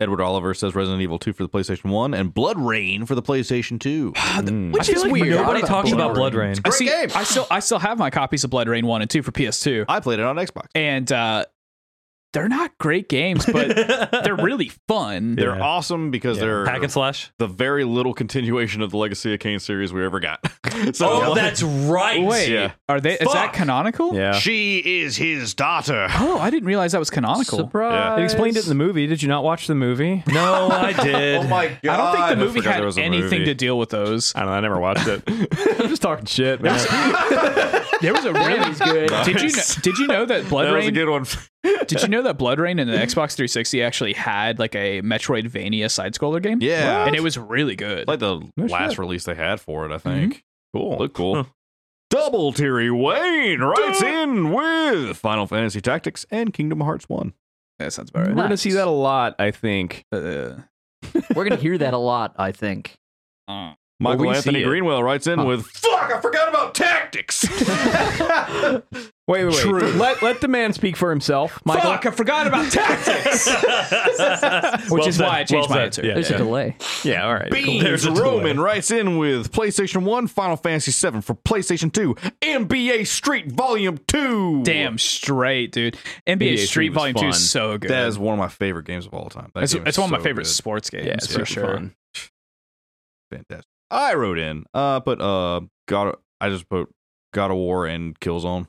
S3: Edward Oliver says Resident Evil 2 for the PlayStation 1 and Blood Rain for the PlayStation 2.
S2: Which
S1: I feel
S2: is
S1: like
S2: weird.
S1: Nobody
S4: Forgot
S1: talks
S4: about
S1: about Blood
S4: Blood
S1: Rain.
S2: I, see,
S3: game.
S2: I, still, I still have my copies of Blood Rain 1 and 2 for PS2.
S3: I played it on Xbox.
S2: And uh, they're not great games, but they're really fun.
S3: They're
S1: Yeah.
S3: awesome because they're
S1: Hack and slash.
S3: the very little continuation of the Legacy of Kain series we ever got. so like,
S1: Oh, right.
S2: Wait,
S3: Yeah.
S2: are they? Is that
S3: Fuck.
S2: canonical?
S5: Yeah.
S3: she is his daughter.
S2: Oh, I didn't realize that was canonical.
S4: Surprise.
S5: It explained it in the movie. Did you not watch the movie?
S1: No, I did.
S3: Oh my god!
S2: I don't think the
S3: I
S2: movie
S3: forgot
S2: had
S3: there was a
S2: anything
S3: movie.
S2: to deal with those.
S5: I don't know. I never watched it. I'm just talking shit, man.
S2: There was a really
S4: good.
S2: Did you know, did you know that Blood
S3: That was a
S2: Rain?
S3: good one.
S2: Did you know that Blood Rain in the Xbox 360 actually had like a Metroidvania side scroller game?
S3: Yeah.
S2: and it was really good.
S3: like the last
S5: shit.
S3: release they had for it, I think.
S5: Cool.
S3: Look cool. Double Terry Wayne writes in with Final Fantasy Tactics and Kingdom Hearts 1.
S2: that sounds
S5: We're
S2: about
S5: gonna
S2: right.
S5: see that a lot, I think.
S2: Uh,
S4: We're gonna hear that a lot. I think.
S2: uh,
S3: Michael
S5: we see
S3: Anthony
S5: it.
S3: Greenwell writes in
S4: Huh.
S3: with Fuck, I forgot about tactics.
S5: Wait, wait, wait. Let let the man speak for himself. Michael,
S2: fuck! I forgot about tactics.
S1: Which
S2: Which is why I changed my answer.
S1: Yeah.
S4: There's a delay.
S5: Yeah, all right.
S1: There's
S3: Beans
S1: a delay.
S3: Roman writes in with PlayStation 1, Final Fantasy 7 for PlayStation 2, NBA Street Volume 2.
S2: Damn straight, dude. NBA,
S5: NBA
S2: Street,
S5: Street was
S2: Volume Two
S5: fun.
S2: is so good.
S3: That is one of my favorite games of all time. That
S2: It's,
S3: game is
S2: it's one of my
S3: so
S2: favorite
S3: good.
S2: sports games
S5: Yeah, it's
S2: for
S5: super
S2: sure.
S5: fun.
S3: Fantastic. I wrote in, uh, but uh, God, I just put God of War and Killzone.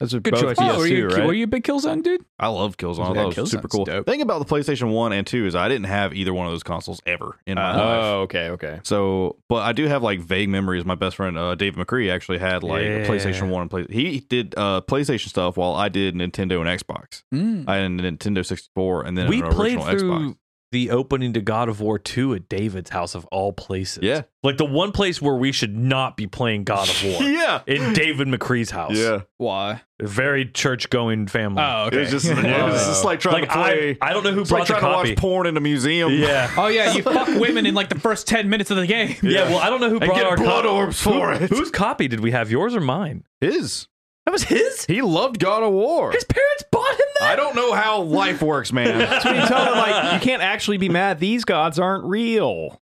S5: That's a
S2: Good
S5: both
S2: choice.
S5: PS2,
S2: Oh, were you,
S5: right?
S2: were you a big Killzone dude?
S3: I love Killzone.
S2: Yeah,
S3: that was
S2: Killzone's
S3: super cool.
S2: dope.
S3: The thing about the PlayStation One and Two is I didn't have either one of those consoles ever in my
S1: Uh-huh.
S3: life.
S5: oh, okay, okay.
S3: So, but I do have like vague memories. My best friend uh, Dave McCree actually had like a PlayStation One and play. He did uh, PlayStation stuff while I did Nintendo and Xbox.
S2: Mm.
S3: I had a Nintendo sixty four, and then
S1: we
S3: an
S1: played
S3: original
S1: through
S3: Xbox.
S1: the opening to God of War 2 at David's house of all places.
S3: Yeah.
S1: Like the one place where we should not be playing God of War.
S3: yeah,
S1: In David McCree's house.
S3: yeah.
S2: Why?
S1: A very church going family.
S2: Oh,
S3: It
S2: okay.
S3: was just, it was just like trying
S1: like
S3: to play.
S1: I, I don't know who
S3: it's like
S1: brought
S3: trying
S1: the copy.
S3: to watch porn in a museum.
S1: yeah.
S2: oh yeah, you fuck women in like the first ten minutes of the game.
S1: yeah. well, I don't know who
S3: and
S1: brought
S3: get
S1: our
S3: blood
S1: copy.
S3: orbs for it.
S1: Whose copy did we have? Yours or mine?
S3: His.
S1: That was his?
S3: He loved God of War.
S1: His parents bought him that?
S3: I don't know how life works, man.
S5: That's what you tell them. Like, you can't actually be mad. These gods aren't real.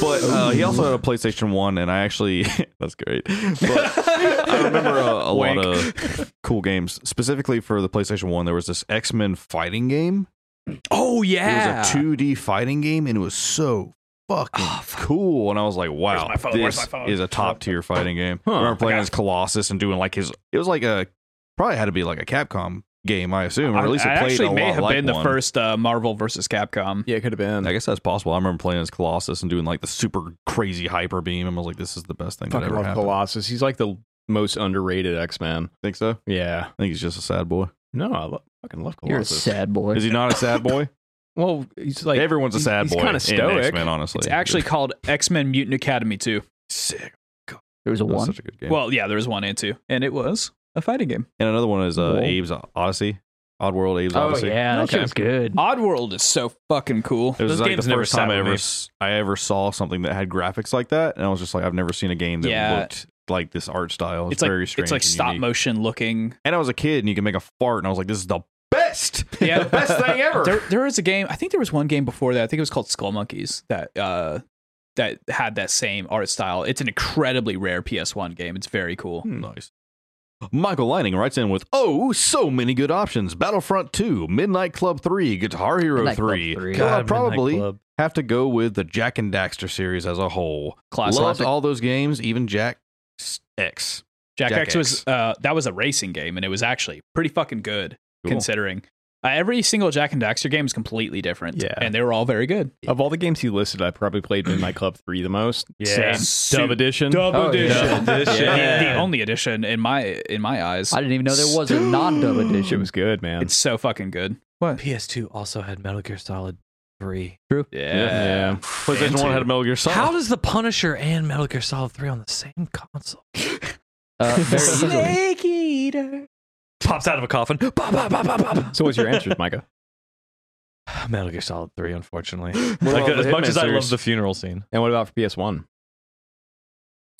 S3: But uh, he also had a PlayStation One, and I actually that's great. But I remember a, a lot of cool games, specifically for the PlayStation One. There was this X Men fighting game.
S2: Oh
S3: It
S2: yeah. Ah,
S3: was a two D fighting game, and it was so fucking cool. And I was like, wow,
S2: my phone? Where's
S3: this
S2: my phone?
S3: is a top tier fighting game. I remember playing as Colossus and doing like his. It was like a probably had to be like a Capcom game, I assume, or
S2: I-
S3: at least
S2: I
S3: it played
S2: actually
S3: a
S2: may
S3: lot
S2: have
S3: like
S2: been the
S3: one.
S2: first uh, Marvel versus Capcom.
S5: Yeah, it could have
S3: I
S5: been.
S3: guess that's possible. I remember playing as Colossus and doing like the super crazy hyper beam, and I was like, "This is the best thing that
S5: Fucking
S3: ever
S5: love
S3: happened."
S5: Colossus. He's like the most underrated X Man.
S3: Think so?
S5: Yeah.
S3: I think he's just a sad boy.
S5: No, I lo- fucking love
S4: You're a
S5: Colossus.
S4: sad boy.
S3: Is he not a sad boy?
S5: well, he's like
S3: Everyone's a
S5: he's-
S3: sad
S5: he's
S3: boy.
S5: kinda
S3: in
S5: stoic.
S3: X-Men, honestly,
S2: It's actually called X Men Mutant Academy 2.
S3: sick.
S4: there was a
S3: That was
S4: one.
S3: such a good game.
S2: Well, yeah, there was one and two, and it was a fighting game.
S3: and another one is uh,
S4: Whoa.
S3: Abe's Odyssey, Oddworld Abe's
S4: Oh
S3: Odyssey.
S4: yeah, that
S2: Okay.
S4: shit was good.
S2: Oddworld is so fucking cool.
S3: It was
S1: Those
S3: like the
S1: games never
S3: first time
S1: sat with
S3: I ever
S1: me.
S3: s- I ever saw something that had graphics like that, and I was just like, I've never seen a game that
S2: Yeah.
S3: looked like this art style. It's,
S2: It's like
S3: very strange.
S2: it's like
S3: and
S2: stop
S3: unique.
S2: motion looking.
S3: And I was a kid, and you can make a fart, and I was like, this is the best,
S2: Yeah.
S3: the best thing ever.
S2: There, there was a game. I think there was one game before that. I think it was called Skull Monkeys that uh, that had that same art style. It's an incredibly rare PS1 game. It's very cool.
S3: Hmm, Nice. Michael Lining writes in with, "Oh, so many good options: Battlefront 2, Midnight Club 3, Guitar Hero
S4: Midnight Club
S3: 3.
S4: 3.
S3: Though I
S1: Midnight
S3: probably
S1: Club.
S3: have to go with the Jack and Daxter series as a whole.
S2: Classic.
S3: Loved all those games, even Jack X.
S2: Jack,
S3: Jack
S2: X, was uh, that was a racing game, and it was actually pretty fucking good
S3: Cool.
S2: considering. Uh, every single Jack and Daxter game is completely different,
S5: Yeah.
S2: and they were all very good.
S5: of all the games he listed, I probably played Midnight Club three the most.
S1: Yeah.
S2: Same.
S5: Dub edition.
S4: Oh, yeah.
S1: Dub edition.
S2: The- The, only edition in my in my eyes.
S4: I didn't even know there was a non-dub
S5: Shit
S4: edition.
S5: was good, man.
S2: it's so fucking good. What?
S1: PS2 also had Metal Gear Solid 3.
S5: yeah.
S3: PlayStation One had Metal Gear Solid.
S1: How does The Punisher and Metal Gear Solid 3 on the same console?
S4: Uh, very easily.
S2: Eater.
S1: Pops out of a coffin. Bop, bop, bop, bop, bop.
S5: So what's your answers, Micah?
S1: Metal Gear Solid 3, unfortunately.
S3: What
S1: Like, uh,
S3: about
S1: as
S3: the
S1: much
S3: Hitman
S1: as I love
S3: series?
S1: the funeral scene.
S5: And what about for PS One?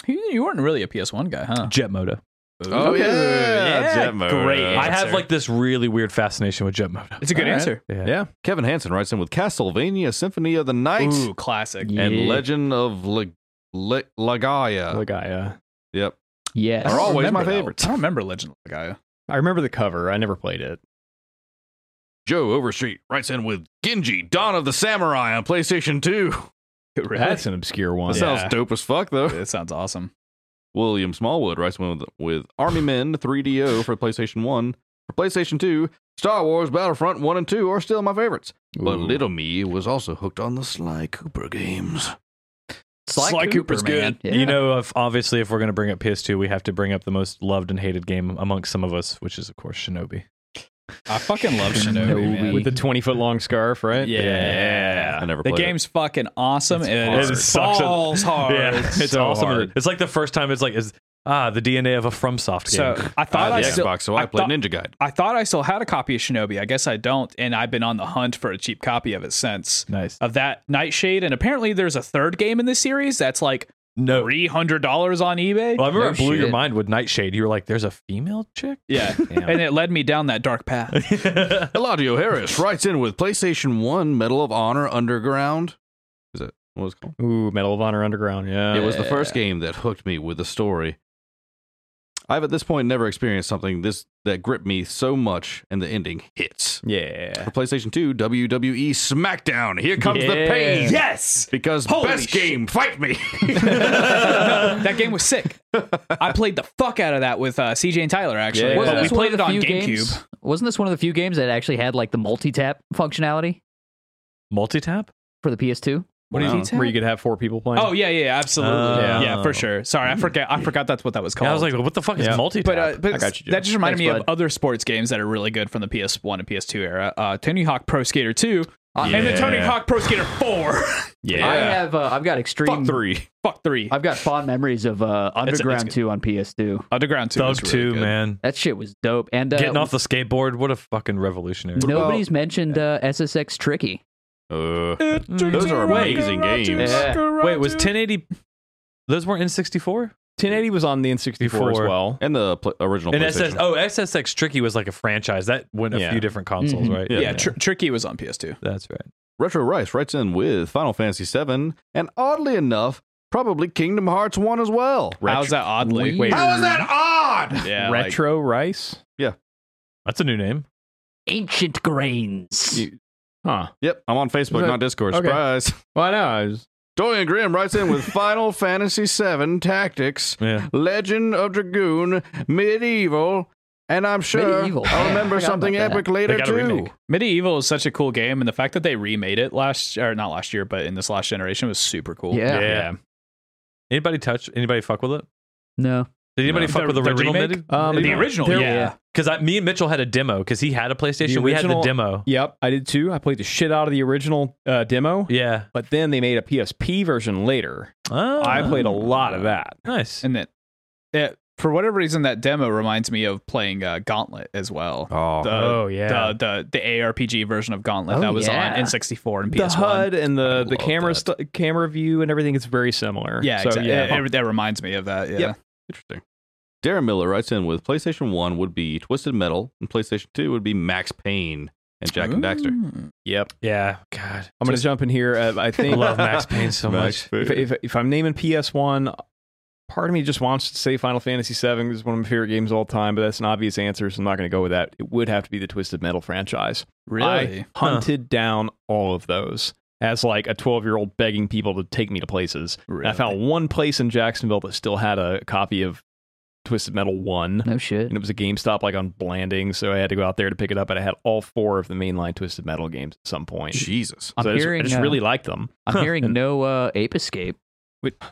S2: You, you weren't really a PS1 guy, huh?
S1: Jet Moto.
S3: Oh
S5: Okay.
S3: yeah,
S2: Yeah,
S3: Jet Moto.
S2: great.
S1: I have
S2: Answer.
S1: like this really weird fascination with Jet Moto.
S2: It's a good
S5: All right.
S2: answer.
S5: Yeah.
S3: Kevin Hansen writes in with Castlevania Symphony of the Night
S2: Ooh, classic.
S4: Yeah.
S3: and Legend of Le- Le- Lagaya.
S5: Look, I uh,
S3: yep.
S4: Yes.
S3: They're always my
S2: Remember that.
S3: favorites.
S2: I don't remember Legend of Gaia.
S5: I remember the cover. I never played it.
S3: Joe Overstreet writes in with Genji, Dawn of the Samurai on PlayStation 2.
S5: That's an obscure one.
S3: That
S2: Yeah.
S3: sounds dope as fuck, though.
S2: That sounds awesome.
S3: William Smallwood writes in with, with Army Men 3DO for PlayStation 1. For PlayStation 2, Star Wars Battlefront 1 and 2 are still my favorites. But
S5: Ooh.
S3: Little Me was also hooked on the Sly Cooper games.
S4: Sly,
S2: Sly
S4: Cooper's
S2: Cooper's
S4: man. Yeah.
S1: You know, if, obviously, if we're going to bring up PS2, we have to bring up the most loved and hated game amongst some of us, which is, of course, Shinobi.
S2: I fucking love Shinobi, man.
S4: Shinobi.
S5: with the twenty foot long scarf, right?
S2: yeah.
S3: I never
S2: The
S3: played it.
S2: game's fucking awesome. and
S1: hard.
S2: It
S1: It
S2: is
S1: sucks.
S2: balls hard.
S1: yeah, it's
S5: so
S1: awesome.
S5: hard.
S1: It's like the first time it's like, is ah, the DNA of a FromSoft
S2: So
S1: game.
S2: I
S3: I
S2: thought I
S3: had the
S2: still
S3: Xbox, so I,
S2: I
S3: played
S2: thought-
S3: Ninja Guide.
S2: I thought I still had a copy of Shinobi. I guess I don't, and I've been on the hunt for a cheap copy of it since.
S1: nice.
S2: Of that Nightshade, and apparently there's a third game in this series that's like
S1: No.
S2: three hundred dollars on eBay.
S1: Well, I remember
S4: No
S1: it blew your
S4: shit.
S1: mind with Nightshade. You were like, there's a female chick?
S2: Yeah, and it led me down that dark path.
S3: Eladio Harris writes in with PlayStation 1 Medal of Honor Underground. Is it what was it called?
S5: Ooh, Medal of Honor Underground. Yeah.
S3: It was the first game that hooked me with the story. I've at this point never experienced something this that gripped me so much, and the ending hits.
S5: Yeah.
S3: For PlayStation 2, WWE E SmackDown. Here comes the pain.
S2: Yes.
S3: Because
S2: Holy
S3: best
S2: shit.
S3: game, fight me.
S2: No, that game was sick. I played the fuck out of that with uh, CJ and Tyler actually.
S5: Yeah.
S2: But
S5: Wasn't
S2: we
S4: this one
S2: played
S4: of
S2: it
S4: the
S2: on
S4: few
S2: GameCube.
S4: games- Wasn't this one of the few games that actually had like the multi-tap functionality
S1: Multitap?
S4: for the PS2?
S2: What did he say?
S5: Where you could have four people playing.
S2: Oh yeah, yeah, absolutely.
S1: Oh.
S2: yeah, for sure. Sorry, I forget. I forgot that's what that was called.
S1: Yeah, I was like, what the fuck is
S5: Yeah.
S1: multitap?
S2: but, uh, but
S5: I got you, Joe.
S2: that just reminded
S4: Thanks,
S2: me of
S4: bud.
S2: other sports games that are really good from the PS1 and PS2 era. Uh, Tony Hawk Pro Skater 2
S4: I-
S2: and then Tony
S5: Yeah.
S2: Hawk Pro Skater 4.
S5: yeah.
S4: I have uh, I've got extreme
S3: Fuck three.
S2: Fuck 3.
S4: I've got fond memories of uh,
S2: It's-
S4: Underground
S2: it's
S4: 2 on PS2.
S2: Underground 2
S1: Thug
S2: was really
S1: 2,
S2: good.
S1: man.
S4: That shit was dope. And uh,
S1: Getting off the skateboard. What a fucking revolutionary.
S4: nobody's mentioned uh, SSX Tricky.
S3: Uh, those are amazing games.
S1: Wait, was 1080. Those weren't N64?
S5: 1080 was on the N64 as
S1: Before.
S5: well.
S3: And the pl- original
S1: And
S3: PlayStation.
S1: SS, oh, SSX Tricky was like a franchise that went a
S5: Yeah.
S1: few different consoles,
S4: Mhm.
S1: right?
S2: Mm-hmm. Yeah, Tr- Tricky was on PS2.
S1: that's right.
S3: Retro Rice writes in with Final Fantasy VII, and oddly enough, probably Kingdom Hearts 1 as well.
S2: How's that oddly?
S4: Weird.
S2: Wait,
S3: How is that odd?
S2: yeah, like-
S5: Retro Rice?
S1: That's a new name.
S4: Ancient Grains.
S5: You- Huh.
S3: Yep, I'm on Facebook,
S5: that-
S3: not Discord.
S5: okay.
S3: Surprise.
S5: Well, I know. I was-
S3: Dorian Grimm writes in with Final Fantasy VII Tactics,
S1: Yeah.
S3: Legend of Dragoon, Medieval, and I'm sure
S4: Medieval.
S3: I'll remember
S4: I forgot
S3: something
S4: about that.
S3: epic later
S1: They got a
S3: too.
S1: remake.
S2: Medieval is such a cool game, and the fact that they remade it last or not last year, but in this last generation was super cool.
S4: Yeah.
S1: Yeah. Anybody touch? Anybody fuck with it?
S4: No.
S1: Did anybody
S2: No.
S1: fuck
S2: The-
S1: with the
S2: the
S1: original?
S2: remake?
S5: Um,
S2: The original,
S1: There-
S2: yeah.
S1: Because me and Mitchell had a demo because he had a PlayStation.
S5: The
S1: we had the
S5: original-
S1: demo.
S5: Yep, I did too. I played the shit out of the original uh, demo,
S1: Yeah.
S5: but then they made a PSP version later.
S1: Oh,
S5: I played a lot of that.
S1: Nice.
S2: And that, that- for whatever reason, that demo reminds me of playing uh, Gauntlet as well.
S3: Oh,
S2: The-
S1: oh, yeah.
S2: the, the the ARPG version of Gauntlet
S4: Oh,
S2: that was
S4: yeah.
S2: on N64 and
S5: The
S2: PS1.
S5: HUD and
S2: I
S5: the,
S2: love
S5: the camera
S2: that.
S5: stu- camera view and everything is very similar.
S2: Yeah,
S5: so
S2: exactly.
S5: yeah,
S2: It- it- that reminds me of that. Yeah.
S5: Yep.
S3: interesting. Darren Miller writes in with PlayStation 1 would be Twisted Metal, and PlayStation 2 would be Max Payne and Jack and Daxter.
S2: Ooh.
S5: yep.
S1: yeah. God.
S5: I'm gonna jump in here. Uh, I
S1: I
S5: think
S1: love Max Payne so much.
S5: if, if if I'm naming PS1, part of me just wants to say Final Fantasy VII is one of my favorite games of all time, but that's an obvious answer, so I'm not gonna go with that. It would have to be the Twisted Metal franchise.
S2: Really?
S5: I hunted down all of those as like a 12 year old begging people to take me to places. And
S2: really?
S5: I found one place in Jacksonville that still had a copy of Twisted Metal 1.
S4: No shit.
S5: And it was a GameStop like on Blanding, so I had to go out there to pick it up. And I had all four of the mainline Twisted Metal games at some point. So
S3: Jesus.
S5: I
S4: I'm
S5: just, I
S4: hearing,
S5: just
S4: uh,
S5: really liked them.
S4: I'm hearing no uh, Ape Escape.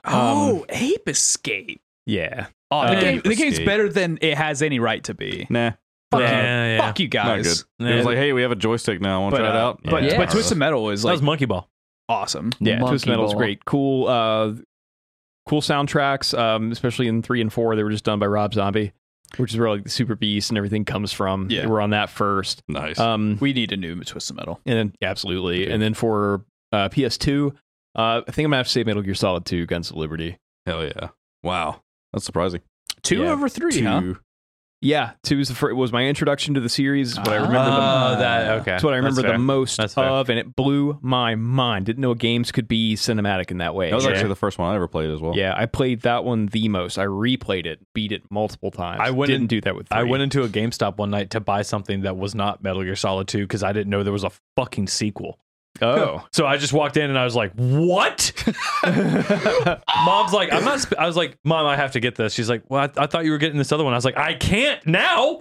S2: oh, Ape Escape.
S5: Yeah.
S2: Oh, the,
S5: Uh,
S2: game,
S3: Ape
S2: the game's
S3: Escape.
S2: better than it has any right to be.
S3: Nah.
S2: Fuck you.
S1: Yeah, yeah.
S2: Fuck you
S3: Not
S2: guys.
S3: good. It was like, hey, we have a joystick now. Want to
S2: But,
S3: try it
S2: uh,
S3: out?
S5: but-
S4: Yeah.
S2: But Twisted Metal is
S1: That
S2: like
S1: was Monkey Ball.
S2: awesome.
S5: Yeah.
S4: Monkey
S5: Twisted Metal's
S4: Ball.
S5: great. Cool. Uh, cool soundtracks, um, especially in three and four. They were just done by Rob Zombie, which is where like the Super Beast and everything comes from.
S2: Yeah.
S5: They were on that first.
S3: nice.
S5: Um,
S2: We need a new Twisted Metal.
S5: And then yeah, absolutely. And then for uh, PS2, uh, I think I'm gonna have to say Metal Gear Solid 2: Guns of Liberty.
S3: Hell yeah! Wow, that's surprising.
S2: Two
S5: Yeah.
S2: over three, huh?
S5: Yeah, two is the fir- was my introduction to the series. Is what I remember. the,
S2: Ah.
S1: Oh, that. Okay.
S5: It's what I
S1: That's
S5: remember the
S1: fair.
S5: most
S1: That's fair.
S5: of, and it blew my mind. Didn't know games could be cinematic in that way.
S3: That was
S5: yeah.
S3: actually the first one I ever played as well.
S5: Yeah, I played that one the most. I replayed it, beat it multiple times.
S1: I went
S5: didn't
S1: in-
S5: do that with. Three.
S1: I went into a GameStop one night to buy something that was not Metal Gear Solid 2 because I didn't know there was a fucking sequel.
S5: Oh,
S1: So I just walked in and I was like, "What?" Mom's like, "I'm not." Sp-. I was like, "Mom, I have to get this." She's like, "Well, I, I thought you were getting this other one." I was like, "I can't now."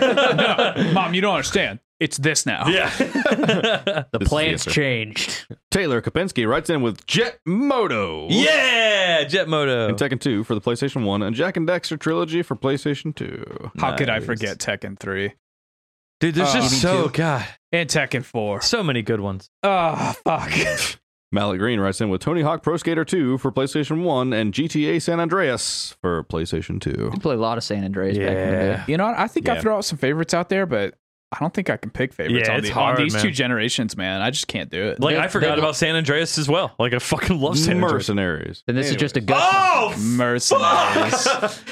S2: no, mom, you don't understand. It's this now.
S1: Yeah.
S4: The
S3: This is the
S4: plans
S3: answer.
S4: changed.
S3: Taylor Kopensky writes in with Jet Moto.
S1: yeah. Jet Moto.
S3: And Tekken 2 for the PlayStation 1 and Jack and Daxter trilogy for PlayStation 2.
S2: How could I forget Tekken 3
S1: Dude, there's
S3: Oh,
S2: Uh,
S1: just so god,
S2: and Tekken 4?
S1: so many good ones. Ah,
S2: Oh, fuck.
S3: Mallet Green writes in with Tony Hawk Pro Skater 2 for PlayStation 1 and GTA San Andreas for PlayStation 2.
S4: We played a lot of San Andreas back in the day.
S2: You know, what? I think I
S5: Yeah.
S2: throw out some favorites out there, but I don't think I can pick favorites
S1: Yeah,
S2: on,
S1: it's
S2: the-
S1: hard,
S2: on these
S1: man.
S2: two generations, man. I just can't do it.
S1: Like
S4: They-
S1: I forgot
S4: they-
S1: about San Andreas as well. Like I fucking love San Andreas. Oh,
S3: Mercenaries.
S4: Then this is just a gut.
S2: mercenaries.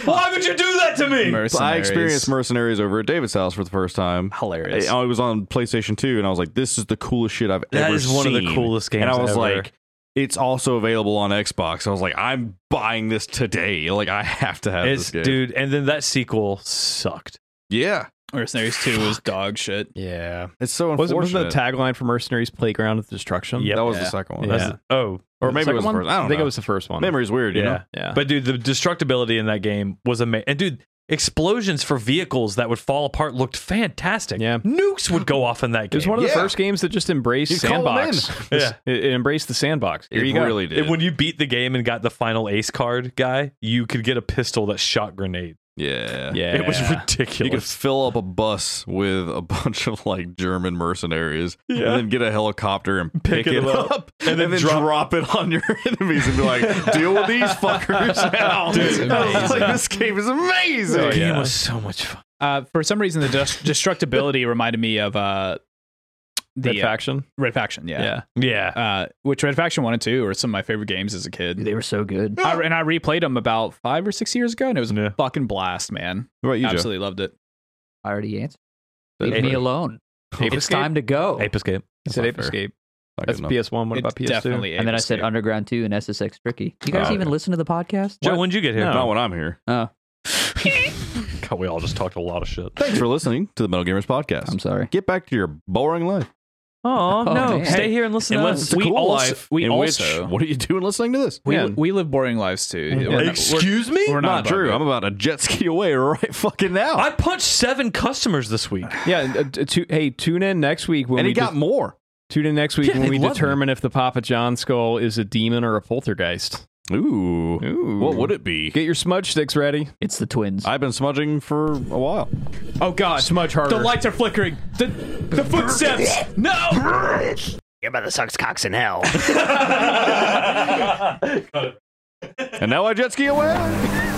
S1: Why would you do that to me?
S2: mercenaries.
S3: I experienced Mercenaries over at David's house for the first time.
S2: hilarious.
S1: um,
S3: I I was on PlayStation 2 and I was like, this is the coolest shit I've
S1: That
S3: ever
S1: is one of the
S3: seen.
S1: coolest games.
S3: And I was
S1: ever.
S3: like, it's also available on Xbox. I was like, I'm buying this today. Like, I have to have
S1: It's
S3: this game.
S1: dude, and then that sequel sucked.
S3: Yeah,
S2: Mercenaries 2 was dog shit.
S5: Yeah.
S3: it's so
S5: Was
S3: unfortunate.
S5: it wasn't the tagline for Mercenaries Playground of Destruction?
S1: Yep.
S3: that was
S2: Yeah.
S3: the second one.
S5: Yeah.
S1: That's- oh,
S5: Or
S3: The
S5: maybe it
S3: second
S5: was the
S3: one?
S5: first.
S3: I don't
S5: think it
S3: know.
S5: was the first one.
S3: Memory's weird. You
S1: Yeah.
S3: know?
S5: Yeah.
S1: But dude, the destructibility in that game was amazing. And dude, explosions for vehicles that would fall apart looked fantastic.
S5: Yeah.
S1: Nukes would go off in that
S5: It
S1: game.
S5: was one of the
S3: Yeah.
S5: first games that just embraced
S3: You call 'em
S5: sandbox.
S1: in.
S5: It's- it, it embraced the sandbox. Here
S3: it
S5: you go.
S3: really did.
S1: And when you beat the game and got the final ace card guy, you could get a pistol that shot grenades.
S3: yeah,
S5: yeah,
S1: It was
S3: You could
S1: ridiculous.
S3: fill up a bus with a bunch of like German mercenaries,
S1: Yeah.
S3: and then get a helicopter and pick, it, up, and, then, drop, it on your enemies and be like, "Deal with these fuckers now."
S5: Dude,
S3: I was
S5: amazing.
S3: like, this game is amazing.
S5: Oh,
S1: the game
S5: yeah.
S1: was so much fun.
S2: Uh, for some reason, the dest- destructibility reminded me of uh, the
S5: Red
S2: uh,
S5: Faction.
S2: Red Faction, yeah.
S5: Yeah.
S1: Yeah.
S2: Uh, which Red Faction 1 and 2 were some of my favorite games as a kid.
S4: They were so good.
S2: I, and I replayed them about five or six years ago, and it was a
S1: Yeah.
S2: fucking blast, man.
S3: What about you, Joe?
S2: Absolutely loved it.
S4: I already answered.
S3: That's
S4: Leave me
S3: fair.
S4: alone.
S5: Ape
S4: it's
S5: Escape?
S4: time to go.
S1: Ape Escape.
S5: You said
S3: not
S5: Ape
S3: fair.
S5: Escape.
S3: Not good
S5: That's
S3: enough.
S5: PS1. What
S2: It's
S5: about PS2?
S2: Definitely
S4: and then I said
S2: Ape Escape.
S4: Underground 2 and SSX Tricky. You guys
S3: Oh,
S4: even listen to the podcast? Oh,
S1: Joe, when'd you get here?
S5: No.
S3: Not when I'm here.
S1: God, we all just talked a lot of shit.
S3: Thanks for listening to the Metal Gamers podcast.
S4: I'm sorry.
S3: Get back to your boring life.
S1: Aw,
S4: Oh,
S1: no.
S4: man.
S1: Stay here and listen to
S2: Unless
S1: us.
S3: It's a
S2: We
S3: cool
S2: also-
S3: life.
S2: we
S3: in which-
S2: also-
S3: what are you doing listening to this?
S2: We,
S3: Yeah.
S2: we live boring lives too. We're not- we're-
S3: Excuse me?
S2: we're not
S3: not,
S2: above
S3: true.
S2: it.
S3: I'm about a jet ski away right fucking now.
S1: I punched seven customers this week.
S5: Yeah. and, uh, tu- hey, tune in next week when
S3: and
S5: we
S3: he got
S5: de-
S3: more.
S5: tune in next week
S1: Yeah,
S5: when
S1: they
S5: we
S1: love
S5: determine if the Papa John skull is a demon or a poltergeist.
S3: Ooh.
S5: Ooh.
S3: What would it be?
S5: Get your smudge sticks ready.
S4: It's the twins.
S3: I've been smudging for a while.
S2: oh god,
S5: Smudge harder.
S2: the lights are flickering. The the footsteps. No.
S7: Your mother sucks cocks in hell.
S3: And now I jet ski away.